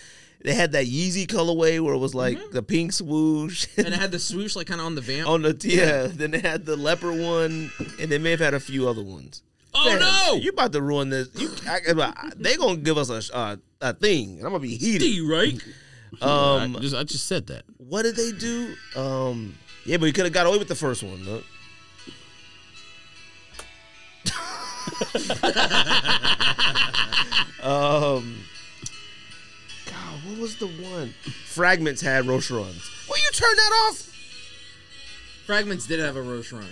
S1: they had that Yeezy colorway where it was like the pink swoosh
S2: And it had the swoosh like kind of on the vamp.
S1: on the yeah. Then they had the leopard one, and they may have had a few other ones.
S3: oh
S1: Man,
S3: no!
S1: You about to ruin this? You, I, I- they gonna give us a uh, a thing, and I'm gonna be heated.
S2: D, right?
S1: Um,
S3: I, just, I just said that.
S1: what did they do? Um, yeah, but you could have got away with the first one. Look. um, God, what was the one? Fragments had Roche runs. Will you turn that off?
S2: Fragments did have a Roche run,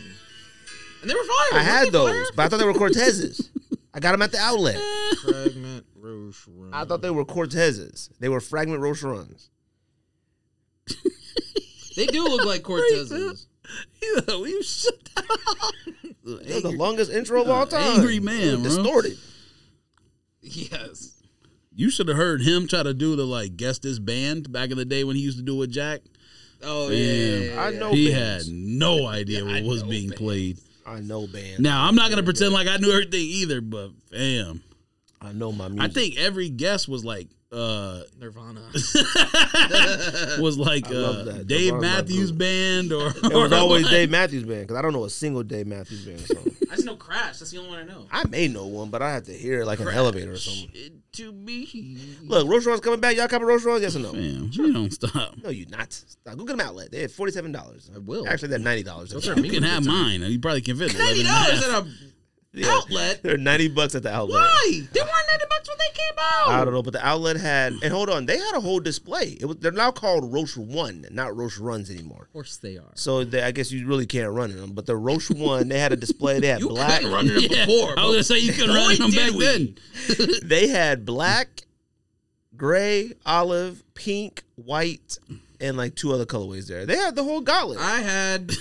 S2: and they were fire.
S1: I had
S2: Weren't they
S1: those, but I thought they were Cortezes. I got them at the outlet.
S2: fire? Fragment Roche run.
S1: I thought they were Cortezes. They were fragment Roche runs.
S2: they do look like Cortezes.
S3: Will you shut that
S1: That was the longest intro of all time.
S3: Angry man, bro.
S1: distorted.
S2: yes.
S3: You should have heard him try to do the like guess this band back in the day when he used to do it with Jack.
S2: Oh
S3: Damn.
S2: yeah, yeah, yeah,
S1: I
S2: yeah.
S1: know
S3: he
S1: bands.
S3: had no idea what was
S2: know
S3: being
S2: bands.
S3: played.
S1: I know bands.
S3: Now I'm not gonna pretend like I knew everything either, but fam,
S1: I know my
S3: I
S1: music.
S3: think every guess was like uh
S2: Nirvana.
S3: was like
S1: I love
S3: uh,
S1: that.
S3: Dave
S1: Nirvana, my
S3: Matthews
S1: group.
S3: Band or
S1: it was always Dave Matthews Band because I don't know a single Dave Matthews Band song.
S2: I just know Crash. That's the only one I know.
S1: I may know one, but I have to hear it like an elevator or something.
S2: To me,
S1: Look, Roshan's coming back. Y'all coming Roshan's? Yes or no?
S3: Fam, you don't stop.
S1: No, you not. Stop. Go get them outlet. They're forty-seven dollars.
S2: I will.
S1: Actually, they're ninety dollars.
S2: Those are
S3: You can have mine. You probably can fit
S2: ninety
S3: 11 and a half.
S2: dollars at a outlet.
S1: They're ninety bucks at the outlet.
S2: Why? They weren't ninety bucks when they came out.
S1: I don't know, but the outlet had and hold on, they had a whole display. It was they're now called Roche One, not Roche Runs anymore.
S2: Of course they are.
S1: So they, I guess you really can't run in them. But the Roche One, they had a display. They had
S2: You
S1: black.
S2: couldn't run it before.
S3: I was gonna say you could run
S2: Boy,
S3: them
S2: did
S3: back
S2: we.
S3: then.
S1: They had black, gray, olive, pink, white, and like two other colorways there. They had the whole gauntlet.
S2: I had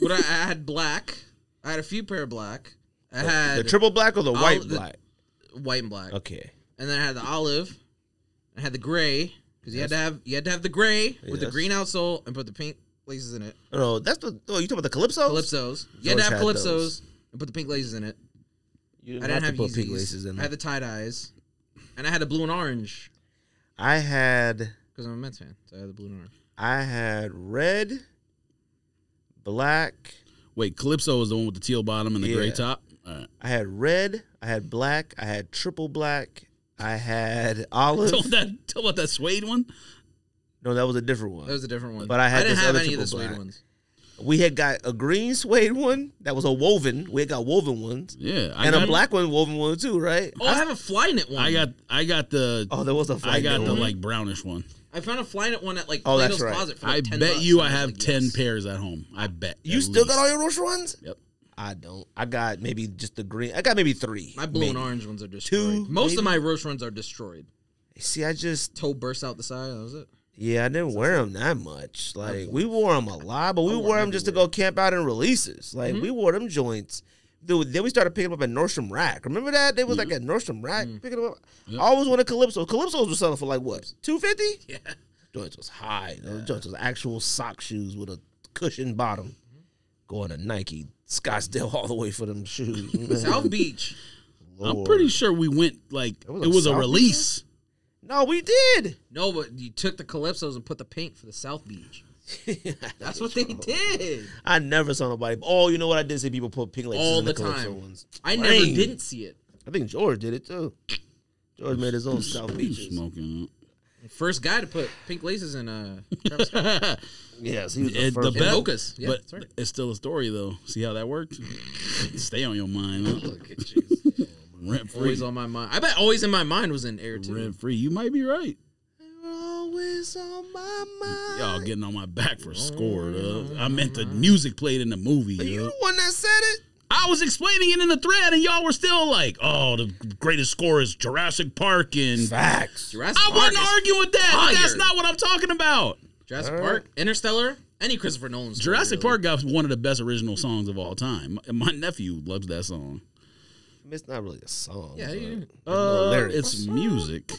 S2: what I, I had black. I had a few pair of black. I had
S1: the triple black or the
S2: Oli-
S1: white
S2: the-
S1: black?
S2: white and black,
S1: Okay.
S2: and then I had the olive. I had the gray because you had to have you had to have the gray with the
S1: Yes.
S2: green outsole and put the pink laces in it.
S1: No, no, that's the. Oh, you talking about the Calypso?
S2: Calypsos. You had
S1: George
S2: to have
S1: had
S2: calypsos
S1: those.
S2: and put the pink laces in it.
S1: You didn't
S2: I didn't
S1: have
S2: have
S1: to put pink
S2: Yeezys.
S1: laces in
S2: I
S1: them.
S2: had the tie dyes, and I had the blue and orange
S1: I had
S2: because I'm a Mets fan, so I had the blue and orange.
S1: I had red, black.
S3: Wait, Calypso is the one with the teal bottom and the gray
S1: Yeah.
S3: top. All right.
S1: I had red. I had black. I had triple black. I had olive.
S3: Tell that, tell about that suede one.
S1: no, that was a different one.
S2: That was a different one.
S1: But I had
S2: didn't
S1: this
S2: have
S1: other
S2: any of the
S1: triple
S2: suede
S1: black.
S2: ones.
S1: we had got a green suede one that was a woven. We had got woven ones
S3: Yeah, I
S1: and
S3: got,
S1: a black one, woven one too, right?
S2: Oh, I have a Flyknit one.
S3: I got, I got the,
S1: Oh, there was a
S3: I
S1: flag
S3: got
S1: one.
S3: the like brownish one.
S2: I found a Flyknit one at like
S1: Oh, that's
S2: Plato's
S1: right.
S2: Closet for
S3: I
S2: like 10
S3: bet
S2: bucks,
S3: you
S2: and
S3: I
S2: was
S3: have
S2: like,
S3: ten
S2: yes.
S3: pairs at home. I bet
S1: You
S3: at
S1: still got
S3: least.
S1: all your Roche ones?
S3: Yep.
S1: I don't. I got maybe just the green. I got maybe three.
S2: My blue and
S1: Maybe.
S2: orange ones are destroyed.
S1: Two,
S2: Most
S1: maybe?
S2: of my Roche ones are destroyed.
S1: See, I just
S2: Toe bursts out the side. That was it.
S1: yeah, I didn't wear them that much. Like we wore them a lot, but we wore them just to go camp out and releases. Like
S2: Mm-hmm.
S1: we wore them joints. Dude, then we started picking 'em up at Nordstrom Rack. Remember that? They was like at Nordstrom Rack
S2: Mm.
S1: picking 'em up. I always wanted Calypso. Calypso's was selling for like what two fifty?
S2: Yeah.
S1: Joints was high. Those joints was actual sock shoes with a cushion bottom.
S2: Mm-hmm.
S1: Going to Nike Scottsdale all the way for them shoes.
S2: South Beach.
S3: I'm
S1: Lord.
S3: pretty sure we went like it
S1: Oh. was
S3: was,
S1: like
S3: a
S1: South
S3: release.
S1: No, we did.
S2: No, but you took the Calypsos and put the paint for the South Beach. That's what they did.
S1: I never saw nobody. Oh, you know what? I did see people put pink laces
S2: All
S1: in the,
S2: the
S1: Calypso
S2: time.
S1: ones.
S2: I never
S1: Lame.
S2: didn't see it.
S1: I think George did it too. George made his own South
S3: You
S1: Beaches.
S3: Smoking.
S2: First guy to put pink laces in uh, Travis Scott.
S1: Yes, he was the
S3: It- the
S1: first.
S3: best,
S2: mochas. Yeah,
S3: but
S2: that's right.
S3: it's still a story though. See how that worked? Stay on your mind. Huh? Rent free.
S2: always on my mind. I bet always in my mind was in air too.
S3: Rent free. You might be right.
S1: You're always on my mind.
S3: Y'all getting on my back for score. Though. I meant the music played in the movie.
S1: Are you
S3: yo.
S1: the one that said it?
S3: I was explaining it in the thread, and y'all were still like, "Oh, the greatest score is Jurassic Park," and
S1: Facts.
S2: Jurassic
S3: I
S2: Park.
S3: wasn't
S2: is-
S3: arguing with that.
S2: fire.
S3: That's not what I'm talking about.
S2: Jurassic
S1: Alright.
S2: Park, Interstellar, any Christopher Nolan. story,
S3: Jurassic
S2: really.
S3: Park got one of the best original songs of all time. My, my nephew loves that song.
S1: It's not really a song.
S2: Yeah,
S1: but-
S2: yeah.
S1: no
S3: Uh,
S1: lyrics.
S3: it's music,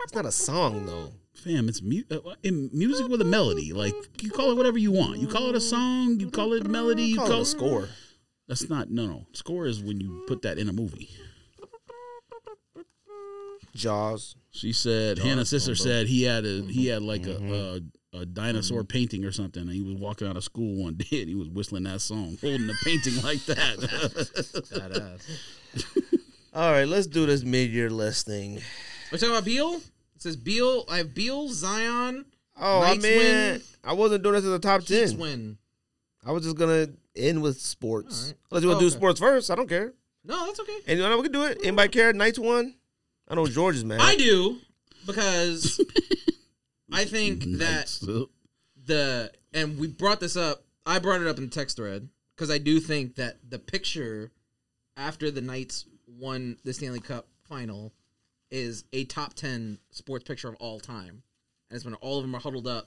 S1: It's not a song though.
S3: fam. It's mu- uh, in music with a melody. Like you call it whatever you want. You call it a song. You call it melody. You
S1: Call, it a score.
S3: That's not no no. Score is when you put that in a movie.
S1: Jaws.
S3: She said Hannah's sister said he had a he had like a, a a dinosaur painting or something, and he was walking out of school one day and he was whistling that song, holding a painting like that.
S1: All right, let's do this mid-year list thing.
S2: We're talking about Beal. It says Beal. I have Beal, Zion,
S1: Oh,
S2: Knights
S1: I mean,
S2: win.
S1: I wasn't doing this as a top ten.
S2: Heat's win.
S1: I was just gonna end with sports.
S2: All right.
S1: Unless you want
S2: Oh,
S1: to
S2: okay.
S1: do sports first, I don't care.
S2: No, that's okay.
S1: And you know we can do it. Anybody care? Knights won. I know George's man.
S2: I do because I think that the and we brought this up. I brought it up in the text thread because I do think that the picture after the Knights won the Stanley Cup final is a top ten sports picture of all time, and it's when all of them are huddled up,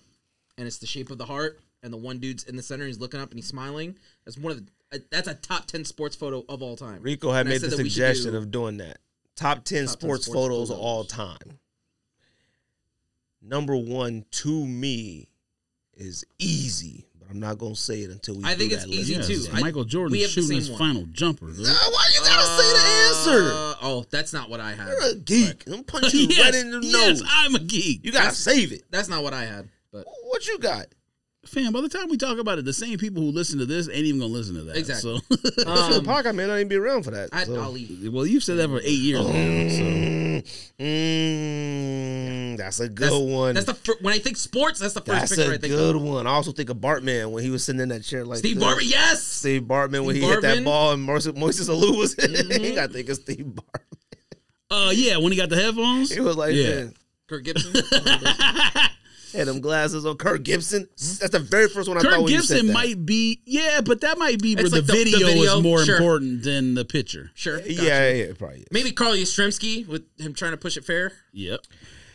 S2: and it's the shape of the heart, and the one dude's in the center, he's looking up and he's smiling. That's one of the uh, that's a top ten sports photo of all time.
S1: Rico had
S2: And I
S1: made
S2: said
S1: the
S2: that we should
S1: suggestion
S2: do-
S1: of doing that. Top ten
S2: Top 10
S1: sports
S2: sports
S1: photos
S2: photos.
S1: all time. number one to me is easy, but I'm not gonna say it until we.
S2: I
S1: do
S2: think it's
S1: that list.
S2: easy,
S3: Yeah,
S2: too.
S3: it's
S2: I-
S3: Michael Jordan
S2: we have the
S3: shooting
S2: same
S3: his
S2: one.
S3: final jumper. dude.
S1: No, why you gotta say the answer?
S2: Uh, oh, that's not what I had.
S1: You're a geek. I'm punching you right in the
S3: yes,
S1: nose.
S3: I'm a geek.
S1: you gotta save it.
S2: That's not what I had. But
S1: What you got?
S3: Fam, by the time we talk about it, the same people who listen to this ain't even gonna listen to that.
S2: Exactly.
S3: So,
S1: Shit,
S2: um,
S1: Pac, I may not even be around for that.
S2: I,
S1: so.
S2: I'll leave.
S3: well, you've said that for eight years. now, so.
S1: Mm, mm, that's a good
S2: That's,
S1: one.
S2: That's the fir- when I think sports. That's the first
S1: That's
S2: picture I
S1: a
S2: think.
S1: good one. I also think of Bartman when he was sitting in that chair like
S2: Steve
S1: this.
S2: Barber. Yes.
S1: Steve Bartman when
S2: Steve
S1: he hit that
S2: Bartman. Mm-hmm.
S1: ball and Moises, Moises Alou was in it. You gotta think of Steve Bartman.
S3: Uh, yeah, when he got the headphones,
S1: He was like,
S3: Yeah.
S1: man,
S2: Kirk Gibson.
S1: had them glasses on. Kirk Gibson. That's the very first one I thought
S3: Kirk
S1: when you said
S3: Gibson
S1: that.
S3: might be. Yeah, but that might be where the,
S2: like the- the
S3: video
S2: video,
S3: is more
S2: sure.
S3: important than the picture.
S2: sure. Gotcha.
S1: Yeah, yeah, yeah, probably. Yeah.
S2: Maybe Carl Yastrzemski with him trying to push it fair.
S3: Yep.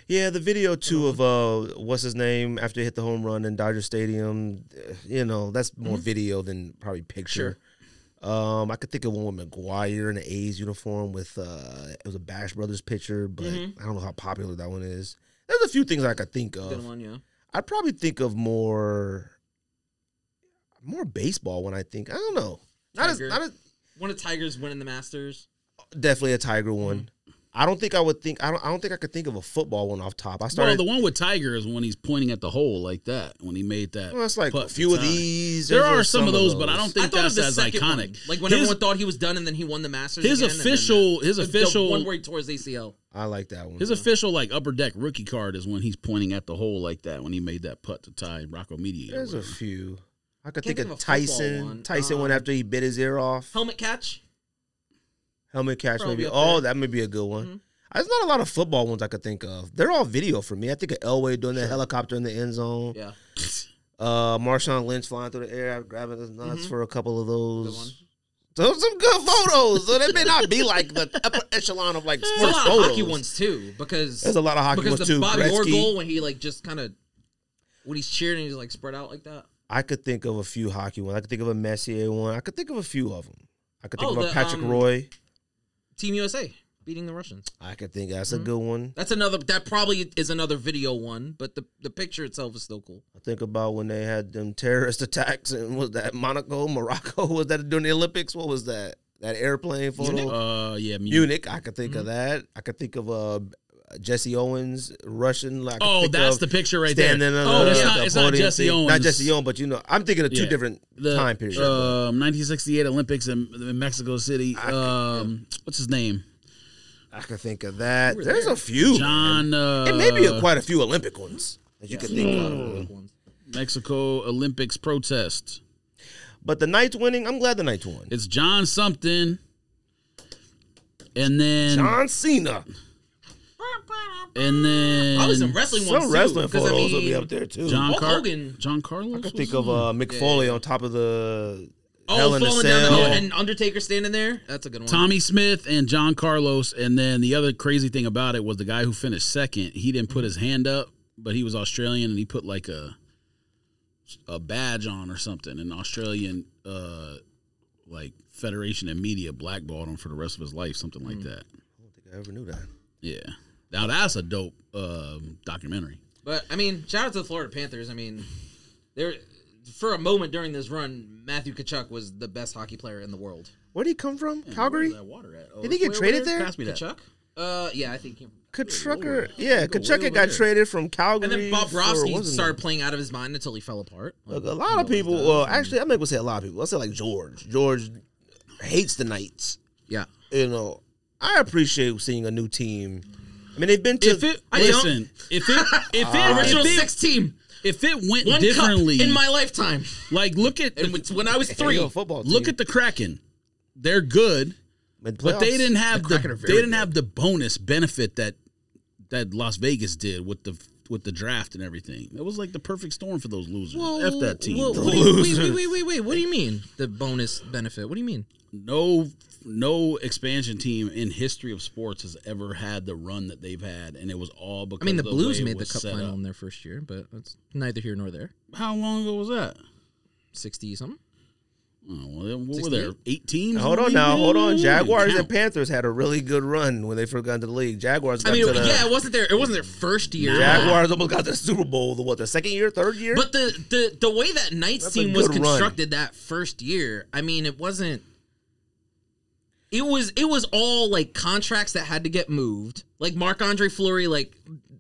S1: Yeah, the video too of uh, what's his name after he hit the home run in Dodger Stadium. uh, You know, that's more
S2: Mm-hmm.
S1: video than probably picture. Um, I could think of one with McGuire in an A's uniform with uh, it was a Bash Brothers picture, but
S2: Mm-hmm.
S1: I don't know how popular that one is. There's a few things I could think
S2: Good
S1: of.
S2: one, yeah.
S1: I'd probably think of more, more baseball when I think. I don't know. Not as,
S2: Tiger.
S1: not as
S2: One of Tiger's winning the Masters.
S1: definitely a Tiger
S2: Mm-hmm.
S1: one. I don't think I would think. I don't. I don't think I could think of a football one off top. I
S3: Well,
S1: started.
S3: the one with Tiger is when he's pointing at the hole like that when he made that.
S1: Well, it's like
S3: putt
S1: a
S3: for
S1: few of
S3: time.
S1: these.
S3: There
S1: There's
S3: are
S1: a-
S3: some of those, but I don't
S1: those.
S3: think that's as
S2: second
S3: iconic.
S2: one. Like when everyone
S3: his,
S2: thought he was done, and then he won the Masters.
S3: his
S2: again, and then
S3: official, his
S2: the- the
S3: official,
S2: one where he tore his ACL.
S1: I like that one.
S3: his official like upper deck rookie card is when he's pointing at the hole like that when he made that putt to tie Rocco Mediate.
S1: There's a few. I could think
S2: Can't think
S1: of
S2: of a football
S1: Tyson.
S2: one.
S1: Tyson one
S2: Um,
S1: after he bit his ear off.
S2: Helmet catch.
S1: Helmet catch
S2: Probably
S1: maybe.
S2: up
S1: Oh,
S2: there.
S1: that may be a good one.
S2: Mm-hmm.
S1: There's not a lot of football ones I could think of. They're all video for me. I think of Elway doing the helicopter in the end zone.
S2: Yeah.
S1: Uh, Marshawn Lynch flying through the air, grabbing his nuts
S2: Mhm.
S1: for a couple of
S2: Good
S1: those.
S2: one.
S1: Those are some good photos. so they may not be like the upper echelon of like
S2: There's
S1: sports
S2: a lot
S1: photos.
S2: of hockey ones too, because
S1: There's a lot of hockey
S2: because
S1: ones
S2: the
S1: too.
S2: Bobby Orr
S1: Gretzky.
S2: goal when he like just kind of when he's cheering and he's like spread out like that.
S1: I could think of a few hockey ones. I could think of a Messier one. I could think of a few of them. I could think
S2: Oh,
S1: of a
S2: the,
S1: Patrick
S2: um,
S1: Roy.
S2: Team USA beating the Russians.
S1: I could think that's
S3: Mm-hmm.
S1: a good one.
S2: That's another. That probably is another video one, but the the picture itself is still cool.
S1: I think about when they had them terrorist attacks and was that Monaco, Morocco? Was that during the Olympics? What was that? That airplane photo? Munich.
S3: Uh, Mm-hmm. yeah, Munich.
S1: I could think of that. I could think of uh, Jesse Owens, Russian. Like, I could
S3: Oh,
S1: think
S3: that's
S1: of
S3: the picture right there.
S1: standing on
S3: oh,
S1: the,
S3: it's not,
S1: the
S3: it's not
S1: podium
S3: Jesse
S1: thing.
S3: Owens.
S1: Not Jesse Owens, but you know, I'm thinking of two
S3: Yeah.
S1: different
S3: The,
S1: time periods. but
S3: Um, 1968 Olympics in, in Mexico City. Um, what's his name?
S1: I could think of that.
S2: were
S1: There's
S2: there.
S1: a few.
S3: John. Uh,
S1: and maybe quite a few Olympic ones that you could think
S2: Hmm.
S1: of.
S3: Mexico Olympics protest.
S1: But the Knights winning, I'm glad the Knights won.
S3: It's John something. And then
S1: John Cena.
S3: and then
S2: Probably some wrestling ones.
S1: Some wrestling
S2: too, 'cause,
S1: photos
S2: I mean,
S1: will be up there too.
S3: John
S2: Hulk
S3: Car-
S2: Hogan.
S3: John Carlos.
S1: I could think of uh, Mick Foley on top of the
S2: Oh,
S1: Hell in a
S2: falling down the hill
S1: Cell.
S2: and Undertaker standing there. That's a good one.
S3: Tommy Smith and John Carlos. And then the other crazy thing about it was the guy who finished second. He didn't put his hand up, but he was Australian and he put like a a badge on or something. And Australian uh, like Federation and media blackballed him for the rest of his life, something like that.
S1: I don't think I ever knew that.
S3: Yeah. Now that's a dope um, documentary.
S2: But I mean, shout out to the Florida Panthers. I mean, there for a moment during this run, Matthew Kachuk was the best hockey player in the world.
S1: Where did he come from? Calgary?
S3: That water at? Oh,
S1: Did he get
S3: where-
S1: traded
S3: where-
S1: there?
S3: Pass me that.
S2: Kachuk? Uh, yeah, I think. He,
S1: Kachucker. Yeah,
S3: Go way
S1: Kachucker
S3: over
S1: got
S3: there.
S1: traded from Calgary.
S2: and then Bob
S1: for-
S2: Brovsky
S1: wasn't it?
S2: started playing out of his mind until he fell apart.
S1: Look, a lot of people, uh, well, actually, I'm not going to say a lot of people. I'll say like George. George hates the Knights.
S2: Yeah.
S1: You know, I appreciate seeing a new team. I mean, they've been to.
S3: If it
S2: I don't-
S3: listen, if it if it,
S2: Original
S3: if it,
S2: six team.
S3: if it went
S2: One
S3: differently,
S2: cup in my lifetime.
S3: like look at
S2: And it's when I was
S1: There you go,
S2: three.
S1: football
S3: look
S1: team.
S3: at the Kraken. They're good,
S1: But
S3: but they
S1: playoffs-
S3: didn't have
S2: The
S3: the,
S2: Kraken are
S3: they
S2: very
S3: didn't
S2: good.
S3: have the bonus benefit that that Las Vegas did with the with the draft and everything. It was like the perfect storm for those losers. F that team.
S2: Whoa, what do you- wait, wait, wait, wait, wait. What do you mean? The bonus benefit. What do you mean?
S3: no no expansion team in history of sports has ever had the run that they've had, and it was all because
S2: I mean, the
S3: of way
S2: Blues
S3: it
S2: made the
S3: was
S2: cup
S3: set
S2: final
S3: up.
S2: in their first year, but that's neither here nor there.
S3: How long ago was that?
S2: 60 something.
S3: Oh, well, then what were
S2: 68?
S3: there? Eight teams?
S1: Hold on now, hold on. Jaguars and
S3: Count.
S1: Panthers had a really good run when they first got into the league. Jaguars
S2: I
S1: got
S2: mean,
S1: to the
S2: yeah, it wasn't their it wasn't their first year.
S1: Jaguars almost got to the Super Bowl. The what? The second year, third year?
S2: But the the the way that Knights
S1: That's a
S2: team was
S1: good run.
S2: constructed that first year, I mean, it wasn't. It was it was all like contracts that had to get moved. Like Marc Andre Fleury, like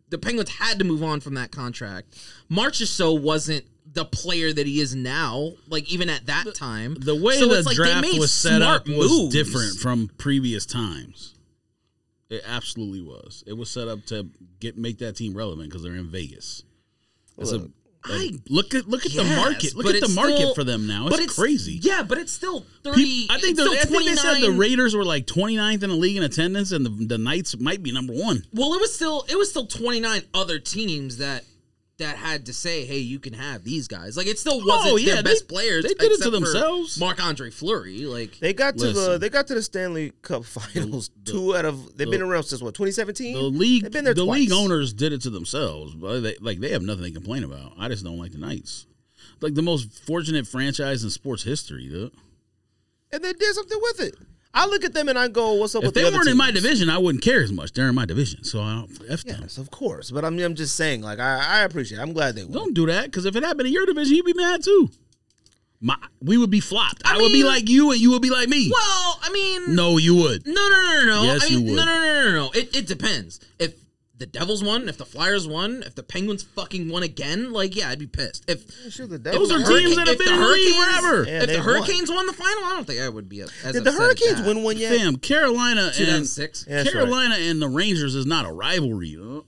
S2: the Penguins had to move on from that contract. Marchessault wasn't the player that he is now. Like even at that time,
S3: The way
S2: So
S3: the
S2: it's like they
S3: draft
S2: made
S3: was set up
S2: smart
S3: was
S2: moves.
S3: different from previous times. It absolutely was. It was set up to get make that team relevant because they're in Vegas. It's a-
S1: Look.
S3: a-
S2: I
S3: look at look at the
S2: guess,
S3: market. Look
S2: but
S3: at the
S2: it's
S3: market
S2: still-
S3: for them now. It's,
S2: but
S3: crazy.
S2: Yeah, but it's still thirty.
S3: People- I think,
S2: it's
S3: the, I
S2: still
S3: think they said the
S2: 29
S3: Raiders were like 29th in the league in attendance, and the, the Knights might be number one.
S2: Well, it was still it was still 29 other teams that that had to say, "Hey, you can have these guys." Like it still wasn't
S3: Oh, yeah,
S2: their best
S3: they-
S2: players.
S3: they did it to themselves.
S2: Mark Andre Fleury, like
S1: they got to the
S3: Listen.
S1: they got to the Stanley Cup Finals. two out of they've been around since what 2017.
S3: The league,
S1: They've been there
S3: the
S1: twice.
S3: league owners did it to themselves. But they, like they have nothing to complain about. I just don't like the Knights. Like the most fortunate franchise in sports history. Dude.
S1: and they did something with it. I look at them and I go, "What's up?"
S3: If
S1: with
S3: they
S1: the other
S3: weren't in my
S1: teams?
S3: division, I wouldn't care as much. They're in my division, so I don't f them.
S1: yes, of course. But I mean, I'm just saying, like, I, I appreciate. it. I'm glad they won.
S3: Don't do that because if it happened in your division, you'd be mad too. My, we would be flopped. I, would be
S2: mean-
S3: like you, and you would be like me.
S2: well, I mean,
S3: No, you would.
S2: no, no, no, no. no.
S3: Yes,
S2: I
S3: you
S2: mean,
S3: would.
S2: no, no, no, no, no. It it depends. If the Devils won, if the Flyers won, if the Penguins fucking won again, like yeah, I'd be pissed. If
S1: Sure, the
S3: Those
S1: Devils-
S3: are
S2: the
S3: teams
S2: Hurricane-
S3: that have
S2: if
S3: been
S2: the
S3: in the league
S2: Hurricanes-
S3: forever.
S1: Yeah,
S2: if
S1: they
S2: the
S1: won.
S2: Hurripeds won the final, I don't think I would be as
S1: Did the Hurricanes win one yet?
S3: Fam, Carolina and
S2: 2006.
S1: Yeah, that's right.
S3: Carolina and the Rangers is not a rivalry. Uh, Though.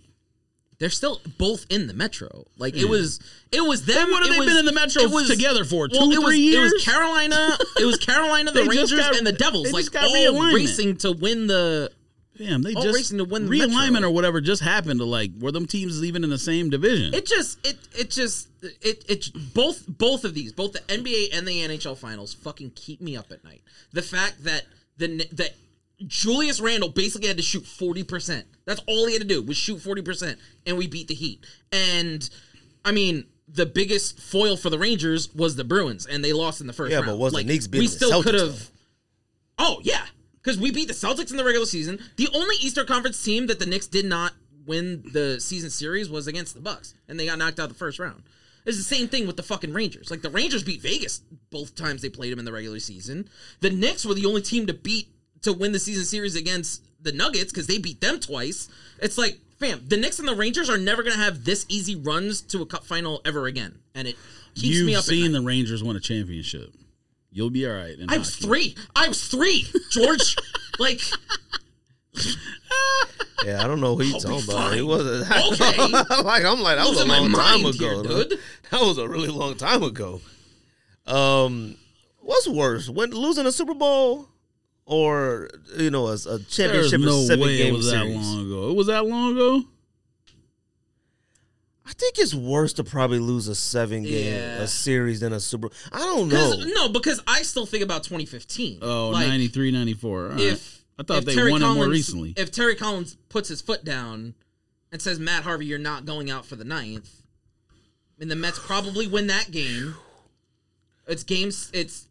S2: They're still both in the metro. Like it was, it was them.
S3: what Hmm. have
S2: it
S3: they
S2: was-
S3: been in the Metro
S2: it was-
S3: together for?
S2: well,
S3: Two,
S2: it was-
S3: three
S2: It
S3: years?
S2: was Carolina. It was Carolina, the
S3: They just
S2: Rangers,
S3: got-
S2: and the
S3: they
S2: Devils.
S3: just
S2: Like
S3: got
S2: all
S3: realignment.
S2: racing to win the.
S3: Damn, they
S2: All
S3: just
S2: racing to win the
S3: realignment
S2: Metro.
S3: or whatever just happened to like were them teams even in the same division?
S2: It just it it just it it both both of these both the NBA and the NHL finals fucking keep me up at night. The fact that the that Julius Randle basically had to shoot forty percent. That's all he had to do was shoot forty percent, and we beat the Heat. And I mean. The biggest foil for the Rangers was the Bruins, and they lost in the first
S1: Yeah,
S2: round.
S1: but wasn't the Knicks beating
S2: we
S1: the
S2: still
S1: Celtics,
S2: could
S1: though?
S2: have Oh yeah, because we beat the Celtics in the regular season. The only Easter Conference team that the Knicks did not win the season series was against the Bucks, and they got knocked out the first round. It's the same thing with the fucking Rangers. Like the Rangers beat Vegas both times they played them in the regular season. The Knicks were the only team to beat to win the season series against the Nuggets because they beat them twice. It's like, fam, the Knicks and the Rangers are never gonna have this easy runs to a Cup final ever again, and it keeps
S3: You've
S2: me up.
S3: seen
S2: at night.
S3: the Rangers win a championship. You'll be all right. in
S2: I was
S3: hockey.
S2: three. I was three, George. like.
S1: Yeah, I don't know who you talking
S2: be
S1: about. It
S2: fine.
S1: wasn't
S2: Okay.
S1: like I'm like that was a
S2: Losing my
S1: long time
S2: mind here,
S1: ago.
S2: dude.
S1: That was a really long time ago. Um, what's worse, when losing a Super Bowl or you know a, a
S3: There's
S1: championship in
S3: no
S1: seven
S3: way
S1: game
S3: it was
S1: series?
S3: that long ago. It was that long ago.
S1: I think it's worse to probably lose a seven game
S2: Yeah.
S1: a series than a Super. I don't know.
S2: 'Cause- No. because I still think about 2015.
S3: Oh,
S2: Like,
S3: 93, 94. All right.
S2: If
S3: I thought
S2: if
S3: they
S2: Terry
S3: won
S2: Collins,
S3: it more recently.
S2: If Terry Collins puts his foot down and says, "Matt Harvey, you're not going out for the ninth," and the Mets probably win that game. It's games. It's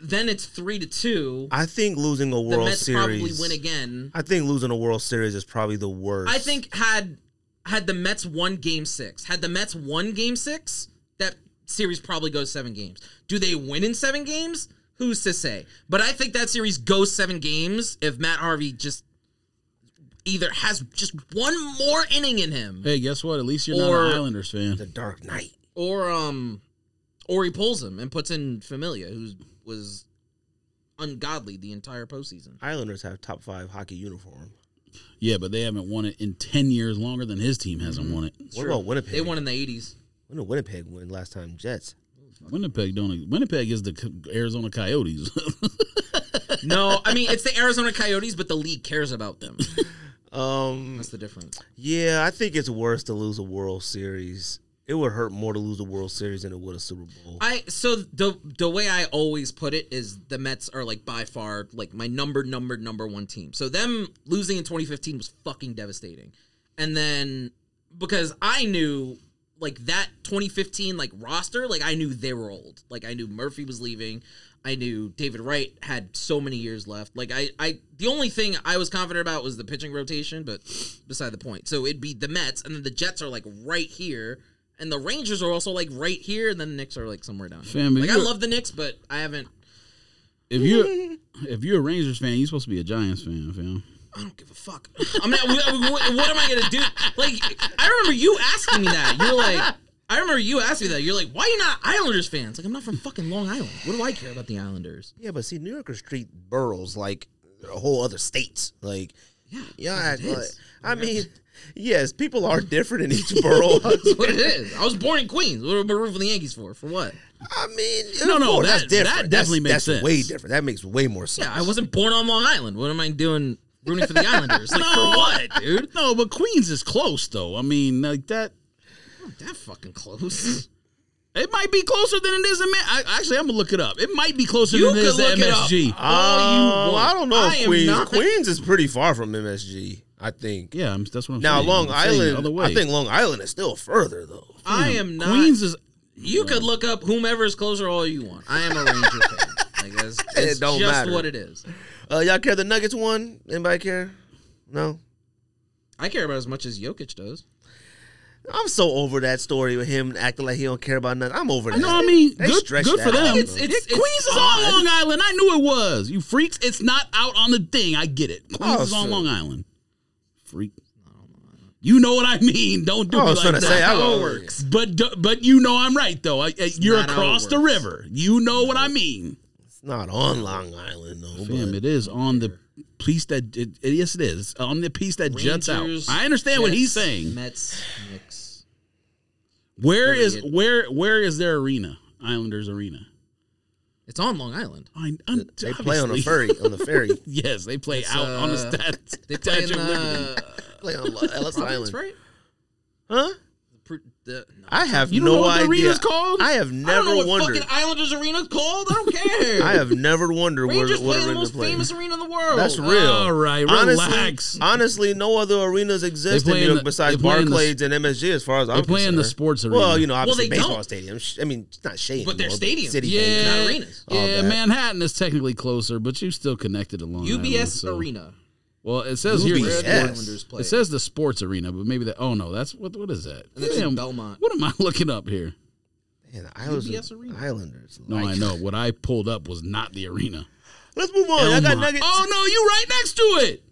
S2: then it's three to two.
S1: I think losing a
S2: The
S1: World
S2: Mets probably
S1: Series.
S2: win again.
S1: I think losing a World Series is probably the worst.
S2: I think had had the Mets won Game Six, had the Mets won Game Six, that series probably goes seven games. Do they win in seven games? Who's to say? But I think that series goes seven games if Matt Harvey just either has just one more inning in him,
S3: hey, guess what? At least you're not
S2: Or-
S3: an Islanders fan.
S1: the Dark Knight.
S2: or um, or he pulls him and puts in Familia, who was ungodly the entire postseason.
S1: Islanders have top five hockey uniform.
S3: Yeah, but they haven't won it in 10 years longer than his team
S2: Mm-hmm.
S3: hasn't won it.
S1: What about Winnipeg?
S2: They won in the eighties.
S1: When did Winnipeg win last time? Jets.
S3: Winnipeg don't. e, Winnipeg is the C- Arizona Coyotes.
S2: No, I mean it's the Arizona Coyotes, but the league cares about them.
S1: Um,
S2: That's the difference.
S1: yeah, I think it's worse to lose a World Series. It would hurt more to lose a World Series than it would a Super Bowl.
S2: I so the the way I always put it is the Mets are like by far like my number number number one team. So them losing in 2015 was fucking devastating. And then because I knew like that 2015 like roster, like I knew they were old. Like I knew Murphy was leaving. I knew David Wright had so many years left. Like I, I the only thing I was confident about was the pitching rotation, but beside the point. So it'd be the Mets, and then the Jets are like right here, and the Rangers are also like right here, and then the Knicks are like somewhere down. Here.
S3: Fam, if
S2: like I
S3: you're-
S2: love the Knicks, but I haven't.
S3: If you're if you're a Rangers fan, you're supposed to be a Giants fan, fam.
S2: I don't give a fuck. I'm not, what, what- what am I gonna do? Like, I remember you asking me that. You're like, I remember you asking me that. You're like, why are you not Islanders fans? Like, I'm not from fucking Long Island. What do I care about the Islanders?
S1: Yeah, but see, New Yorkers treat boroughs like a whole other states. Like, yeah,
S2: that's what it
S1: like,
S2: is.
S1: I mean,
S4: Yes, people are different in each borough.
S2: That's what it is. I was born in Queens. What am I rooting for the Yankees for? For what?
S1: I mean,
S3: No,
S1: of
S3: no,
S1: course,
S3: that- that
S1: different.
S3: definitely
S1: that's,
S3: makes
S1: that's
S3: sense.
S1: way different. That makes way more sense.
S2: Yeah, I wasn't born on Long Island. What am I doing rooting for the Islanders? Like, for what, dude?
S3: No, but Queens is close though. I mean, like that.
S2: Not that fucking close.
S3: It might be closer than it is in. Ma- I, actually, I'm gonna look it up. It might be closer
S2: You
S3: than it
S2: could
S3: is to
S2: look it up.
S3: MSG. Oh,
S1: Um, I don't know.
S2: I
S1: if
S2: am
S1: Queens.
S2: not-
S1: Queens is pretty far from MSG. I think.
S3: Yeah, I'm, that's what I'm
S1: Now
S3: saying.
S1: Long
S3: I'm saying the
S1: Island,
S3: other way.
S1: I think Long Island is still further though.
S2: I am not.
S3: Queens is.
S2: You could look up whomever is closer all you want. I am a Ranger fan. Like, that's, it's
S1: don't
S2: just
S1: matter.
S2: what it is.
S1: Uh, y'all care the Nuggets won? Anybody care? No.
S2: I care about as much as Jokic does.
S1: I'm so over that story with him acting like he don't care about nothing. I'm over that.
S3: No, I mean,
S1: They
S3: good,
S1: stretched
S3: good
S1: that
S3: for
S1: out,
S3: them.
S1: though.
S2: It's- it's-
S3: Queens
S2: it's
S3: is on
S2: odd.
S3: Long Island. I knew it was. You freaks. It's not out on the thing. I get it. Queens
S1: Oh,
S3: is on
S1: so-
S3: Long Island. Freak. You know what I mean. Don't do
S1: Oh, I
S3: it
S1: was
S3: like
S1: gonna
S3: that. Oh,
S1: say, I
S2: How it
S1: was-
S2: works.
S3: But d- but you know I'm right though. I, I- you're
S2: not how it
S3: across the
S2: works.
S3: river. You know what I mean.
S1: It's not on Long Island though.
S3: Damn,
S1: but-
S3: it is on the piece that it, it- yes it is It's on the piece that juts out.
S2: Rangers,
S3: I understand what he's
S2: Jets,
S3: saying.
S2: Mets, Knicks.
S3: Where is
S2: Period.
S3: where where is their arena? Islanders arena.
S2: It's on Long Island.
S3: I,
S1: They play on a
S3: obviously.
S1: ferry. On the ferry.
S3: Yes, they play out on the
S2: uh,
S3: stat,
S2: They play in
S3: Statue of Liberty.
S2: the
S1: play on Lo- Ellis Island.
S2: Providence, right?
S1: Huh?
S2: The pr- the- uh, no.
S1: I have
S3: You don't
S1: no
S3: know what the
S1: idea.
S3: arena's called?
S1: I have
S2: I don't
S1: never
S2: know what
S1: wondered.
S2: fucking Islanders arena's called. I don't care.
S1: I have never wondered where
S2: Rangers
S1: what
S2: play in the
S1: arena
S2: most
S1: to play.
S2: famous arena in the world. Uh,
S1: That's real.
S3: All right, relax.
S1: Honestly, honestly, no other arenas exist in
S3: They
S1: New
S3: play in
S1: York
S3: the-
S1: besides
S3: they play in the-
S1: Barclays and MSG. As far as
S3: They
S1: I'm
S3: play in the
S1: concerned.
S3: sports arena.
S1: Well, you know, obviously
S2: they
S1: baseball
S2: don't.
S1: stadium. Sh- I mean, it's not shade,
S2: But they're
S1: anymore,
S2: stadiums.
S1: city
S3: yeah,
S1: games, not
S2: arenas.
S1: All
S3: Yeah,
S1: that.
S3: Manhattan is technically closer, but you still connected to Long Island,
S2: UBS
S3: so-
S2: Arena.
S3: Well, it says here
S1: UBS.
S3: the
S2: Where the
S1: Yes.
S2: Islanders play.
S3: It says the sports arena, but maybe that. Oh no, that's what. What is that?
S2: And it's in Belmont.
S3: What am I looking up here?
S1: Man, the Islanders,
S2: UBS Arena.
S1: Islanders.
S3: No, I know what I pulled up was not the arena.
S1: Let's move on. I got
S3: Belmont.
S1: Nuggets.
S3: Oh no, you right next to it.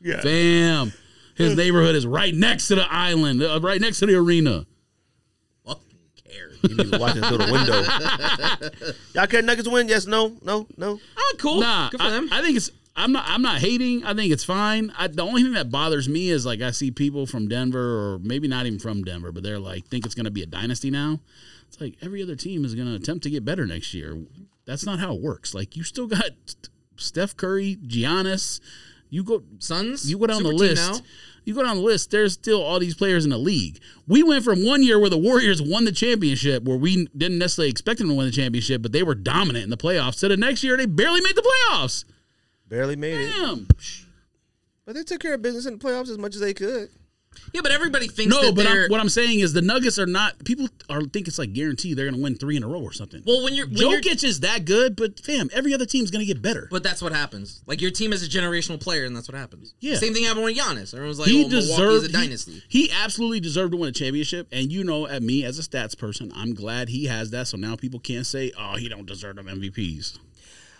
S4: yeah.
S3: Bam. His neighborhood is right next to the island, uh, right next to the arena.
S2: fucking cares.
S1: You need to watch it through the window. Y'all care Nuggets win? Yes, no, no, no.
S2: Oh, cool.
S3: Nah,
S2: Good for
S3: I,
S2: them.
S3: I think it's. I'm not. I'm not hating. I think it's fine. I, the only thing that bothers me is like I see people from Denver, or maybe not even from Denver, but they're like think it's going to be a dynasty now. It's like every other team is going to attempt to get better next year. That's not how it works. Like you still got Steph Curry, Giannis. You go.
S2: Suns.
S3: You go down
S2: Super
S3: the
S2: team
S3: list.
S2: now.
S3: You go down the list. There's still all these players in the league. We went from one year where the Warriors won the championship, where we didn't necessarily expect them to win the championship, but they were dominant in the playoffs. To the next year, they barely made the playoffs.
S1: Barely made it.
S3: Damn.
S1: But they took care of business in the playoffs as much as they could.
S2: Yeah, but everybody thinks
S3: No,
S2: that
S3: but
S2: they're.
S3: I'm, what I'm saying is the Nuggets are not. People are think it's like guaranteed they're going to win three in a row or something.
S2: well, when you're when you're-
S3: Jokic is that good, but fam, every other team's going to get better.
S2: But that's what happens. Like your team is a generational player, and that's what happens.
S3: Yeah.
S2: Same thing happened with Giannis. Everyone's like,
S3: he
S2: "Oh, Milwaukee's
S3: deserved
S2: a dynasty."
S3: He, he absolutely deserved to win a championship, and you know, at me as a stats person, I'm glad he has that. So now people can't say, "Oh, he don't deserve them MVPs."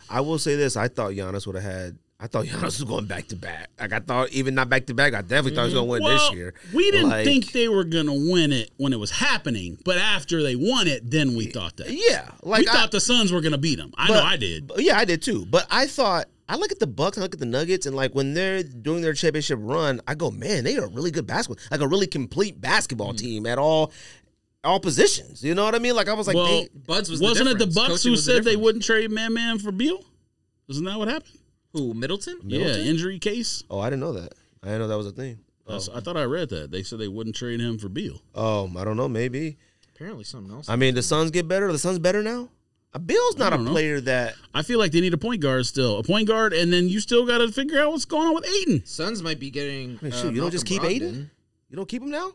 S1: I will say this: I thought Giannis would have had. I thought Giannis was going back to back. Like I thought, even not back to back, I definitely thought he was going to win
S3: Mm-hmm. Well,
S1: this year.
S3: we didn't
S1: Like,
S3: think they were gonna win it when it was happening, but after they won it, then we thought that.
S1: Yeah, like
S3: we
S1: I,
S3: thought the Suns were gonna beat them. I know I did.
S1: But- Yeah, I did too. But I thought I look at the Bucks, I look at the Nuggets, and like when they're doing their championship run, I go, man, they are a really good basketball, like a really complete basketball
S3: Mm.
S1: team at all, all positions. You know what I mean? Like I was like,
S3: Well,
S1: they,
S2: Buds was
S3: Wasn't
S2: the
S3: it the
S2: difference.
S3: Bucks
S2: Coaching
S3: who
S2: was the
S3: said they
S2: difference.
S3: wouldn't trade Man Man for Beal? Isn't that what happened?
S2: Who Middleton?
S1: Middleton?
S3: Yeah, injury case.
S1: oh, I didn't know that. I didn't know that was a thing.
S3: That's- I thought I read that they said they wouldn't trade him for Beal.
S1: Oh, I don't know. Maybe.
S2: Apparently something else.
S1: I mean, the Suns get better. The Suns better now. Uh, Bill's not a
S3: don't know.
S1: player that
S3: I feel like they need a point guard still, a point guard, and then you still got to figure out what's going on with Aiden.
S2: Suns might be getting.
S1: mean,
S2: uh,
S1: shoot, you don't just
S2: Malcolm
S1: keep Aiden?
S2: Brogdon.
S1: you don't keep him now.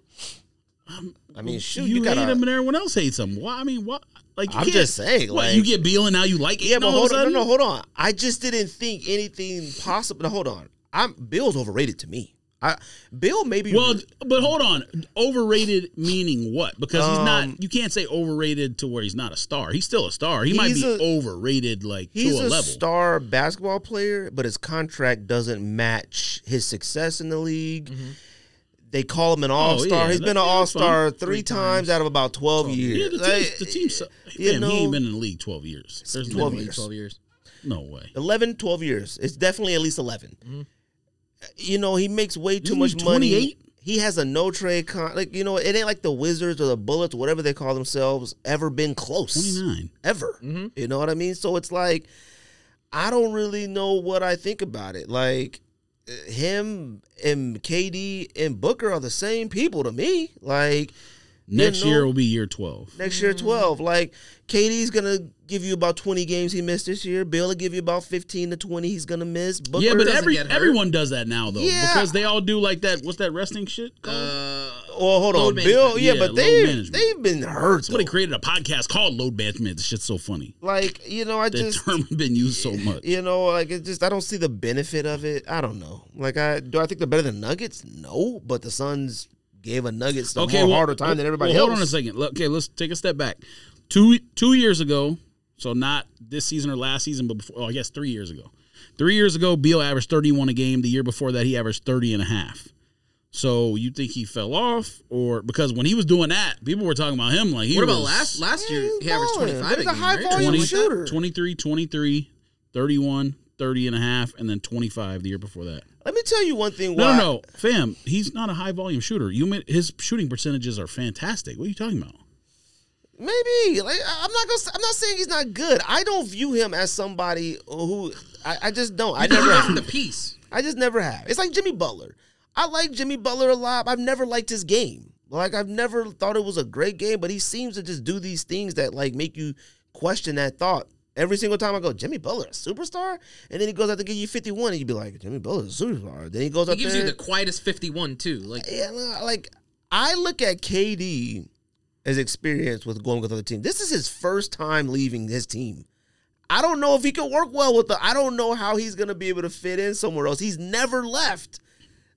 S1: I mean, shoot,
S3: Um, you,
S1: you,
S3: hate
S1: gotta.
S3: him and everyone else hates him. Why? I mean, what? Like, you
S1: I'm
S3: can't-
S1: just saying,
S3: What,
S1: like-
S3: you get Beal and now you like
S1: yeah,
S3: Aiden
S1: but
S3: all of
S1: hold
S3: a
S1: on.
S3: sudden?
S1: No, no, hold on. I just didn't think anything possible. No, hold on. I'm Bill's overrated to me. I Bill maybe.
S3: Well, but hold on. Overrated meaning what? Because he's
S1: Um,
S3: not. You can't say overrated to where he's not a star. He's still a star. He might
S1: He's
S3: be
S1: a-
S3: overrated like to
S1: He's
S3: a,
S1: a
S3: level.
S1: star basketball player, but his contract doesn't match his success in the league. They call him an all star.
S3: Mm-hmm. Oh, yeah,
S1: He's
S3: that-
S1: been an
S3: yeah,
S1: all
S3: that's fine.
S1: star
S3: Three
S1: three
S2: times.
S1: times out of about 12 years.
S3: Yeah, the team.
S1: Like,
S3: the team su-
S1: you
S3: Fam, he
S1: know-
S3: ain't been in the league twelve years. There's no
S1: 12
S3: way.
S1: years.
S2: Twelve years.
S3: No way.
S1: 11, 12 years. It's definitely at least 11. You know, he makes way too
S3: Isn't
S1: much
S3: he
S1: money.
S3: 28?
S1: He has a no trade con. Like, you know, it ain't like the Wizards or the Bullets, whatever they call themselves, ever been close.
S3: Twenty nine.
S1: ever. You know what I mean? So it's like I don't really know what I think about it. Like uh, him and KD and Booker are the same people to me. Like
S3: Next
S1: know-
S3: year will be year twelve.
S1: next year, twelve. Like KD's gonna give you about twenty games he missed this year. Bill will give you about fifteen to twenty he's gonna miss. Booker,
S3: Yeah, but
S2: doesn't
S3: every
S2: get hurt.
S3: everyone does that now though
S1: Yeah.
S3: because they all do like that. What's that resting shit? Called?
S2: Uh,
S1: well, hold on,
S2: Load
S1: Bill.
S2: management.
S1: Yeah,
S3: Yeah,
S1: but
S3: load
S1: they
S3: management.
S1: they've been hurt.
S3: Somebody
S1: though.
S3: created a podcast called Load Management. This shit's so funny.
S1: Like you know, I
S3: That
S1: just
S3: term has been used so much.
S1: you know, like it just I don't see the benefit of it. I don't know. Like I do I think they're better than Nuggets? No, but the Suns gave a Nuggets a more
S3: well-
S1: harder time than everybody
S3: well,
S1: else.
S3: Hold on a second. Look, Okay, let's take a step back. Two two years ago, so not this season or last season, but before, oh, I guess three years ago. Three years ago, Beal averaged 31 a game. The year before that, he averaged 30 and a half. So you think he fell off, or because when he was doing that, people were talking about him like he
S2: what about
S3: was
S2: last last year?
S1: Yeah,
S2: He averaged
S1: balling.
S2: twenty
S1: But
S2: five.
S1: he's a high volume
S3: 20,
S1: shooter.
S3: 23, 23, 31, 30 and a half, and then 25 the year before that.
S1: Let me tell you one thing.
S3: No,
S1: why.
S3: no, no, fam. He's not a high volume shooter. You mean his shooting percentages are fantastic. What are you talking about?
S1: Maybe like I- I'm not gonna. I'm not saying he's not good. I don't view him as somebody who I, I just don't. I never. have.
S2: the piece.
S1: I just never have. It's like Jimmy Butler. I like Jimmy Butler a lot. I've never liked his game. Like I've never thought it was a great game, but he seems to just do these things that like make you question that thought. Every single time I go, Jimmy Butler, a superstar, and then he goes out to give you fifty one, and you'd be like, Jimmy Butler's a superstar. Then he goes
S2: He
S1: out
S2: gives
S1: there,
S2: you the quietest fifty one too. Like
S1: yeah, no, like I look at KD as experience with going with other teams. This is his first time leaving his team. I don't know if he can work well with the. I don't know how he's gonna be able to fit in somewhere else. He's never left.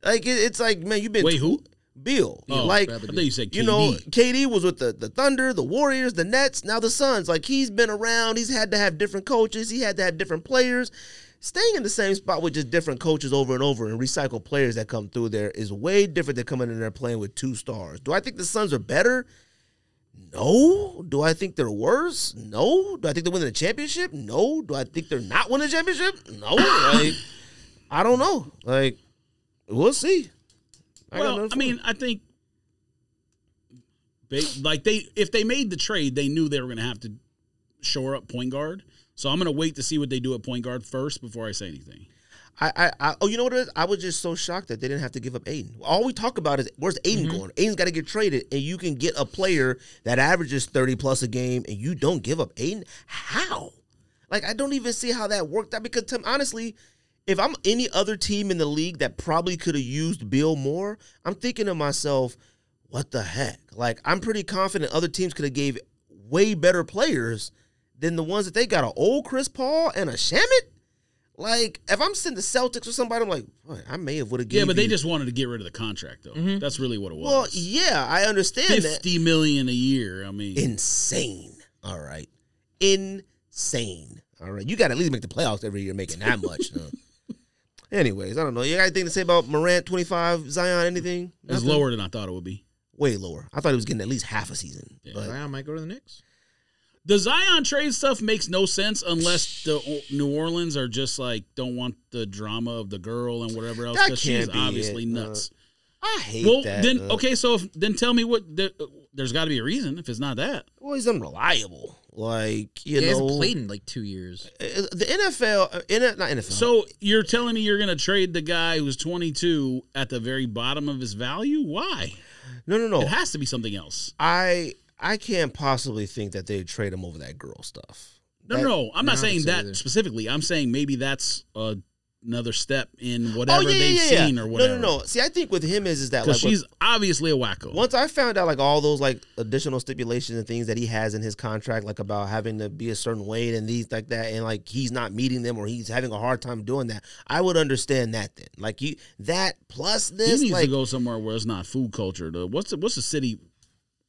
S1: Like it- it's like man, you've been
S3: Wait, who?
S1: Bill.
S3: Oh,
S1: like
S3: I thought you said
S1: you know,
S3: KD.
S1: KD was with the the Thunder, the Warriors, the Nets, now the Suns. Like he's been around. He's had to have different coaches. He had to have different players. Staying in the same spot with just different coaches over and over and recycle players that come through there is way different than coming in there playing with two stars. Do I think the Suns are better? No. Do I think they're worse? No. Do I think they're winning a championship? No. Do I think they're not winning a championship? No. like I don't know. Like we'll see. I got
S3: well,
S1: nothing
S3: I
S1: for you.
S3: mean, I think they like they if they made the trade, they knew they were going to have to shore up point guard. So I'm going to wait to see what they do at point guard first before I say anything.
S1: I, I, I, oh, you know what it is? I was just so shocked that they didn't have to give up Aiden. All we talk about is where's Aiden going? Aiden's got to get traded, and you can get a player that averages 30 plus a game, and you don't give up Aiden? How? Like, I don't even see how that worked out because, Tim, honestly, if I'm any other team in the league that probably could have used Bill more, I'm thinking to myself, what the heck? Like, I'm pretty confident other teams could have gave way better players than the ones that they got. An old Chris Paul and a Shamit? Like, if I'm sitting the Celtics or somebody, I'm like, "Boy, I may have would have
S3: Yeah,
S1: given.
S3: but they just wanted to get rid of the contract though. That's really what it was.
S1: Mm-hmm. Well, yeah, I understand that.
S3: Fifty million a year. I mean,
S1: Insane. All right, insane. All right, you got to at least make the playoffs every year, making that much. huh? Anyways, I don't know. You got anything to say about Morant, twenty five, Zion, anything?
S3: it's
S1: Nothing?
S3: lower than I thought it would be.
S1: way lower. I thought he was getting at least half a season. But
S2: Zion might go to the Knicks.
S3: The Zion trade stuff makes no sense unless the O- New Orleans are just like don't want the drama of the girl and whatever else
S1: That
S3: because
S1: can't
S3: she's
S1: be
S3: obviously
S1: it, uh,
S3: nuts.
S1: I hate
S3: well,
S1: that.
S3: then
S1: uh,
S3: okay, so if, then tell me what the, there's got to be a reason if it's not that.
S1: Well, he's unreliable. Like you
S2: Yeah, he
S1: know,
S2: hasn't played in like two years.
S1: uh, the NFL, uh, in it, not NFL.
S3: So you're telling me you're going to trade the guy who's 22 at the very bottom of his value? Why?
S1: no, no,
S3: It
S1: no.
S3: has to be something else.
S1: I I can't possibly think that they trade him over that girl stuff.
S3: No,
S1: That-
S3: no, I'm
S2: I
S3: not
S2: don't
S3: saying
S2: think so
S3: that
S2: either.
S3: specifically. I'm saying maybe that's a another step
S1: Oh,
S3: in whatever they've seen or whatever.
S1: No, no, no. See, I think with him is is that like
S3: Because
S1: when-
S3: she's obviously a wacko.
S1: once I found out like all those like additional stipulations and things that he has in his contract, like about having to be a certain weight and these like that, and like he's not meeting them or he's having a hard time doing that, I would understand that then. Like you, that plus
S3: He
S1: this,
S3: needs
S1: like
S3: to go somewhere where it's not food culture. though. What's the, what's the city?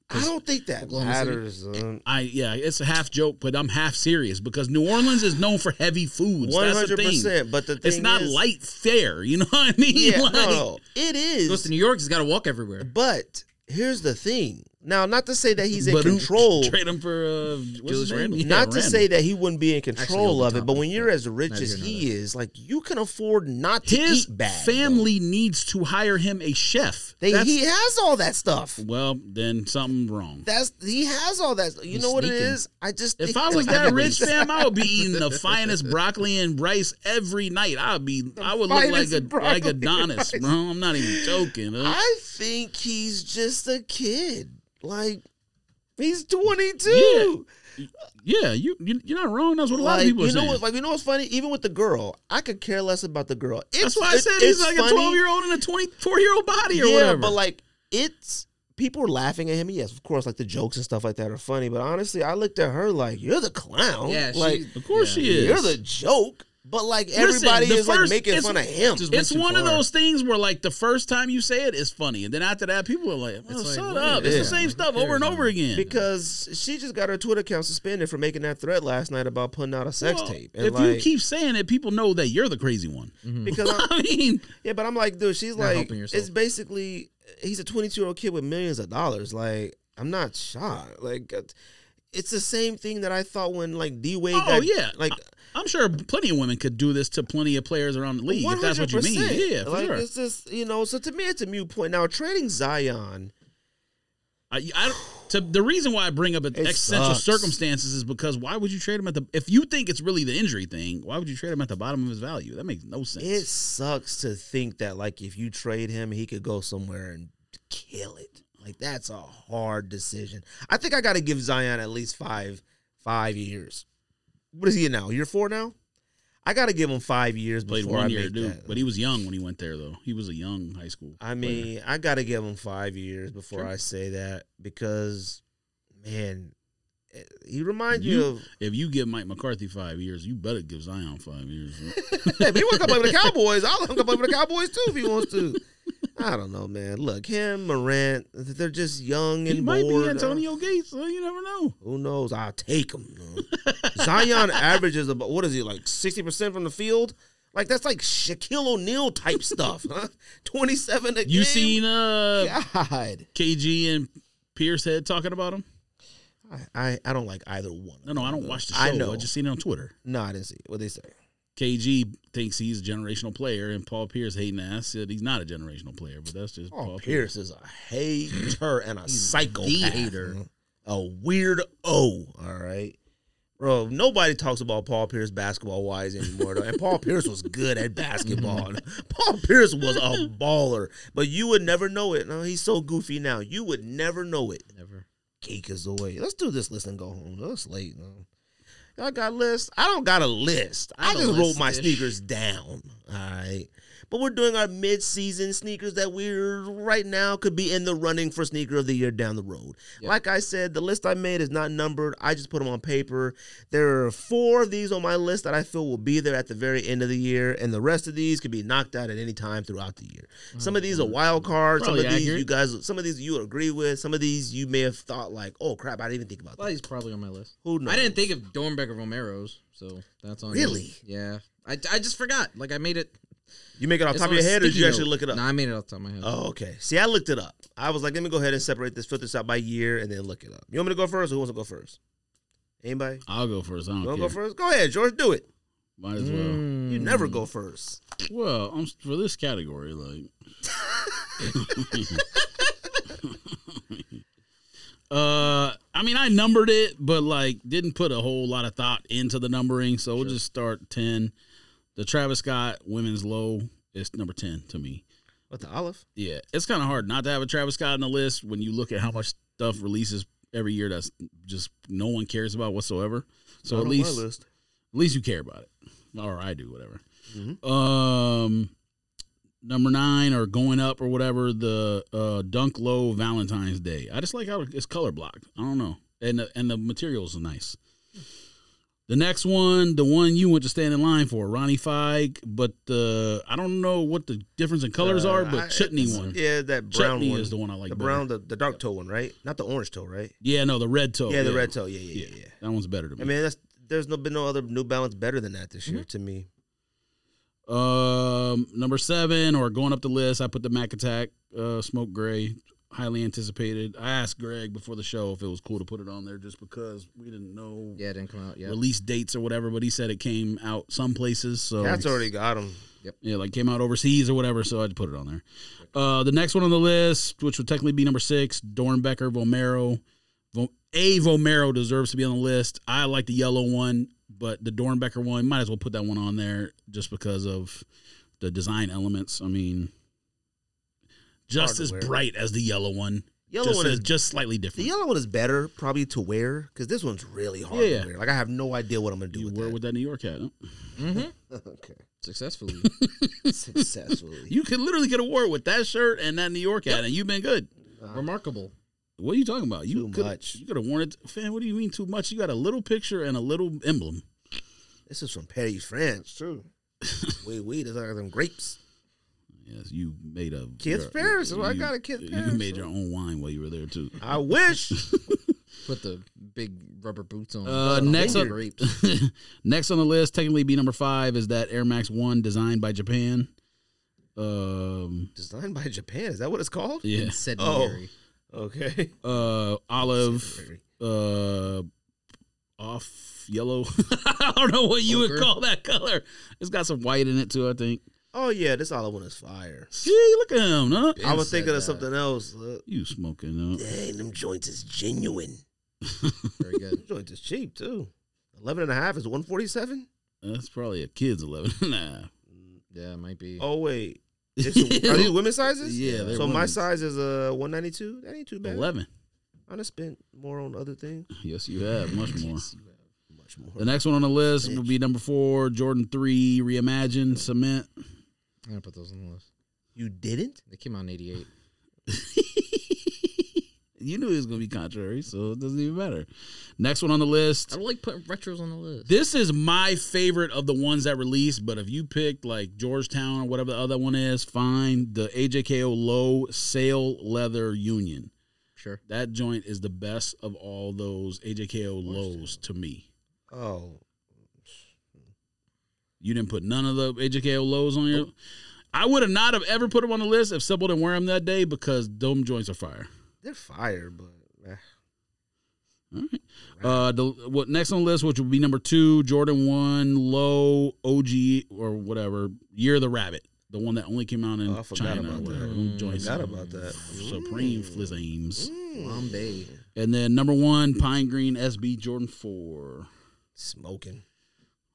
S1: I don't think that
S2: Oklahoma City.
S1: matters. um,
S3: I yeah, it's a half joke, but I'm half serious because New Orleans is known for heavy foods. That's the thing.
S1: 100%, but the
S3: It's
S1: thing
S3: not
S1: is-
S3: light fare. You know what I mean?
S1: Yeah, no,
S3: Like-
S1: no, it
S2: Goes to
S1: is.
S2: New York, he's got to walk everywhere.
S1: But here's the thing. Now, not to say that he's in
S3: But who-
S1: control.
S3: Trade him for uh, what's his
S2: Julius
S3: name?
S2: Randle.
S3: Yeah,
S1: not to
S3: Randle.
S1: say that he wouldn't be in
S2: over
S1: control
S2: the
S1: of it,
S2: top
S1: but
S2: of
S1: when
S2: it,
S1: you're as rich
S2: Now
S1: as
S2: you're not
S1: he is, like you can afford not to
S3: his
S1: eat bad. though.
S3: family needs to hire him a chef.
S1: They,
S3: That's-
S1: he has all that stuff.
S3: well, then something wrong.
S1: That's he has all that. You
S2: He's
S1: know what it
S2: sneaking.
S1: is? I just
S3: If
S1: think
S3: I was
S1: it's
S3: that
S1: like-
S3: rich, fam, I would be eating the finest broccoli and rice every night. I'd be, I would look like
S1: finest
S3: a like
S1: broccoli and
S3: Adonis, bro. I'm not even joking. huh?
S1: I think he's just a kid. Like he's 22.
S3: yeah, you, you you're not wrong. That's what a lot
S1: Like
S3: of people are
S1: you know
S3: saying.
S1: what? Like you know what's funny? Even with the girl, I could care less about the girl. It's,
S3: That's why I
S1: it-
S3: said
S1: it's
S3: he's like a
S1: funny.
S3: 12 year old in a 24 year old body or
S1: yeah,
S3: whatever.
S1: but like it's people were laughing at him. Yes, of course, like the jokes and stuff like that are funny. But honestly, I looked at her like you're the clown.
S2: Yeah, she-
S1: Oh, like
S3: of course she is.
S1: you're the joke. But like
S3: Listen,
S1: everybody
S3: the
S1: is like
S3: first-
S1: making
S3: it's-
S1: fun of him.
S2: just- went
S3: it's
S2: too
S3: one of
S2: far.
S3: those things where like the first time you say it is funny, and then after that, people are like, oh,
S2: It's like,
S3: "Shut
S2: what
S3: up!"
S2: is
S3: It's the
S2: this?
S3: same
S2: Who
S3: stuff over and
S2: cares,
S3: over
S2: man?
S3: again.
S1: because she just got her Twitter account suspended for making that threat last night about putting out a sex
S3: Well,
S1: tape. And
S3: if
S1: like,
S3: you keep saying it, people know that you're the crazy one.
S2: Mm-hmm.
S1: because I'm,
S3: I mean,
S1: yeah, but I'm like, dude, she's
S2: Not
S1: like,
S2: helping yourself.
S1: it's basically he's a 22 year old kid with millions of dollars. Like, I'm not shocked. Like, it's the same thing that I thought when like D Wade.
S3: oh yeah,
S1: like
S3: I'm sure plenty of women could do this to plenty of players around the league. If that's what you mean,
S1: 100%.
S3: yeah, for
S1: like
S3: sure.
S1: it's just you know. So to me, it's a mute point. Now trading Zion,
S3: I, I don't- to, the reason why I bring up existential
S1: sucks.
S3: circumstances is because why would you trade him at the? If you think it's really the injury thing, why would you trade him at the bottom of his value? That makes no sense.
S1: it sucks to think that like if you trade him, he could go somewhere and kill it. Like that's a hard decision. I think I got to give Zion at least five five years. What is he in now? Year four now. I got to give him five years
S3: Played
S1: before
S3: one
S1: I
S3: year,
S1: make
S3: dude,
S1: that.
S3: but he was young when he went there, though. He was a young high school.
S1: I
S3: player.
S1: mean, I got to give him five years before
S3: Sure.
S1: I say that because, man, eh, he reminds
S3: You-
S1: you of
S3: if you give Mike McCarthy five years, you better give Zion five years.
S1: Hey, if he wants to play with the Cowboys, I'll let him come play with the Cowboys too if he wants to. I don't know, man. Look, him, Morant, they're just young and
S3: he might
S1: bored. uh,
S3: be Antonio Gates. So you never know.
S1: Who knows? I'll take him. Zion averages about what is he like sixty percent from the field? Like that's like Shaquille O'Neal type stuff. Huh? Twenty seven a game.
S3: You seen uh,
S1: God?
S3: KG and Pierce head talking about him?
S1: I, I I don't like either one.
S3: No, no, I don't watch the show.
S1: I
S3: I,
S1: know.
S3: just seen it on Twitter.
S1: No, I didn't see what they say.
S3: KG thinks he's a generational player, and Paul Pierce hating ass said he's not a generational player, but that's just
S1: Oh,
S3: Paul Pierce.
S1: Pierce is a hater and a psycho
S2: hater.
S1: a weird O. All right, bro. Nobody talks about Paul Pierce basketball wise anymore. Though. And Paul Pierce was good at basketball. Paul Pierce was a baller, but you would never know it. No, he's so goofy now. You would never know it.
S2: Never.
S1: Geek is away. Let's do this list and go home. It's late. No. Y'all got lists? I don't got a list.
S2: I
S1: I,
S2: have a
S1: just wrote my
S2: list-ish.
S1: sneakers down. All right. But we're doing our mid-season sneakers that we're right now could be in the running for sneaker of the year down the road.
S2: Yep.
S1: Like I said, the list I made is not numbered. I just put them on paper. There are four of these on my list that I feel will be there at the very end of the year, and the rest of these could be knocked out at any time throughout the year. Some of these are wild cards. Some of
S3: Probably
S1: these
S3: accurate.
S1: you guys, some of these you would agree with. Some of these you may have thought like, "Oh crap, I didn't even think about
S2: A lot of
S1: that."
S2: these probably on my list.
S1: Who knows?
S2: I didn't think of Dornbeck or Romero's, so that's on. me.
S1: Really?
S2: Yeah. I, I just forgot. Like I made it.
S1: You make it off
S2: it's
S1: top of
S2: on a
S1: your head, or did
S2: sticky
S1: you actually
S2: note.
S1: look it up?
S2: No, I made it off the top of my head.
S1: Oh, okay. See, I looked it up. I was like, let me go ahead and separate this, filter this out by year, and then look it up. You want me to go first? Or who wants to go first? Anybody?
S3: I'll go first. I don't
S1: You
S3: care.
S1: want to go Mm. first? Go ahead, George. Do it.
S3: Might as well.
S1: You never
S3: Hmm.
S1: go first.
S3: Well, I'm for this category, like. uh, I mean, I numbered it, but like didn't put a whole lot of thought into the numbering, so we'll just start ten. The Travis Scott women's low is number ten to me.
S1: What the olive?
S3: Yeah, it's kind of hard not to have a Travis Scott on the list when you look at how much stuff releases every year that's just no one cares about whatsoever. So
S1: Not
S3: at
S1: on
S3: least
S1: my list.
S3: at least you care about it, or I do, whatever.
S1: Mm-hmm.
S3: Um, number nine or going up or whatever the uh, Dunk Low Valentine's Day. I just like how it's color blocked. I don't know, and the, and the materials are nice. The next one, the one you went to stand in line for, Ronnie Fike, but uh, I don't know what the difference in colors
S1: Uh,
S3: are, but
S1: I-
S3: chutney one. Yeah.
S1: Yeah, that brown
S3: Chutney
S1: one
S3: is the one I like
S1: The
S3: better.
S1: brown, the, the dark toe one, right? Not the orange toe, right?
S3: no, the red toe.
S1: yeah, the red toe. Yeah, yeah, yeah, yeah.
S3: That one's better to me.
S1: I mean, that's there's no been no other New Balance better than that
S2: Mm-hmm.
S1: this year to me.
S3: Um, number seven, or going up the list, I put the Mac Attack uh, Smoke Gray, highly anticipated. I asked Greg before the show if it was cool to put it on there, just because we didn't know
S2: Mm. Yeah, it didn't come out yet.
S3: release dates or whatever. But he said it came out some places, so
S1: That's already got him.
S3: yeah, like came out overseas or whatever. So I put it on there. Uh, the next one on the list, which would technically be number six, Dornbecker Vomero. Vo- a Vomero deserves to be on the list. I like the yellow one, but the Dornbecker one might as well put that one on there just because of the design elements. I mean, just as
S1: Hardware.
S3: bright as the yellow one.
S1: Yellow
S3: just
S1: one
S3: as-
S1: is-
S3: just slightly
S1: The
S3: different.
S1: yellow one is better probably to wear because this one's really hard
S3: Yeah, yeah.
S1: to wear. Like I have no idea what I'm gonna do
S3: you
S1: with
S3: wear
S1: that.
S3: with that New York hat. Huh?
S1: okay,
S2: Mm-hmm. Successfully.
S1: successfully.
S3: You could literally get a war with that shirt and that New York hat, and you've been good.
S2: Remarkable.
S3: What are you talking about? You
S1: Too
S3: coulda-
S1: much.
S3: You could have worn it, fan. What do you mean too much? You got a little picture and a little emblem.
S1: this is from Paris, France. True. wait, wait, it's like them grapes.
S3: Yes, you made a
S1: Kid's
S3: your-
S1: Paris, so I got a kid's
S3: You
S1: Paris,
S3: made your own wine while you were there too.
S1: I wish.
S2: Put the big rubber boots on.
S3: Uh, next up-
S2: grapes.
S3: Next on the list, technically be number five, is that Air Max One designed by Japan. Um,
S1: Designed by Japan. Is that what it's called?
S3: yeah,
S2: Said
S1: Oh.
S2: Mary.
S1: Okay.
S3: uh, olive, uh, off yellow. I don't know what you would
S2: Ochre.
S3: call that color. It's got some white in it too. I think.
S1: Oh yeah, this olive one is fire.
S3: See, look at him, huh?
S1: I was
S2: said
S1: thinking of
S2: that.
S1: something else. Look.
S3: You smoking? Up.
S1: Dang, them joints is genuine.
S2: Very good.
S1: Them joints is cheap too. 11 and a half is 147?
S3: That's probably a kid's eleven. nah.
S2: Yeah, it might be.
S1: Oh wait. It's a- are these women's sizes?
S3: Yeah, they're
S1: So my
S3: women's.
S1: size is uh 192. That ain't too bad.
S3: eleven.
S1: I done spent more on other things.
S3: Yes, you have much more.
S1: Much more.
S3: The next one on the list will be number four, Jordan Three Reimagine Cement.
S2: I'm gonna put those on the list.
S1: You didn't?
S2: They came out in '88.
S3: You knew it was going to be contrary, so it doesn't even matter. Next one on the
S2: I
S3: list.
S2: don't like putting retros on the list.
S3: This is my favorite of the ones that released, but if you picked like Georgetown or whatever the other one is, fine. The AJKO Low Sail Leather Union.
S2: sure.
S3: That joint is the best of all those AJKO lows to me.
S1: Oh.
S3: You didn't put none of the AJKO lows on your. I would have not have ever put them on the list if Sybil didn't wear them that day because dome joints are fire.
S1: They're fire, but eh.
S3: Uh, the what next on the list, which would be number two, Jordan One Low OG or whatever Year of the Rabbit, the one that only came out in
S1: Oh, I forgot
S3: China.
S1: about that.
S3: or
S1: Mm,
S3: whatever. Who joins
S1: forgot about that. Mm.
S3: Supreme Flizames, um,
S2: Bombay.
S3: and then number one, Pine Green SB Jordan Four.
S1: Smoking.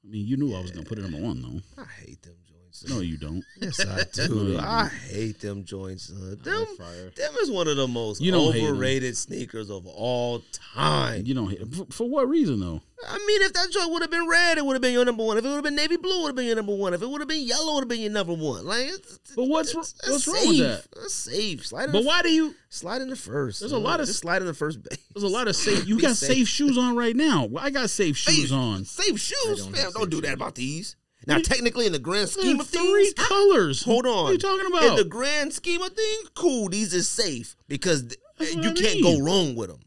S3: I mean, you knew I was gonna put it number one though.
S1: I hate them joints.
S3: No, you don't.
S1: Yes, I do. I hate them joints. Uh, them,
S2: fire.
S1: them is one of the most
S3: You don't hate 'em.
S1: overrated sneakers of all time.
S3: You don't hate it. For, for what reason though?
S1: I mean, if that joint would have been red, it would have been your number one. If it would have been navy blue, it would have been your number one. If it would have been yellow, it would have been your number one. Like, it's, it's,
S3: But what's wr-
S1: it's,
S3: what's
S1: safe.
S3: wrong with that?
S1: It's safe. Slide in,
S3: But
S1: the,
S3: why do you?
S1: slide in the first.
S3: There's a lot of-
S1: Just slide in the first base.
S3: There's a lot of safe. You got
S1: safe.
S3: safe shoes on right now. Well, I got safe shoes on.
S1: Safe shoes,
S2: don't
S1: fam.
S2: have
S1: Don't do that about these. Now, technically, in the grand scheme
S3: Scheme
S1: of
S3: three
S1: things,
S3: colors.
S1: hold on.
S3: What are you talking about?
S1: In the grand scheme of things, cool. These is safe because th-
S3: That's what
S1: you
S3: I
S1: can't
S3: mean.
S1: go wrong with them.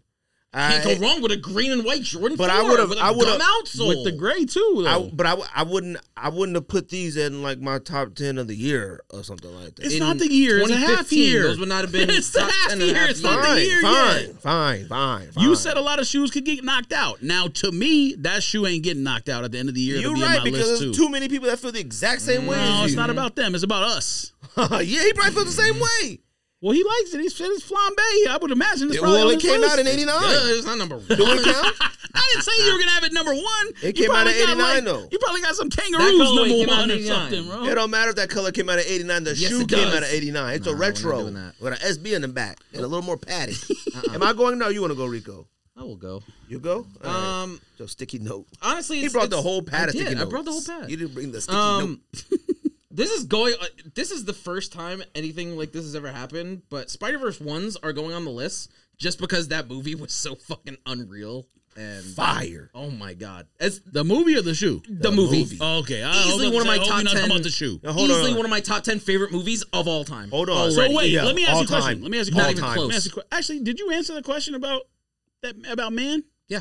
S2: Can't go wrong with a green and white Jordan.
S1: But I
S2: 4
S1: would've-
S2: with a
S1: I would've-
S2: dumb outsole.
S3: with the gray too. Though.
S1: I, but I, w- I wouldn't I wouldn't have put these in like my top ten of the year or something like that.
S3: It's
S2: In
S3: not the year. It's a half
S2: 2015,
S3: year.
S2: Those would not have been
S3: It's the
S2: top
S3: half
S2: 10 and a
S3: year,
S2: half
S3: it's not
S2: years.
S3: the
S1: fine,
S3: year
S1: fine,
S3: yet.
S1: fine, fine, fine.
S3: you said a lot of shoes could get knocked out. Now, to me, that shoe ain't getting knocked out at the end of the year. to
S1: You're
S3: be
S1: right
S3: in my
S1: because
S3: list
S1: there's
S3: too.
S1: too many people that feel the exact same way.
S3: No,
S1: as
S3: it's
S1: you.
S3: not about them. It's about us.
S1: yeah, he probably feels the same way.
S3: Well, he likes it. He said it's flambe. I would imagine it's probably
S1: well,
S3: on
S1: it
S3: his
S1: came
S3: list.
S1: out in '89.
S2: Duh, it's not number one.
S1: Do it count?
S3: I didn't say you were gonna have it number one.
S1: It
S3: You
S1: came out in
S3: probably got,
S1: 89
S3: like-
S1: though.
S3: You probably got some
S2: That
S3: kangaroos
S2: colorway
S3: number
S2: came out
S3: one
S2: in
S3: or
S2: 89.
S3: something, bro.
S1: It don't matter if that color came out of '89. The
S2: Yes,
S1: shoe
S2: it
S1: came
S2: does.
S1: out of '89. It's
S2: Nah,
S1: a
S2: we're not
S1: retro
S2: doing that.
S1: with an SB in the back and a little more padding. Am I going? No, you want to go, Rico?
S2: I I will go.
S5: You go. All right.
S2: Um,
S5: so sticky note.
S2: honestly,
S1: He
S2: it's-
S1: brought the
S2: it's-
S1: whole pad
S2: I
S1: of
S2: did.
S1: sticky notes.
S2: I brought the whole pad.
S1: You didn't bring the sticky note.
S2: Um, this is going. Uh, this is the first time anything like this has ever happened. But Spider Verse ones are going on the list just because that movie was so fucking unreal and
S1: Fire.
S2: oh my god, it's
S3: The movie or the shoe?
S2: the, movie.
S3: Okay, I was
S2: Easily
S3: about
S2: one of
S3: to say,
S2: my
S3: I hope
S2: top
S3: you're not talking
S2: 10
S3: about the shoe.
S1: Now, hold
S2: Easily
S1: on.
S2: one of my top ten favorite movies of all time.
S1: Hold on.
S3: So wait,
S1: Yeah,
S3: let me ask
S1: all
S3: you a question.
S1: time.
S3: Let me ask you a
S2: Not
S3: question.
S2: even
S3: Let me
S2: close.
S3: ask you a que- Actually, did you answer the question about that about man?
S2: yeah,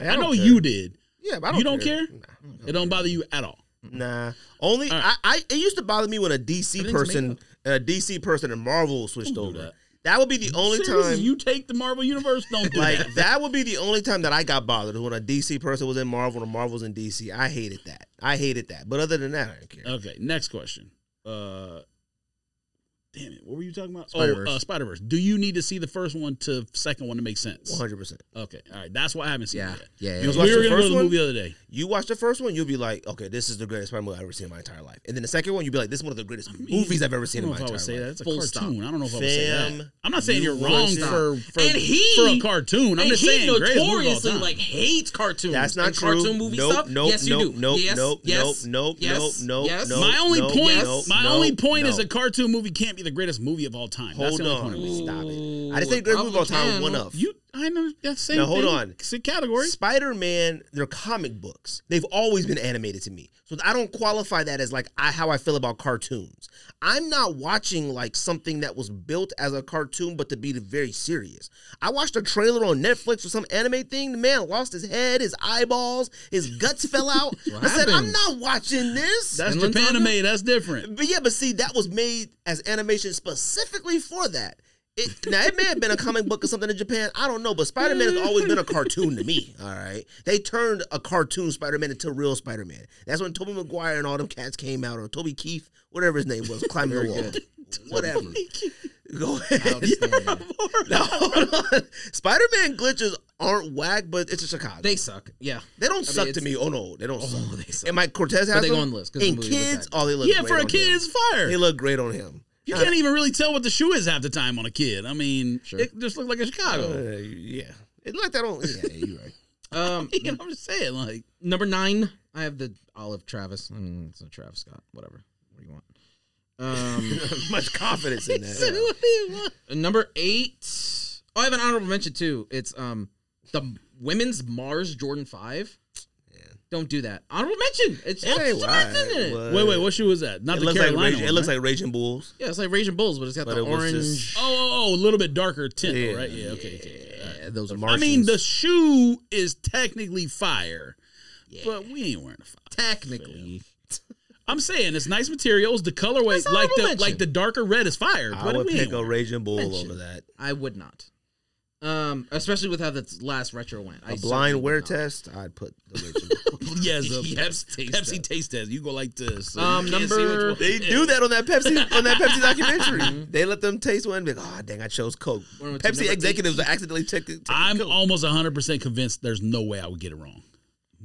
S3: I, know
S1: care.
S3: you did.
S1: Yeah, but I don't
S3: you don't care.
S1: Nah.
S3: It don't bother you at all.
S5: Nah.
S1: Only
S3: Uh.
S1: I, I it used to bother me when a DC
S2: Everything's
S1: person, a DC person and Marvel switched over.
S3: that.
S1: That. would be the only
S3: Seriously,
S1: time.
S3: you take the Marvel universe. Don't do
S1: like
S3: that.
S1: that would be the only time that I got bothered was when a DC person was in Marvel and Marvel's in DC. I hated that. I hated that. But other than that, I didn't care.
S3: Okay, next question. Uh, damn it, what were you talking about?
S2: Spider-Verse.
S3: Oh, uh, Spider Verse. Do you need to see the first one to second one to make sense?
S1: One hundred percent.
S3: Okay, all right. That's why I haven't seen
S2: yeah,
S3: it yet.
S2: yeah.
S3: Because
S1: You watched
S3: we were
S1: the
S3: gonna go to
S1: first
S3: the
S1: one?
S3: movie the other day.
S1: You watch the first one, you'll be like, okay, this is the greatest Spider movie I've ever seen in my entire life. And then the second one, you'll be like, this is one of the greatest movies I've ever
S3: I
S1: seen
S3: don't
S1: in
S3: know
S1: my entire
S3: if I would say that.
S1: life.
S3: It's a
S2: Full
S3: cartoon.
S2: stop.
S3: I don't know if I would say that.
S1: Fam,
S3: I'm not saying
S1: you
S3: you're wrong
S1: full stop.
S3: for for,
S2: And he-
S3: for a cartoon. I'm
S2: and
S3: just
S2: he
S3: saying, greatest movie of all
S2: notoriously
S3: time.
S2: like hates cartoons.
S1: That's not
S2: and
S1: true.
S2: Cartoon movie
S1: nope,
S2: stuff.
S1: Nope,
S2: yes, you
S1: nope,
S2: do.
S1: Nope,
S2: yes,
S1: nope,
S2: yes,
S1: nope, nope,
S2: yes,
S1: nope,
S2: yes.
S1: nope,
S3: my only
S1: nope,
S3: point,
S2: nope,
S3: my
S1: nope,
S3: only point is
S1: nope.
S3: a cartoon movie can't be the greatest movie of all time. That's
S1: Hold
S3: the only point I'm
S1: on,
S3: making.
S1: stop it.
S2: Ooh,
S1: I didn't say greatest movie of all time.
S2: probably
S1: One
S2: can.
S1: of
S3: You, I know that same.
S1: Now, hold
S3: thing.
S1: on.
S3: It's a category.
S1: Spider Man, they're comic books. They've always been animated to me. So I don't qualify that as like I, how I feel about cartoons. I'm not watching like something that was built as a cartoon, but to be very serious. I watched a trailer on Netflix for some anime thing. The man lost his head, his eyeballs, his guts fell out. I said, I'm
S2: happened?
S1: not watching this.
S3: That's
S2: Inland
S3: Japan
S2: Saga?
S3: made. That's different.
S1: But yeah, but see, that was made as animation specifically for that. It, now it may have been a comic book or something in Japan. I don't know, but Spider Man has always been a cartoon to me. All right, they turned a cartoon Spider Man into real Spider Man. That's when Tobey Maguire and all them cats came out, or Toby Keith, whatever his name was, climbing the wall, whatever. Go ahead.
S2: Outstanding.
S1: No, hold on. Spider Man glitches aren't whack, but it's a Chicago. They,
S2: They suck. Yeah.
S1: don't suck to
S2: it's-
S1: me. Oh no, they don't suck.
S2: they suck.
S1: And Mike Cortez has
S2: they go
S1: them.
S2: on the list 'cause the
S1: And
S2: movie was
S1: kids,
S2: that
S1: oh, they look
S3: Yeah,
S1: great
S3: for a
S1: on
S3: kid,
S1: him.
S3: it's fire.
S1: They look great on him.
S3: You can't even really tell what the shoe is half the time on a kid. I mean,
S2: Sure.
S3: it just looked like a Chicago.
S1: Uh, yeah. It like that on. Yeah, you're right.
S2: Um,
S3: You know, I'm just saying, like,
S2: number nine, I have the Olive Travis. I mean, it's a Travis Scott. Whatever. What do you want? Um,
S1: Much confidence in that.
S2: number eight. Oh, I have an honorable mention too. It's um the women's Mars Jordan Five. Don't do that. Honorable mention. It's just
S1: It ain't
S2: Travis
S1: wide,
S2: in it.
S1: but
S3: wait, wait, what shoe was that? Not
S1: It
S3: the
S1: looks
S3: Carolina.
S1: like raging,
S3: one,
S1: it looks
S3: right?
S1: like raging bulls.
S2: Yeah, it's like Raging Bulls, but it's got
S1: But
S2: the
S1: it was
S2: orange.
S1: just-
S3: oh, oh, oh, a little bit darker tint,
S1: Yeah,
S3: right? Yeah, okay. okay.
S2: yeah, those are
S3: I mean, the
S1: Martians.
S3: shoe is technically fire, but we ain't wearing a fire.
S2: technically.
S3: I'm saying it's nice materials. The colorway,
S2: That's
S3: like
S2: honorable
S3: the like
S2: mention.
S3: the darker red is fire.
S1: I
S3: but
S1: would
S3: we ain't
S1: pick a
S3: wearing-
S1: raging bull
S2: Mention.
S1: over that.
S2: I would not. Um, especially with how that last retro went. I
S1: A
S2: certainly
S1: blind
S2: would
S1: wear
S2: not.
S1: test, I'd put the raging bull.
S3: yes, a
S2: Yes, taste
S3: Pepsi
S2: test.
S3: taste test. You go like this. so
S2: Um,
S3: you can't see which
S2: number-
S3: one-
S1: they do that on that Pepsi on that
S3: Mm-hmm.
S1: Pepsi documentary. they let them taste one. and be like, oh dang, I chose Coke.
S2: Where went to
S1: Pepsi
S2: number
S1: executives accidentally checked it.
S3: I'm almost 100% convinced there's no way I would get it wrong.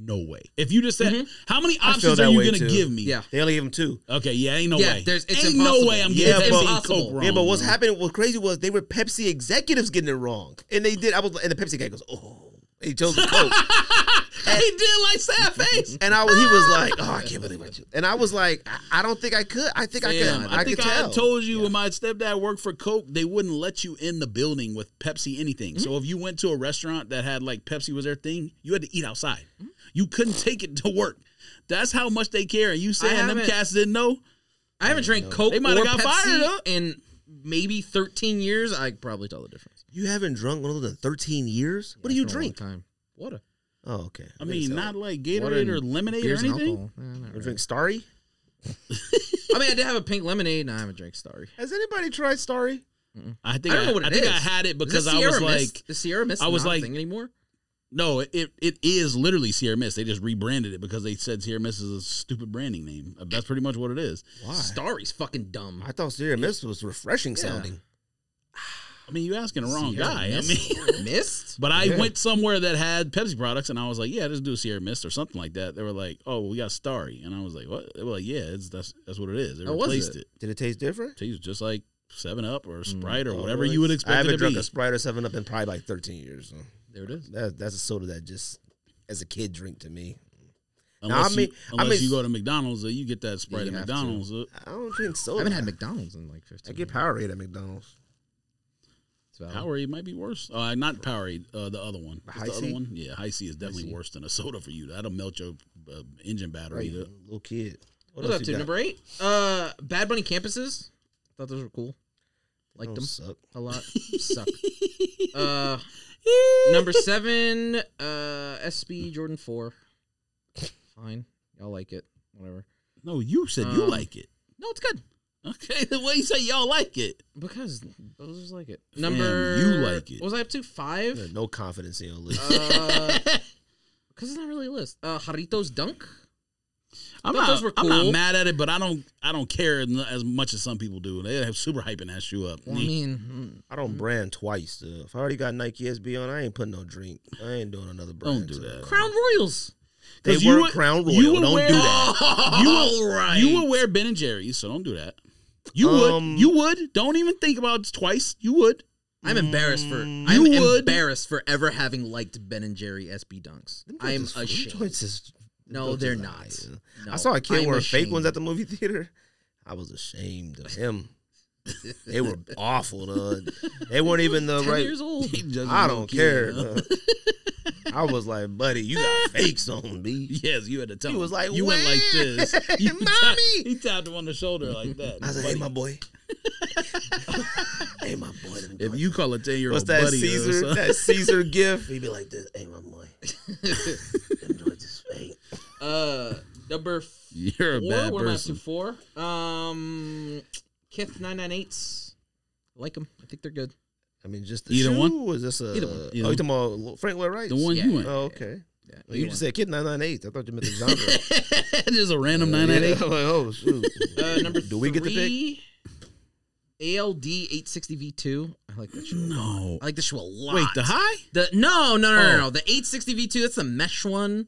S3: No way. If you just said, how many options
S1: Mm-hmm. that
S3: are you
S1: way,
S3: going to
S1: too.
S3: give me?
S2: Yeah.
S1: They only gave them two.
S3: Okay, yeah, ain't no
S2: Yeah,
S3: way.
S2: there's- it's
S3: ain't
S2: impossible.
S3: no way I'm
S2: Yeah,
S3: getting
S1: but-
S3: Pepsi and Coke
S2: impossible.
S3: wrong.
S1: Yeah, but what's happening? What's crazy was they were Pepsi executives getting it wrong, and they did. I was, and the Pepsi guy goes, "Oh, he chose the Coke."
S3: He did like sad face.
S1: And I, he was like, "Oh, I can't believe what you." And I was like, "I, I don't think I could. I think I could.
S3: Damn,
S1: I,
S3: I, think
S1: could
S3: I
S1: tell."
S3: told you when my stepdad worked for Coke, they wouldn't let you in the building with Pepsi anything. So
S2: Mm-hmm.
S3: if you went to a restaurant that had like Pepsi was their thing, you had to eat outside.
S2: Mm-hmm.
S3: You couldn't take it to work. That's how much they care. And you saying them
S2: haven't-
S3: cats didn't know?
S2: I haven't drank Coke
S3: They
S2: or
S3: might have
S2: Pepsi
S3: got fired up.
S2: in maybe 13 years. I could probably tell the difference.
S1: You haven't drunk one of those in thirteen years. What do you
S2: It's been a long
S1: drink?
S2: Time. Water.
S1: Oh, okay.
S3: I mean, not like Gatorade
S2: Water and
S3: or lemonade or
S2: beers and
S3: anything.
S2: alcohol. Yeah, not
S1: You
S2: really.
S1: drink Starry.
S2: I mean, I did have a pink lemonade, and I haven't drank Starry.
S1: Has anybody tried Starry?
S3: I think
S2: I don't know what
S3: I
S2: it
S3: think I
S2: is.
S3: had it
S2: Is it
S3: because I
S2: Sierra
S3: was
S2: Mist?
S3: like,
S2: "The Sierra Mist."
S3: I was
S2: not a
S3: like-
S2: thing anymore.
S3: no, it, it it is literally Sierra Mist. They just rebranded it because they said Sierra Mist is a stupid branding name. That's pretty much what it is.
S1: Why?
S2: Starry's fucking dumb.
S1: I thought Sierra Mist was refreshing sounding.
S3: I mean, you asking the wrong
S2: Sierra
S3: guy. I
S2: Mist?
S3: mean,
S2: Mist.
S3: but I went somewhere that had Pepsi products, and I was like, "Yeah, just do a Sierra Mist or something like that." They were like, "Oh, we got Starry," and I was like, "What?" They were like, "Yeah, it's, that's that's what it is." They
S2: How was
S3: replaced
S2: it?
S3: it.
S1: Did Oh, it taste different?
S3: Tastes just like Seven Up or Sprite or
S1: Oh,
S3: whatever
S1: really?
S3: you would
S1: I
S3: expect it
S1: haven't
S3: to
S1: drunk
S3: be.
S1: a Sprite or Seven Up in probably like thirteen years. so.
S2: There it is.
S1: That, that's a soda that just, as a kid, drink to me.
S3: Unless,
S1: I mean-
S3: you,
S1: I
S3: unless
S1: mean-
S3: you go to McDonald's, uh, you get that Sprite
S2: you
S3: at
S2: have to.
S3: McDonald's. uh,
S1: I don't drink soda.
S2: I haven't had McDonald's in like
S1: Oh. I
S2: 15
S1: get Powerade at McDonald's. Uh-huh.
S2: years. Power.
S3: Powerade might be worse. Uh, not Powerade, uh, the other one. What's
S1: High
S3: the
S1: C?
S3: other one? Yeah, High C is definitely worse than a soda for you. That'll melt your uh, engine battery.
S1: Right,
S3: up.
S1: little kid. What
S2: What was
S1: else
S2: up
S1: you
S2: to
S1: got?
S2: number eight? Uh, Bad Bunny campuses. Thought those were cool. Liked
S1: Don't
S2: them
S1: suck.
S2: a lot. Suck. Uh, number seven. Uh, SB Jordan four. Fine, y'all like it. Whatever.
S3: No, you said you
S2: Um,
S3: like it.
S2: No, it's good
S3: Okay, the way you say y'all like it.
S2: because those just like it.
S3: Fam,
S2: Number
S3: you like it.
S2: What was I up to five?
S1: Yeah, No confidence in your list.
S2: Uh, Because it's not really a list. Uh, Jarritos Dunk.
S3: I'm
S2: Thought
S3: not,
S2: those were
S3: I'm not
S2: cool.
S3: mad at it, but I don't I don't care n- as much as some people do. They have super hyping that shoe up.
S2: Well, I mean, mm,
S1: I don't brand twice. Uh, if I already got Nike SB on, I ain't putting no drink. I ain't doing another brand.
S3: do
S1: so.
S3: that.
S2: Crown Royals.
S1: They
S3: 'Cause you
S1: were
S3: would-
S1: Crown Royal.
S3: you would
S1: don't
S3: wear-
S1: do that.
S3: you will,
S2: right.
S3: you will wear Ben and Jerry's, so don't do that. You
S1: Um,
S3: would, you would. Don't even think about it twice. You would.
S2: I'm embarrassed for.
S1: Mm.
S2: I'm
S3: You would.
S2: embarrassed for ever having liked Ben and Jerry SB Dunks.
S1: Them
S2: I'm
S1: joints is- them
S2: ashamed.
S1: joints is- them
S2: No,
S1: joints
S2: they're
S1: is
S2: not.
S1: nice.
S2: No,
S1: I saw a kid
S2: I'm
S1: wearing fake ones
S2: ashamed.
S1: at the movie theater. I was ashamed of him. they were awful. Though. They weren't even the
S2: Ten
S1: right.
S2: years old.
S1: I don't care. though. I was like, buddy, you got fakes on me.
S3: Yes, you had to tell.
S1: He
S3: him.
S1: was like,
S3: you went like
S1: "Wah!"
S3: this, You
S1: Mommy!
S3: tapped- he tapped him on the shoulder like that.
S1: I was like, hey,
S3: Buddy.
S1: my boy. hey, my boy. them
S3: if
S1: joints
S3: you call a ten year
S1: What's
S3: old
S1: that
S3: buddy, or
S1: Caesar?
S3: something-
S1: That Caesar gift? He'd be like, this ain't my boy. Enjoy this fake.
S2: Uh, number four.
S3: you're a bad
S2: what am I up to?
S3: person.
S2: Four. Um, Kith nine nine eights. Like them. I think they're good.
S1: I mean, just the
S3: Either
S1: shoe,
S3: one?
S1: Or is this a?
S2: Either one.
S1: Oh,
S3: Either
S1: you talking about Lo- Frank Lloyd Wright?
S3: The one
S2: Yeah.
S3: you went.
S1: Oh, okay. Well, you
S2: Either
S1: just
S2: one.
S1: said Kid Nine Nine Eight. I thought you meant the genre.
S3: There's a random
S1: Uh,
S3: nine
S1: yeah,
S3: eight eight.
S1: I'm like, oh shoot.
S2: Uh, number
S1: Do we get the pick?
S2: three, ALD 860V2. I like that shoe. a lot.
S3: No.
S2: I like this shoe a lot.
S3: Wait, the high?
S2: The- no, no, no, no,
S3: Oh.
S2: no. The 860V2, that's the mesh one.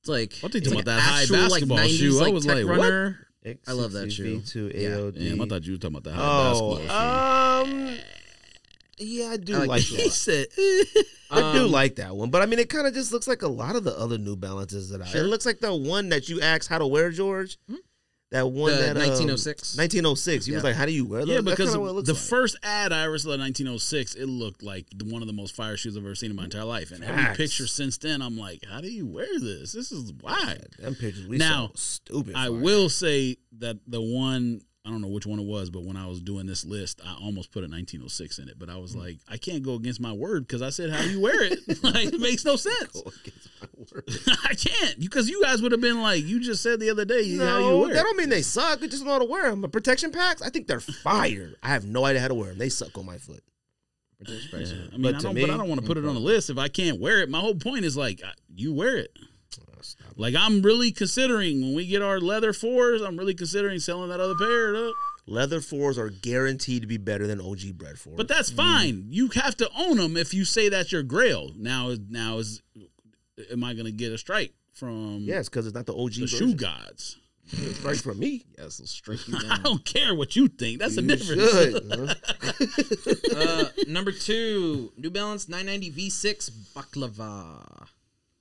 S2: It's like.
S3: What they
S2: it's like
S3: talking about
S2: an
S3: that high
S2: actual, like,
S3: basketball
S2: 90s,
S3: shoe? I
S2: Like,
S3: was
S2: Tech
S3: like, what?
S2: runner. I love that shoe.
S1: To
S2: Yeah.
S1: ALD.
S3: Damn, I thought you were talking about the high
S1: oh,
S3: basketball.
S1: um, yeah, I do
S2: I like
S1: like,
S2: the-
S3: he
S1: that.
S3: said,
S1: I do
S2: Um,
S1: like that one, but I mean, it kind of just looks like a lot of the other New Balances that I. It looks like the one that you asked how to wear, George.
S3: Hmm?
S1: That one
S2: The
S1: that um,
S2: 1906.
S1: 1906. He was
S2: Yeah.
S1: like, "How do you wear those?"
S3: oh Yeah,
S1: That's
S3: because
S1: kinda what it looks
S3: the
S1: like.
S3: first ad I ever saw in 1906, it looked like the- one of the most fire shoes I've ever seen in my entire life. And every
S1: Facts.
S3: picture since then, I'm like, how do you wear this? This is wild.
S1: Them pictures we
S3: Now,
S1: saw was stupid.
S3: I
S1: fire.
S3: will say that the one, I don't know which one it was, but when I was doing this list, I almost put a 1906 in it. But I
S1: Mm.
S3: was like, I can't go against my word because I said, how do you wear it? like, it makes no sense.
S1: Against my word.
S3: I can't. Because you guys would have been like, you just said the other day, how you
S1: No,
S3: wear
S1: that
S3: it.
S1: don't mean they suck. I just don't know how to wear them. But protection packs, I think they're fire. I have no idea how to wear them. They suck on my foot.
S3: Yeah, I mean,
S1: But
S3: I
S1: to
S3: don't,
S1: me-
S3: but I don't want to put it on a list if I can't wear it. My whole point is like, I- you wear it. Like I'm really considering when we get our leather fours, I'm really considering selling that other pair. Up.
S1: Leather fours are guaranteed to be better than OG bread fours.
S3: But that's fine. You have to own them if you say that's your grail. Now, now is am I going to get a strike from
S1: yes, because it's not the OG
S3: the
S1: version.
S3: shoe gods?
S1: It's right for me.
S2: Yes, it'll strike you
S3: I
S2: down.
S3: don't care what you think. That's the
S1: You should.
S3: difference.
S1: huh?
S2: uh, number two, New Balance 990V6 Baklava.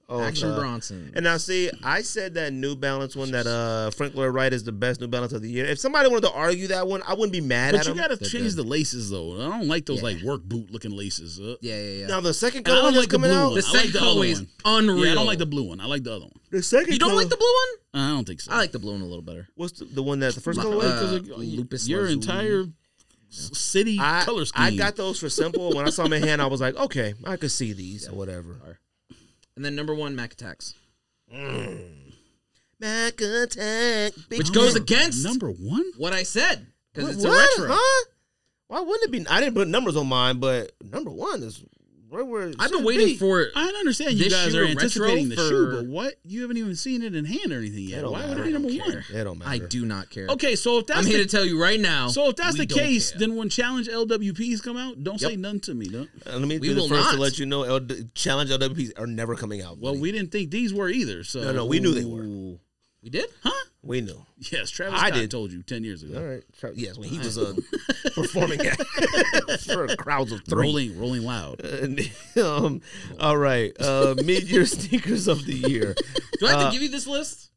S1: Oh,
S2: Action
S1: nah.
S3: uh,
S2: Bronson.
S1: And now, see, I said that New Balance one that uh, Frank Lloyd Wright is the best New Balance of the year. If somebody wanted to argue that one, I wouldn't be mad
S3: But
S1: at
S3: you
S1: him.
S3: got to change the laces though. I don't like those
S2: Yeah.
S3: like work boot looking laces. Uh,
S2: yeah, yeah, yeah.
S1: now the second
S3: And I
S1: color
S3: don't
S1: that's
S3: like the
S1: coming
S3: blue
S1: out.
S3: one.
S2: the
S3: I like
S2: second
S3: the other
S2: colorway is
S3: one.
S2: unreal.
S3: Yeah, I don't like the blue one. I like the other one.
S1: The second
S2: You don't
S1: color-
S2: like the blue one?
S3: I don't think so.
S2: I like the blue one a little better.
S1: What's the, the one that the first
S2: Ma-
S1: colorway?
S2: uh,
S3: because of-
S2: Lupus
S3: your
S2: Lazuli.
S3: entire s- city
S1: I,
S3: color scheme.
S1: I got those for simple. When I saw them in hand, I was like, okay, I could see these or whatever.
S2: And then number one, Mac Attacks.
S1: Mac Attack, big
S2: Which goes
S1: Mac.
S2: against
S3: number one.
S2: what I said because it's a
S1: What?
S2: retro.
S1: Huh? Why wouldn't it be? I didn't put numbers on mine, but number one is right where. it
S2: I've been
S1: should
S2: waiting
S1: be.
S2: for it.
S3: I don't understand you
S2: This
S3: guys
S2: shoe
S3: are
S2: or retro
S3: anticipating the
S2: for-
S3: shoe, but what you haven't even seen it in hand or anything
S1: It
S3: yet.
S1: don't
S3: Why would
S1: matter.
S3: it be number
S1: I don't
S3: one?
S1: It don't matter.
S2: I do not care.
S3: Okay, so if that's
S2: I'm
S3: the,
S2: here to tell you right now.
S3: so if that's
S2: we
S3: the
S2: don't
S3: case,
S2: care.
S3: then when Challenge LWPs come out, don't say
S2: Yep.
S3: nothing to me. Though.
S1: Uh, Let me
S2: We
S1: be the
S2: will
S1: first to
S2: not.
S1: let you know. L- Challenge LWPs are never coming out.
S3: Well,
S1: buddy.
S3: we didn't think these were either. So
S1: no, no, we knew they were.
S2: Ooh. we did.
S3: Huh?
S1: We knew.
S3: Yes, Travis
S1: I
S3: Scott
S1: did.
S3: told you ten years ago.
S1: All right. Tra- Yes, when he was uh, performing for crowds of three.
S3: Rolling, rolling loud.
S6: And, um, all right, uh, mid-year sneakers of the year.
S2: Do I have to give you this list?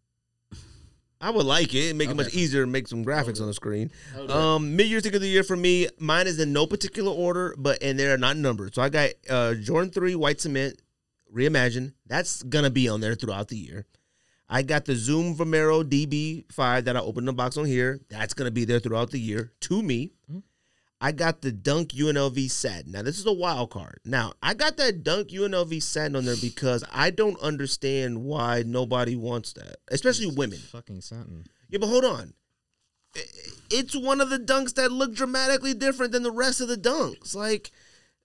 S1: I would like it. It'd Make it much easier to make some graphics on the screen. Um, mid year ticket of the year for me, mine is in no particular order, but and they're not numbered. So I got uh, Jordan three white cement reimagine. That's gonna be on there throughout the year. I got the Zoom Vomero DB five that I opened the box on here. That's gonna be there throughout the year to me. I got the Dunk UNLV Satin. Now this is a wild card. Now I got that Dunk UNLV Satin on there because I don't understand why nobody wants that, especially women.
S2: Fucking satin.
S1: Yeah, but hold on. I- It's one of the dunks that look dramatically different than the rest of the dunks. Like,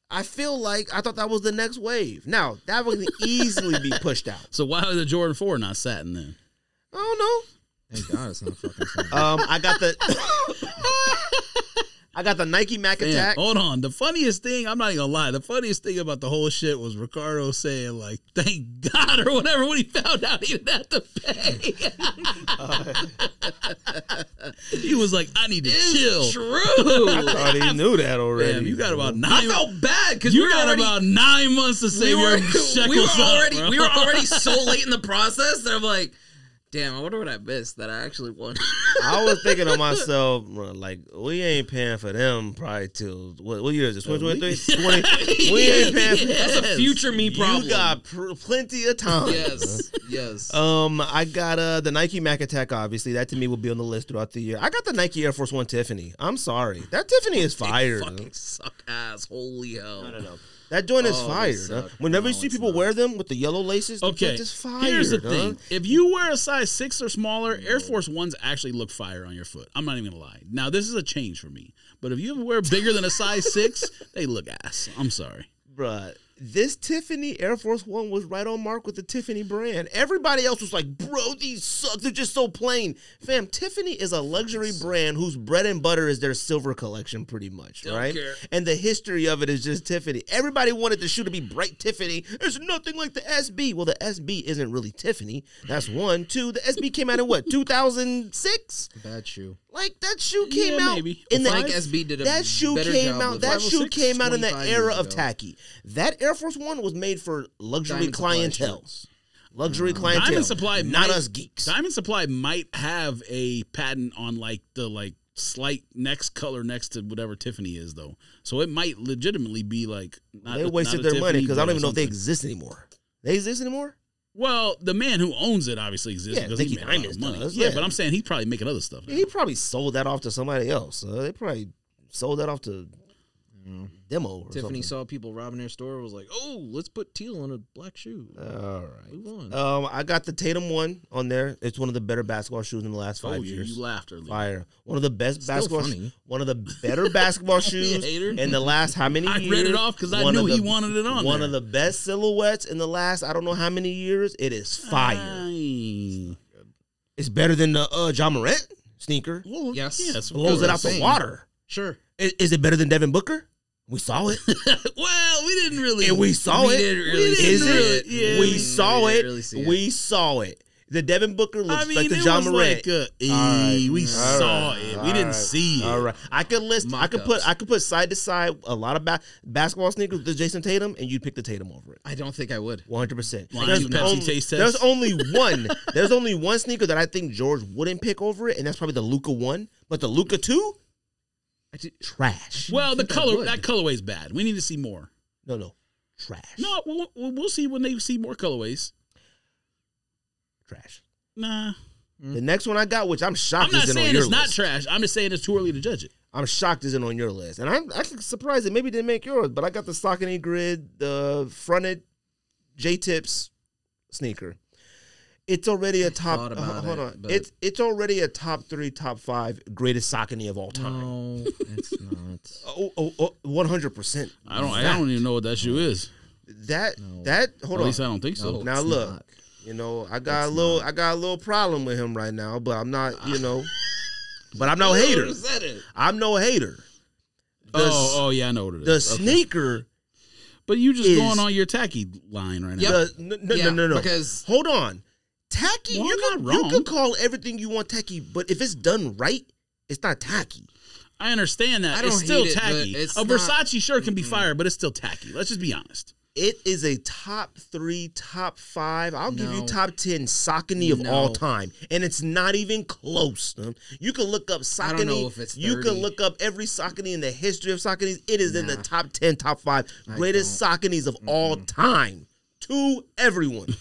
S1: I feel like I thought that was the next wave. Now that would easily be pushed out.
S3: So why was the Jordan Four not satin then?
S1: I don't know.
S2: Thank God it's not fucking satin.
S1: Um, I got the, I got the Nike Mac
S3: Man,
S1: Attack.
S3: hold on. The funniest thing, I'm not even gonna lie, the funniest thing about the whole shit was Ricardo saying like, "Thank God" or whatever when he found out he didn't have to pay. he was like, "I need to chill."
S2: True.
S6: I already knew that already.
S3: Damn, you got about
S2: I
S3: nine.
S2: felt bad because
S3: You
S2: we were
S3: got
S2: already,
S3: about nine months to
S2: we
S3: save
S2: were,
S3: your shekels
S2: we were
S3: up,
S2: already
S3: bro.
S2: we were already so late in the process that I'm like, damn, I wonder what I missed that I actually won.
S1: I was thinking to myself, bro, like we ain't paying for them probably till what, what year is this? Twenty twenty three. Twenty. We ain't paying. For,
S2: That's a future me problem.
S1: You got pr- plenty of time.
S2: yes, yes.
S1: Um, I got uh the Nike Mac Attack. Obviously, that to me will be on the list throughout the year. I got the Nike Air Force One Tiffany. I'm sorry, that Tiffany is fire.
S2: Fucking suck ass. Holy hell.
S1: That joint is
S2: Oh,
S1: fire.
S2: they suck.
S1: huh? Whenever you
S2: No,
S1: see
S2: it's
S1: people
S2: not.
S1: wear them with the yellow laces, the
S3: Okay,
S1: joint is fire.
S3: here's the
S1: huh?
S3: thing: if you wear a size six or smaller, Air Force Ones actually look fire on your foot. I'm not even gonna lie. Now this is a change for me, but if you ever wear bigger than a size six, they look ass. I'm sorry.
S1: bruh. This Tiffany Air Force One was right on mark with the Tiffany brand. Everybody else was like, bro, these suck. They're just so plain. Fam, Tiffany is a luxury brand whose bread and butter is their silver collection, pretty much,
S2: Don't
S1: right?
S2: care.
S1: And the history of it is just Tiffany. Everybody wanted the shoe to be bright Tiffany. There's nothing like the SB. Well, the SB isn't really Tiffany. That's one. Two, the SB came out in what, 2006?
S2: Bad shoe.
S1: Like that shoe came
S3: Yeah,
S1: out
S3: maybe.
S1: in the
S2: Frank SB did a
S1: that shoe
S2: better
S1: came
S2: job
S1: out
S2: with
S1: that
S2: it.
S1: shoe
S2: 506,
S1: came out in the
S2: 25
S1: era
S2: years
S1: of
S2: ago.
S1: tacky. That Air Force One was made for luxury
S2: Diamond Supply
S1: clientele.
S2: shirts.
S1: Luxury clientele.
S3: Mm-hmm. Diamond Supply
S1: not
S3: might-
S1: us geeks.
S3: Diamond Supply might have a patent on like the like slight next color next to whatever Tiffany is though, so it might legitimately be like not
S1: they
S3: a-
S1: wasted
S3: not a
S1: their money
S3: Tiffany
S1: because I don't
S3: brand
S1: even know
S3: or
S1: if they
S3: something.
S1: exist anymore. They exist anymore?
S3: Well, the man who owns it obviously exists
S1: Yeah,
S3: because
S1: Nicky
S3: he made a lot
S1: Diamonds
S3: of money.
S1: does,
S3: yeah.
S1: yeah.
S3: but I'm saying he's probably making other stuff. now.
S1: He probably sold that off to somebody else. Uh, they probably sold that off to
S3: Mm-hmm.
S1: demo. Or
S2: Tiffany
S1: something.
S2: saw people robbing their store. Was like, oh, let's put teal on a black shoe.
S1: All right.
S2: Move on.
S1: Um, I got the Tatum one on there. It's one of the better basketball shoes in the last
S3: Oh,
S1: five
S3: you,
S1: years.
S3: you laughed earlier.
S1: Fire. One of the best
S2: Still
S1: basketball
S2: funny.
S1: sho- one of the better basketball shoes
S2: hater.
S1: in the last how many
S3: I
S1: years?
S3: read it off 'cause I
S1: One
S3: knew
S1: of
S3: he wanted it on
S1: One
S3: there.
S1: of the best silhouettes in the last I don't know how many years. It is
S3: Ah.
S1: fire.
S3: Fine.
S1: It's better than the uh John Morant sneaker.
S3: Well,
S2: Yes.
S3: yes, of
S1: Blows it out
S3: course.
S1: the water.
S2: sure.
S1: I- Is it better than Devin Booker? We saw it.
S3: well, we didn't really.
S1: and we saw
S2: We
S1: it.
S2: didn't really
S1: We
S2: see
S1: Is
S2: it.
S1: it?
S3: Yeah.
S1: We saw
S2: We didn't
S1: it.
S2: really see it.
S1: We saw it. The Devin Booker looks
S3: I mean,
S1: like the
S3: it
S1: John
S3: was
S1: Morant.
S3: like a, eh,
S1: right.
S3: we
S1: All
S3: saw
S1: right.
S3: it. We
S1: All
S3: didn't
S1: right.
S3: see it.
S1: All right, I could list. I could put.
S2: Mock-ups.
S1: I could put side to side a lot of ba- basketball sneakers with Jason Tatum, and you'd pick the Tatum over it.
S2: I don't think I would.
S1: One hundred percent.
S3: Wanna
S1: There's
S3: do Pepsi
S1: only-
S3: taste test?
S1: there's only one. there's only one sneaker that I think George wouldn't pick over it, and that's probably the Luca one. But the Luca two,
S2: I did-
S1: trash.
S3: Well, the
S2: think I
S3: color
S2: would.
S3: that colorway's bad. We need to see more.
S1: No, no, trash.
S3: No, we'll, we'll we'll see when they see more colorways.
S1: trash.
S3: Nah,
S1: The next one I got, which I'm shocked
S3: I'm not
S1: isn't on
S3: saying
S1: your
S3: it's not
S1: list.
S3: trash. I'm just saying it's too early to judge it.
S1: I'm shocked isn't on your list, and I'm actually surprised it maybe didn't make yours. But I got the Saucony Grid, the fronted J Tips sneaker. It's already a top.
S2: thought about
S1: hold
S2: it,
S1: on,
S2: but-
S1: it's it's already a top three, top five greatest Saucony of all time.
S2: No, it's not.
S1: Oh, oh, oh, one hundred percent.
S3: I don't. I don't even know what that shoe is.
S1: That that hold
S3: At least I
S1: on.
S3: don't think so.
S2: No.
S1: Now
S2: It's
S1: look,
S2: not.
S1: you know I got a little I got a little problem with him right now, but I'm not you know, but I'm no hater.
S2: said it?
S1: I'm no hater. The, s-
S3: oh, oh yeah, I know what it is.
S1: the
S3: Okay.
S1: sneaker.
S3: But you just
S1: is-
S3: going on your tacky line right now.
S2: Yep.
S1: The- Uh, n- no,
S2: Yeah,
S1: no, no, no.
S2: because-
S1: hold on, tacky.
S3: Well,
S1: you
S3: I'm
S1: can
S3: not
S1: you
S3: wrong.
S1: can call everything you want tacky, but if it's done right, it's not tacky.
S3: I understand that.
S2: I don't
S3: it's still
S2: hate it, but
S3: tacky.
S2: it's
S3: a
S2: not-
S3: Versace shirt can be fire, but it's still tacky. Let's just be honest.
S1: It is a top three, top five. I'll give you
S2: No.
S1: top ten Saucony of
S2: No.
S1: all time, and it's not even close. um, You can look up Saucony.
S2: I don't know if it's
S1: you
S2: 30.
S1: can look up every Saucony in the history of Sauconys. It is in the
S2: Nah.
S1: top ten, top five greatest Sauconys of all time to everyone.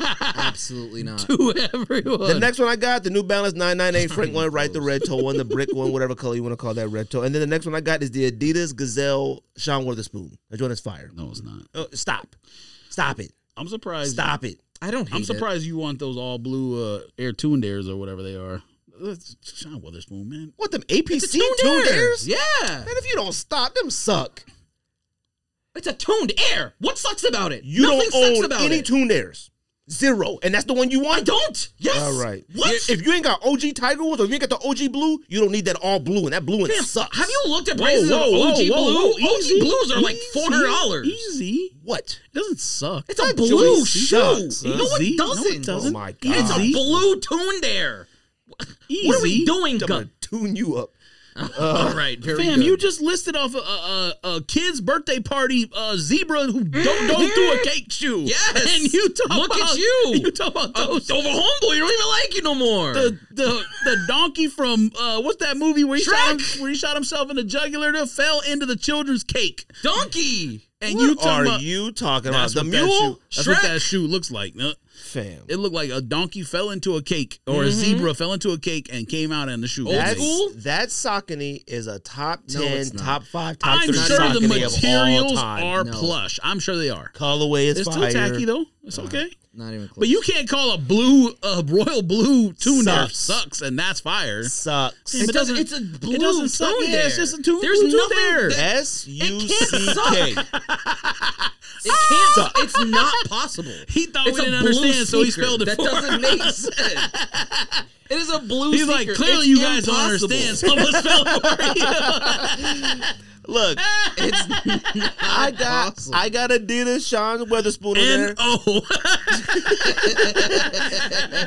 S2: Absolutely not.
S3: To everyone.
S1: The next one I got the New Balance 998 Frank one, right? The red toe one, the brick one, whatever color you want to call that red toe. And then the next one I got is the Adidas Gazelle Sean Witherspoon. That joint is fire.
S3: no, it's not.
S1: Uh, stop, stop it,
S3: I'm surprised.
S1: stop it.
S2: I don't hate
S3: I'm surprised you want those all blue uh, Air Tuned Airs or whatever they are. That's Sean Witherspoon, man.
S1: What them
S2: it.
S1: APC
S2: It's a
S1: tuned
S2: tuned, air.
S1: airs?
S2: Yeah.
S1: Man, if you don't stop, them suck.
S2: It's a tuned air. What sucks about it?
S1: You
S2: Nothing
S1: don't
S2: sucks
S1: own
S2: about
S1: any
S2: it.
S1: tuned airs. Zero. And that's the one you
S2: I
S1: want?
S2: don't. Yes.
S1: All right.
S2: What?
S1: If- If you ain't got OG Tiger Woods or if you ain't got the OG blue, you don't need that all blue. And that blue one
S2: Damn,
S1: sucks.
S2: Have you looked at prices of OG blue?
S3: easy,
S2: OG blues are like
S3: easy,
S2: four hundred dollars.
S3: Easy.
S1: What?
S3: It doesn't suck.
S2: It's a
S1: That
S2: blue
S1: joint
S2: shoe.
S1: sucks,
S2: No,
S3: Easy.
S2: it doesn't.
S1: doesn't. Oh my
S2: It's
S1: God.
S2: a
S3: Easy.
S2: blue tuned air.
S3: Easy.
S2: What are we doing,
S1: I'm going
S2: Gun?
S1: to tune you up.
S2: All right, very
S3: Fam,
S2: good.
S3: you just listed off a, a, a, a kid's birthday party uh, zebra who don't go through a cake shoe.
S2: Mm-hmm. Yes.
S3: and you talk
S2: Look at
S3: about,
S2: you.
S3: You talk about
S2: Oh,
S3: those,
S2: it's over homeboy. You don't even like you no more.
S3: the, the the donkey from uh, what's that movie where he shot him,
S2: Shrek.
S3: where he shot himself in the jugular that fell into the children's cake,
S2: donkey.
S3: and
S1: What
S3: you talk
S1: are
S3: about
S1: you talking about?
S3: that's
S1: The
S3: what that
S1: mule?
S3: shoe- that's what
S2: Uh, Shrek.
S3: that shoe looks like. Uh,
S1: Fam.
S3: It looked like a donkey fell into a cake or a zebra fell into a cake and came out in the shoe.
S2: Mm-hmm. Old
S1: That's,
S2: school?
S1: That Saucony is a top
S2: No,
S1: 10,
S2: it's not.
S1: top 5, top
S3: I'm
S1: 3
S3: sure the
S1: Saucony of all
S3: materials
S1: time.
S3: are
S2: No.
S3: plush. I'm sure they are.
S1: Colorway is
S3: It's
S1: fire.
S3: still tacky though. It's okay.
S2: Not even close.
S3: But you can't call a blue, a royal blue tuner
S1: Sucks.
S3: sucks, and that's fire.
S1: Sucks.
S3: It
S2: It doesn't,
S3: doesn't-
S2: it's a blue
S3: doesn't suck.
S2: tone
S3: Yeah,
S2: there.
S3: it's just a tune-
S2: There's
S3: blue tone
S2: nothing
S3: there.
S2: That,
S1: S U C K.
S2: can't it can't. It's not possible.
S3: He thought
S2: It's
S3: we
S2: a
S3: didn't
S2: blue
S3: understand, so he
S2: sneaker.
S3: spelled it
S2: That
S3: for
S2: doesn't
S3: us.
S2: make sense. It is a blue.
S3: He's like,
S2: sneaker.
S3: clearly
S2: It's
S3: you guys
S2: impossible.
S3: don't understand, so let's spell it for you.
S1: Look,
S2: It's not
S1: I got
S2: possible.
S1: I got Adidas Sean Weatherspoon in there.
S3: N O.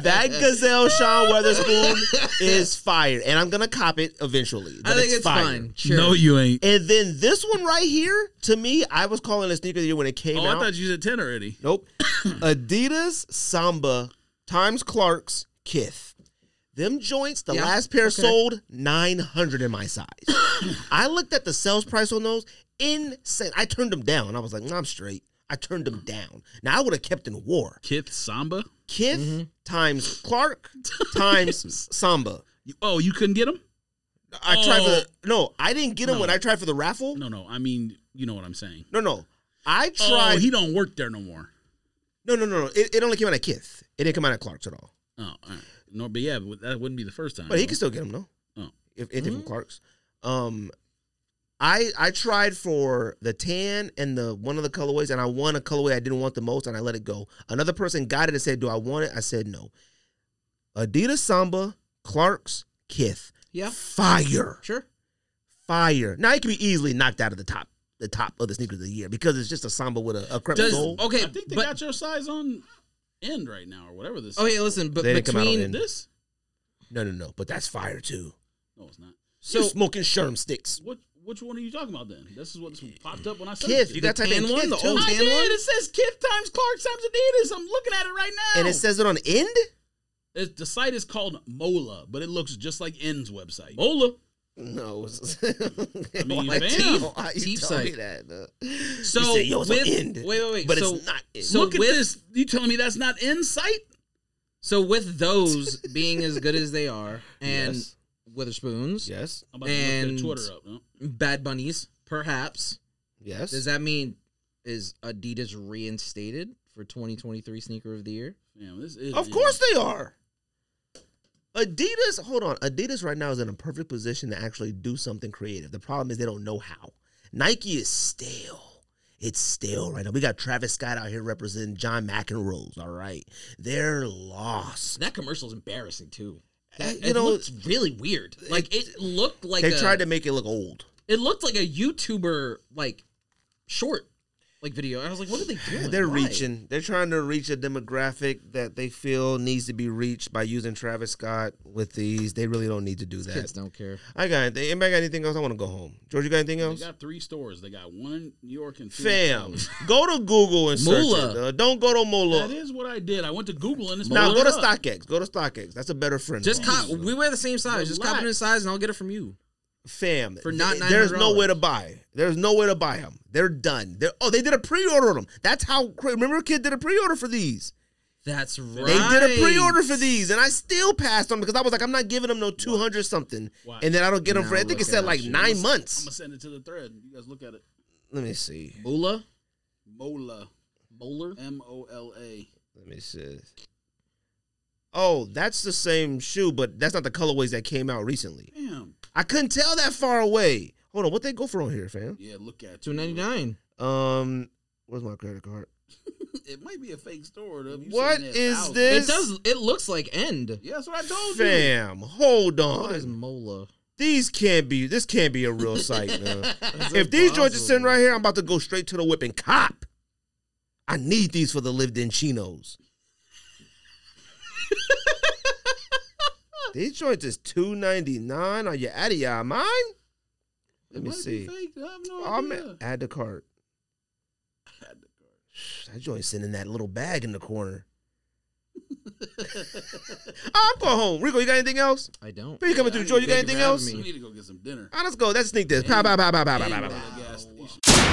S1: That Gazelle Sean Weatherspoon is fire, and I'm gonna cop it eventually.
S2: I
S1: But
S2: think it's
S1: fire.
S2: fine. Sure.
S3: No, you ain't.
S1: And then this one right here, to me, I was calling it sneaker of the year when it came
S3: Oh, I
S1: out.
S3: thought you said ten already.
S1: Nope. Adidas Samba times Clark's Kith. Them joints, the
S2: Yeah,
S1: last pair
S2: okay.
S1: sold 900 in my size. I looked at the sales price on those, insane. I turned them down. I was like, nah, I'm straight. I turned them down. Now I would have kept in war.
S3: Kith Samba.
S1: Kith
S3: Mm-hmm.
S1: times Clark times Samba.
S3: You- Oh, you couldn't get him?
S1: I tried for
S3: Oh.
S1: the, no, I didn't get them when I tried for the raffle.
S3: No, no. I mean, you know what I'm saying.
S1: No, no. I
S3: Oh,
S1: tried.
S3: he don't work there no more.
S1: no, no, no, no. It, it only came out at Kith. It didn't come out at Clark's at all.
S3: Oh, all right. no, but yeah, but that wouldn't be the first time.
S1: But he
S3: though.
S1: can still get them though.
S3: Oh.
S1: If anything from Clark's. Um I I tried for the tan and the one of the colorways and I won a colorway I didn't want the most and I let it go. Another person got it and said, Do I want it? I said no. Adidas Samba, Clark's, Kith.
S2: Yeah.
S1: Fire.
S2: Sure.
S1: Fire. Now it can be easily knocked out of the top the top of the sneakers of the year because it's just a samba with a, a crepe
S2: Does oh.
S1: sole.
S2: okay?
S3: I think they
S2: but
S3: got your size on end right now or whatever this.
S1: Oh,
S2: okay, listen. But
S1: They didn't come out on
S2: between
S1: end.
S3: this?
S1: No, no, no. But that's fire too.
S3: No, it's not.
S1: So
S2: So-
S1: smoking sherm sticks.
S3: What? Which one are you talking about then? This is what popped up when I said
S1: Kith,
S3: it.
S1: you got to type in
S2: tan one,
S1: Kith
S2: the
S1: too.
S2: old
S3: I
S2: tan
S3: did.
S2: one?
S3: It says Kith times Clark times Adidas. I'm looking at it right now.
S1: And it says it on end?
S3: It's- the site is called Mola, but it looks just like N's website.
S2: Ola.
S1: No.
S3: I mean,
S2: Like
S3: fam,
S2: teeth.
S1: Why you
S2: Teeth
S1: tell me
S2: site.
S1: that, though?
S2: So
S1: You say, yo, it's on
S2: with,
S1: end.
S2: Wait, wait, wait.
S1: But
S2: so,
S1: it's not end.
S2: So
S3: look at
S2: with,
S3: this. You telling me that's not N site?
S2: So with those being as good as they are, and
S1: Yes.
S2: Witherspoons,
S1: Yes.
S3: I'm about to
S2: And-
S3: look their Twitter up. No?
S2: Bad Bunnies, perhaps.
S1: Yes.
S2: Does that mean is Adidas reinstated for 2023 sneaker of the year?
S3: Damn, this is
S1: of
S3: N.
S1: course they are. Adidas, hold on. Adidas right now is in a perfect position to actually do something creative. The problem is they don't know how. Nike is stale. It's stale right now. We got Travis Scott out here representing John McEnroe's, all right? They're lost.
S2: That commercial is embarrassing too.
S1: That-
S2: you
S1: Uh, you
S2: it
S1: know,
S2: looked really weird. Like it looked like
S1: they
S2: a,
S1: tried to make it look old.
S2: It looked like a YouTuber like short. like video. I was like, what are they doing?
S1: They're
S2: Why?
S1: reaching. They're trying to reach a demographic that they feel needs to be reached by using Travis Scott with these. They really don't need to do that.
S2: Kids don't care.
S1: I got anything. Anybody got anything else? I want to go home. George, you got anything
S3: They
S1: else?
S3: got three stores. They got one in New York and two in
S1: Fam,
S3: Philly.
S1: go to Google and search
S2: Moolah.
S1: it. uh, don't go to
S3: That
S1: Mola.
S3: is what I did. I went to Google and it's
S1: Now
S3: pulling
S1: go to
S3: it up.
S1: StockX. Go to StockX. That's a better friend.
S2: Just
S1: of mine.
S2: cop. We wear the same size. Just cop it in
S1: Relax.
S2: size, and I'll get it from you.
S1: fam.
S2: For not
S1: th- there's
S2: $900.
S1: nowhere to buy. There's nowhere to buy them. They're done. They're, oh, they did a pre-order on them. That's how. cra- Remember, kid did a pre-order for these.
S2: That's right.
S1: They did a pre-order for these, and I still passed on because I was like, I'm not giving them no 200 something,
S3: Why?
S1: and then I don't get them
S2: Now
S1: for. I think it
S2: look
S1: said
S2: at
S1: like
S2: you.
S1: nine
S3: I'm
S1: months.
S3: gonna send it to the thread. You guys look at it.
S1: Let me see.
S2: Moolah.
S3: Mola.
S2: Bowler.
S3: M O L A.
S1: Let me see. Oh, that's the same shoe, but that's not the colorways that came out recently.
S3: Damn.
S1: I couldn't tell that far away. Hold on, what they go for on here, fam?
S3: Yeah, look at
S2: Two ninety nine.
S1: Um, where's my credit card?
S3: It might be a fake store. Though. You
S1: What
S3: sitting there
S1: is
S3: thousands.
S1: this?
S2: It does. It looks like end.
S3: Yeah, that's what I told you.
S1: Fam, hold
S2: What is
S1: on.
S2: Mola?
S1: These can't be. This can't be a real site, man. if these joints are sitting right here, I'm about to go straight to the whip and cop. I need these for the lived-in chinos. these joints is two ninety nine. Are you out of your mind? Let
S3: It
S1: me
S3: might be
S1: see.
S3: Fake. I have no
S1: Oh,
S3: idea.
S1: man. Add to cart. That joint's sitting in that little bag in the corner. I'm going home. Rico, you got anything else?
S2: I don't.
S1: Who you coming
S3: Yeah,
S1: through,
S3: I need
S1: Joe? You
S3: to
S1: got
S2: take
S1: anything
S2: it out of
S1: else?
S2: me.
S3: We need to go get some dinner.
S1: Ah, let's go. Let's sneak this. Pow, pow, pow, pow, pow, pow, pow, pow.
S3: Anyway, the gas station.